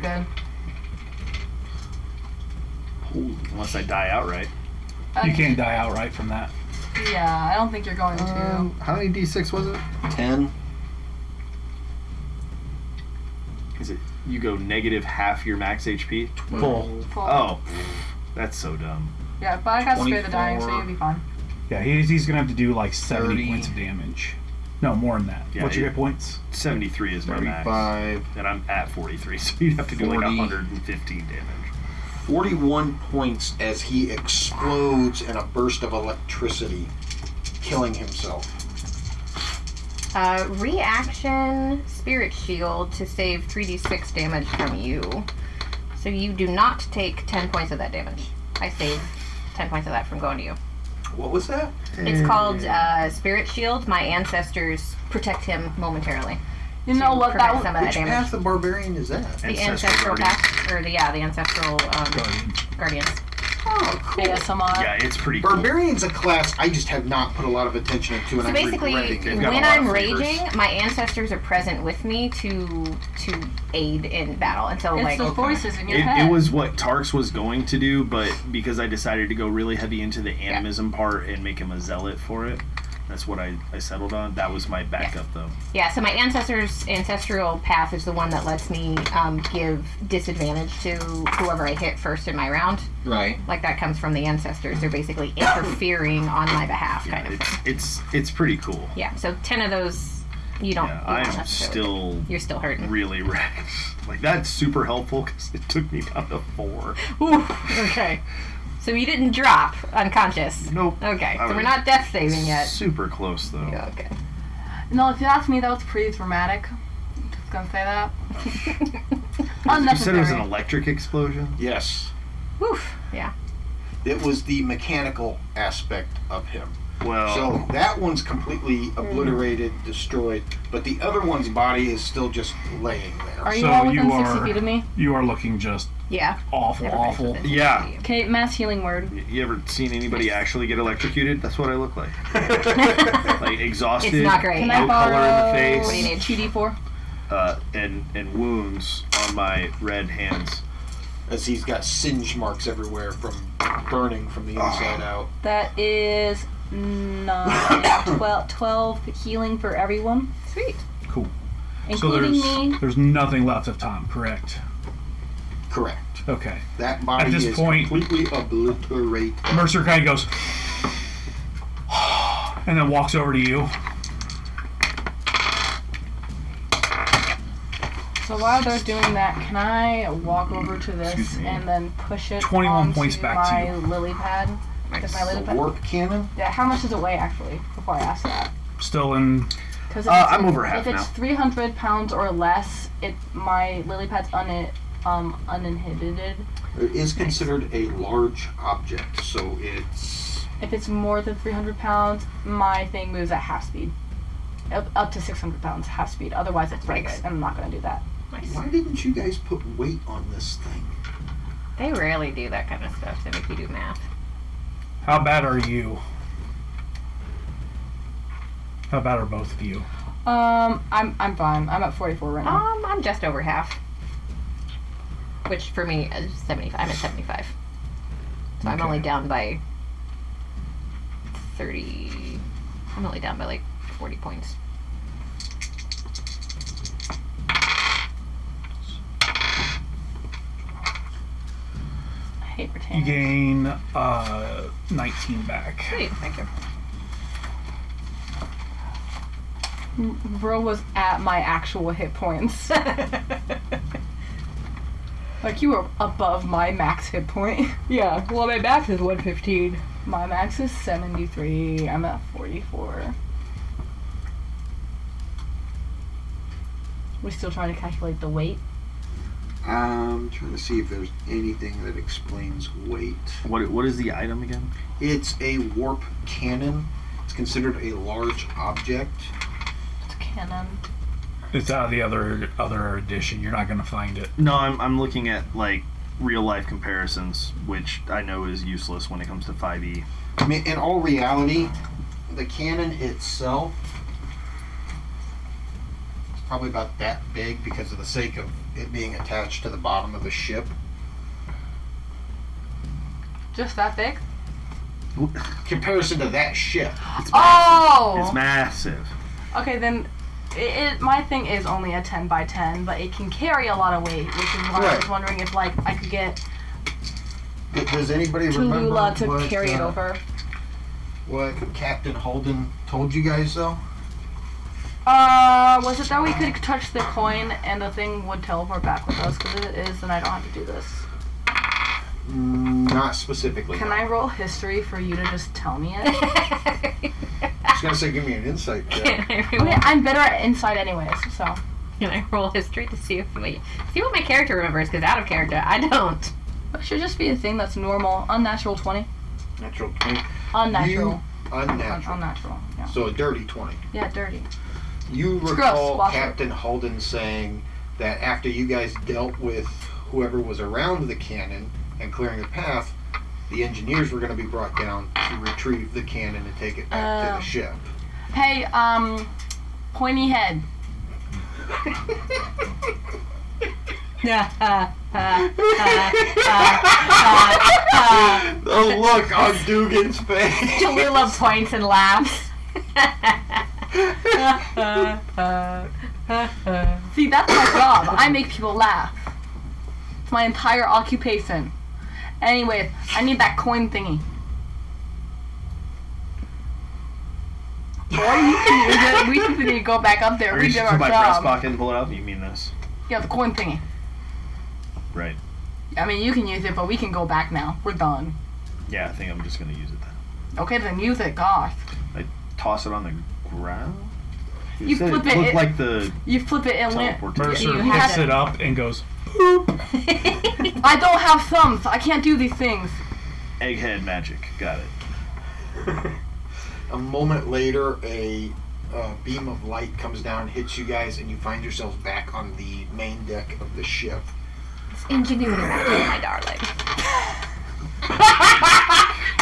good.
Unless I die outright.
Uh,
You can't die outright from that.
Yeah, I don't think you're going to.
Um, how many d6 was it?
Ten.
Is it you go negative half your max HP?
Full.
Full.
Oh, that's so dumb.
Yeah, but I got spared the dying, so
24.
you'll be fine.
Yeah, he's, he's going to have to do like 70
30.
points of damage. No, more than that.
Yeah,
What's your
he-
hit points?
73 is my max,
Thirty-five.
and I'm at 43, *laughs* so you'd have to do like
40.
115 damage.
41 points as he explodes in a burst of electricity, killing himself.
uh, reaction spirit shield to save 3d6 damage from you. So you do not take 10 points of that damage. I save 10 points of that from going to you.
What was that?
It's called uh, spirit shield. My ancestors protect him momentarily.
You know what? That
prevent
was,
some of that
Which
damage.
path the barbarian is that?
The
Ancestral
ancestral
guardian.
path, or the yeah, the ancestral um,
Guardian.
guardians.
Oh, cool.
ASMR.
Yeah, it's pretty cool.
Barbarian's a class I just have not put a lot of attention into, and
So
I'm
basically,
regretting
They've
it.
got a
when
lot of
I'm
flavors.
raging, my ancestors are present with me to to aid in battle. And so,
It's
like,
the voices in your
It,
head.
it was what Tarks was going to do, but because I decided to go really heavy into the animism part and make him a zealot for it, that's what I, I settled on. That was my backup, though.
yeah. So my ancestors' ancestral path is the one that lets me um, give disadvantage to whoever I hit first in my round.
Right.
Like that comes from the ancestors. They're basically interfering on my behalf, kind of.
It's it's it's pretty cool.
Yeah. So ten of those, you don't.
Yeah,
you
I
don't
am
necessarily-
still
You're still hurting.
really *laughs* wrecked. Like that's super helpful because it took me down to four.
Ooh, *laughs* okay. So you didn't drop unconscious.
Nope.
Okay.
I
So we're
was
not death saving yet.
Super close though.
Okay.
No, if you ask me, that was pretty dramatic. Just gonna say
*laughs*
that.
You said it was an
Unnecessary.
electric explosion.
Yes.
Woof. Yeah.
It was the mechanical aspect of him.
Oh.
Well,
So that one's completely obliterated, destroyed, but the other one's body is still just laying there.
Are you
So
all within
you
60
are-
feet of me?
You are looking just
Yeah.
awful,
Everybody's
awful.
within
yeah.
60 of you.
Okay, mass healing word.
y- you ever seen anybody actually get electrocuted? That's what I
*laughs*
look like. like exhausted.
It's not great.
Can
No
I
color in
borrow
the face.
What do you need?
2d4?
uh, and and wounds on my red hands.
As he's got singe marks everywhere from burning from the
Ah.
inside out.
That is
*coughs*
nine, 12, 12 healing for everyone,
Sweet.
Cool. So
including
there's
me.
there's nothing left of Tom, correct?
Correct.
Okay.
That body
At this
is
point-
completely obliterated.
Mercer kind of goes, *sighs* and then walks over to you.
So while they're doing that, can I walk over to this
Excuse me.
and then push it
21
onto
points back to
my lily pad? With my lily
The
pad?
warp cannon?
Yeah, how much does it weigh actually? Before I ask that,
Still in.
because
Uh, I'm over half
if it's
now.
300 pounds or less, it my lily pad's un um uninhibited.
It is considered a large object, so it's
If it's more than 300 pounds, my thing moves at half speed, up, up to 600 pounds half speed. Otherwise, it breaks, and I'm not gonna do that.
why didn't you guys put weight on this thing?
They rarely do that kind of stuff. They make you do math.
How bad are you? How bad are both of you?
Um, I'm I'm fine. I'm at 44 right now.
Um, I'm just over half. Which for me is 75. I'm at 75. So I'm only down by 30. I'm only down by like 40 points. Oh.
I hate
You
retaining.
gain uh, 19 back.
Great, thank you.
Bro was at my actual
*laughs*
hit points. Like you were above my max hit point. *laughs*
yeah, well, my max is 115.
My max is 73. I'm at 44. We're still trying to calculate the weight.
I'm trying to see if there's anything that explains weight.
What what is the item again?
It's a warp cannon. It's considered a large object.
It's a cannon.
It's out of the other other edition. You're not gonna find it.
No, I'm I'm looking at like real life comparisons, which I know is useless when it comes to E. 5e.
I mean, in all reality, the cannon itself is probably about that big because of the sake of it being attached to the bottom of the ship.
Just that big?
Comparison to that ship.
Oh!
It's massive.
okay, then it, it, my thing is only a 10 by 10, but it can carry a lot of weight, which is why I was
Right.
wondering if like I could get
D- Does anybody remember
Tulula to
what,
carry it
uh,
over.
what Captain Holden told you guys though?
Uh, was it that we could touch the coin and the thing would teleport back with us? Because it is, then I don't have to do this.
Mm, Not specifically.
Can
no.
I roll history for you to just tell me *laughs* it?
*laughs*
I was gonna say, give me an insight.
*laughs*
check.
Can I *laughs* roll,
okay, I'm better at inside anyways, so.
can I roll history to see if my, see what my character remembers? Because out of character, I don't.
It should just be a thing that's normal. Unnatural 20.
Natural twenty.
Unnatural.
You-
Un-
unnatural.
unnatural. Yeah.
So a dirty twenty.
yeah, dirty.
You
gross,
recall
wash it.
Captain Holden saying that after you guys dealt with whoever was around the cannon and clearing the path, the engineers were going to be brought down to retrieve the cannon and take it back to
Oh.
the ship.
Hey, um, pointy head.
Oh look on Dugan's
*laughs*
face.
Jalula points and laughs.
See, that's my job. I make people laugh. It's my entire occupation. Anyways, I need that coin thingy. Or you can use it. We just need to go back up there.
Or
We
you
did
should
our
put my breast
job.
pocket and pull it out. You mean this?
Yeah, the coin thingy.
Right.
I mean, you can use it, but we can go back now. We're done.
Yeah, I think I'm just gonna use it then.
Okay, then use it. Gosh.
Toss it on the ground.
You
said
flip
it
it,
looked
it-
like the
You flip it and land.
teleportation.
Mercer
you have
picks
it.
it up and goes.
I don't have thumbs. I can't do these things.
Egghead magic. Got it.
A moment later, a uh, beam of light comes down, hits you guys, and you find yourselves back on the main deck of the ship.
Ingenuity, my darling.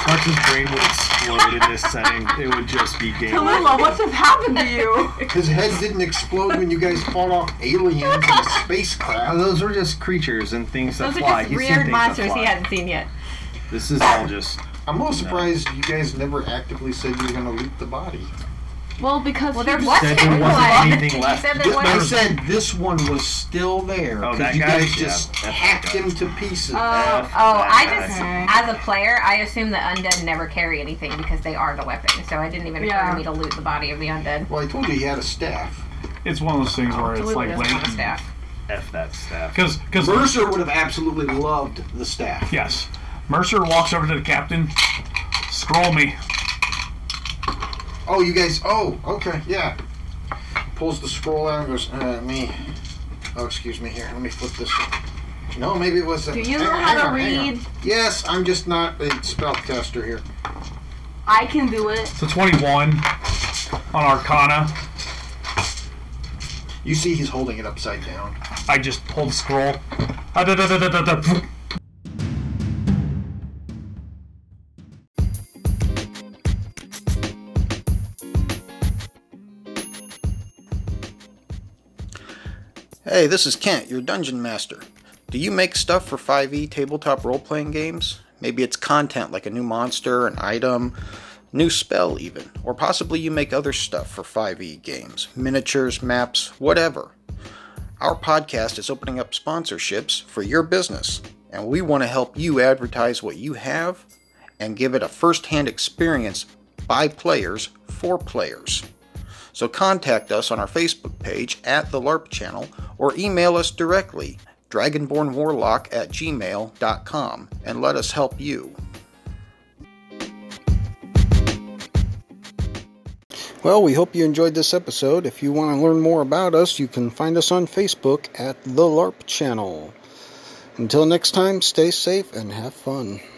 Clarkson's brain would explode in this setting. It would just be game.
Lula, what's just happened to you?
His head didn't explode when you guys fought off aliens in a spacecraft.
Uh, those were just creatures and things that
Those
fly.
are just
He's seen
weird
things that
monsters he
fly.
hasn't seen yet.
This is all just
I'm a little surprised you guys never actively said you were gonna loot the body.
Well, because
Well,
he
there
was-
wasn't
there
one.
wasn't anything
You
left.
said there
Th- I
wasn't.
said this one was still there.
Oh,
'cause
that
you
guy?
guys
Yeah,
just
that
hacked
guy.
him to pieces.
Oh,
F
oh!
that
I
guy.
just, as a player, I assume the undead never carry anything because they are the weapon. So I didn't even occur
Yeah.
to me to loot the body of the undead.
well, I told you he had a staff.
It's one of those things where it's
Absolutely,
like
that's
On the
late
staff.
F that staff.
because because
Mercer would have absolutely loved the staff.
yes, Mercer walks over to the captain. Scroll me.
Oh, you guys. Oh, okay, yeah. Pulls the scroll out and goes, uh, let me. Oh, excuse me here. Let me flip this. No, maybe it was.
Do you know how to read?
Yes, I'm just not a spellcaster here.
I can do it.
So twenty-one on Arcana.
You see, he's holding it upside down.
I just pulled the scroll. Ah, da, da, da, da, da, da, pfft.
Hey, this is Kent, your dungeon master. Do you make stuff for 5e tabletop role playing games? Maybe it's content like a new monster, an item, new spell, even. Or possibly you make other stuff for 5e games miniatures, maps, whatever. Our podcast is opening up sponsorships for your business, and we want to help you advertise what you have and give it a first hand experience by players for players. So contact us on our Facebook page at the LARP channel or email us directly, dragonbornwarlock at gmail.com, and let us help you. Well, we hope you enjoyed this episode. If you want to learn more about us, you can find us on Facebook at the LARP channel. Until next time, stay safe and have fun.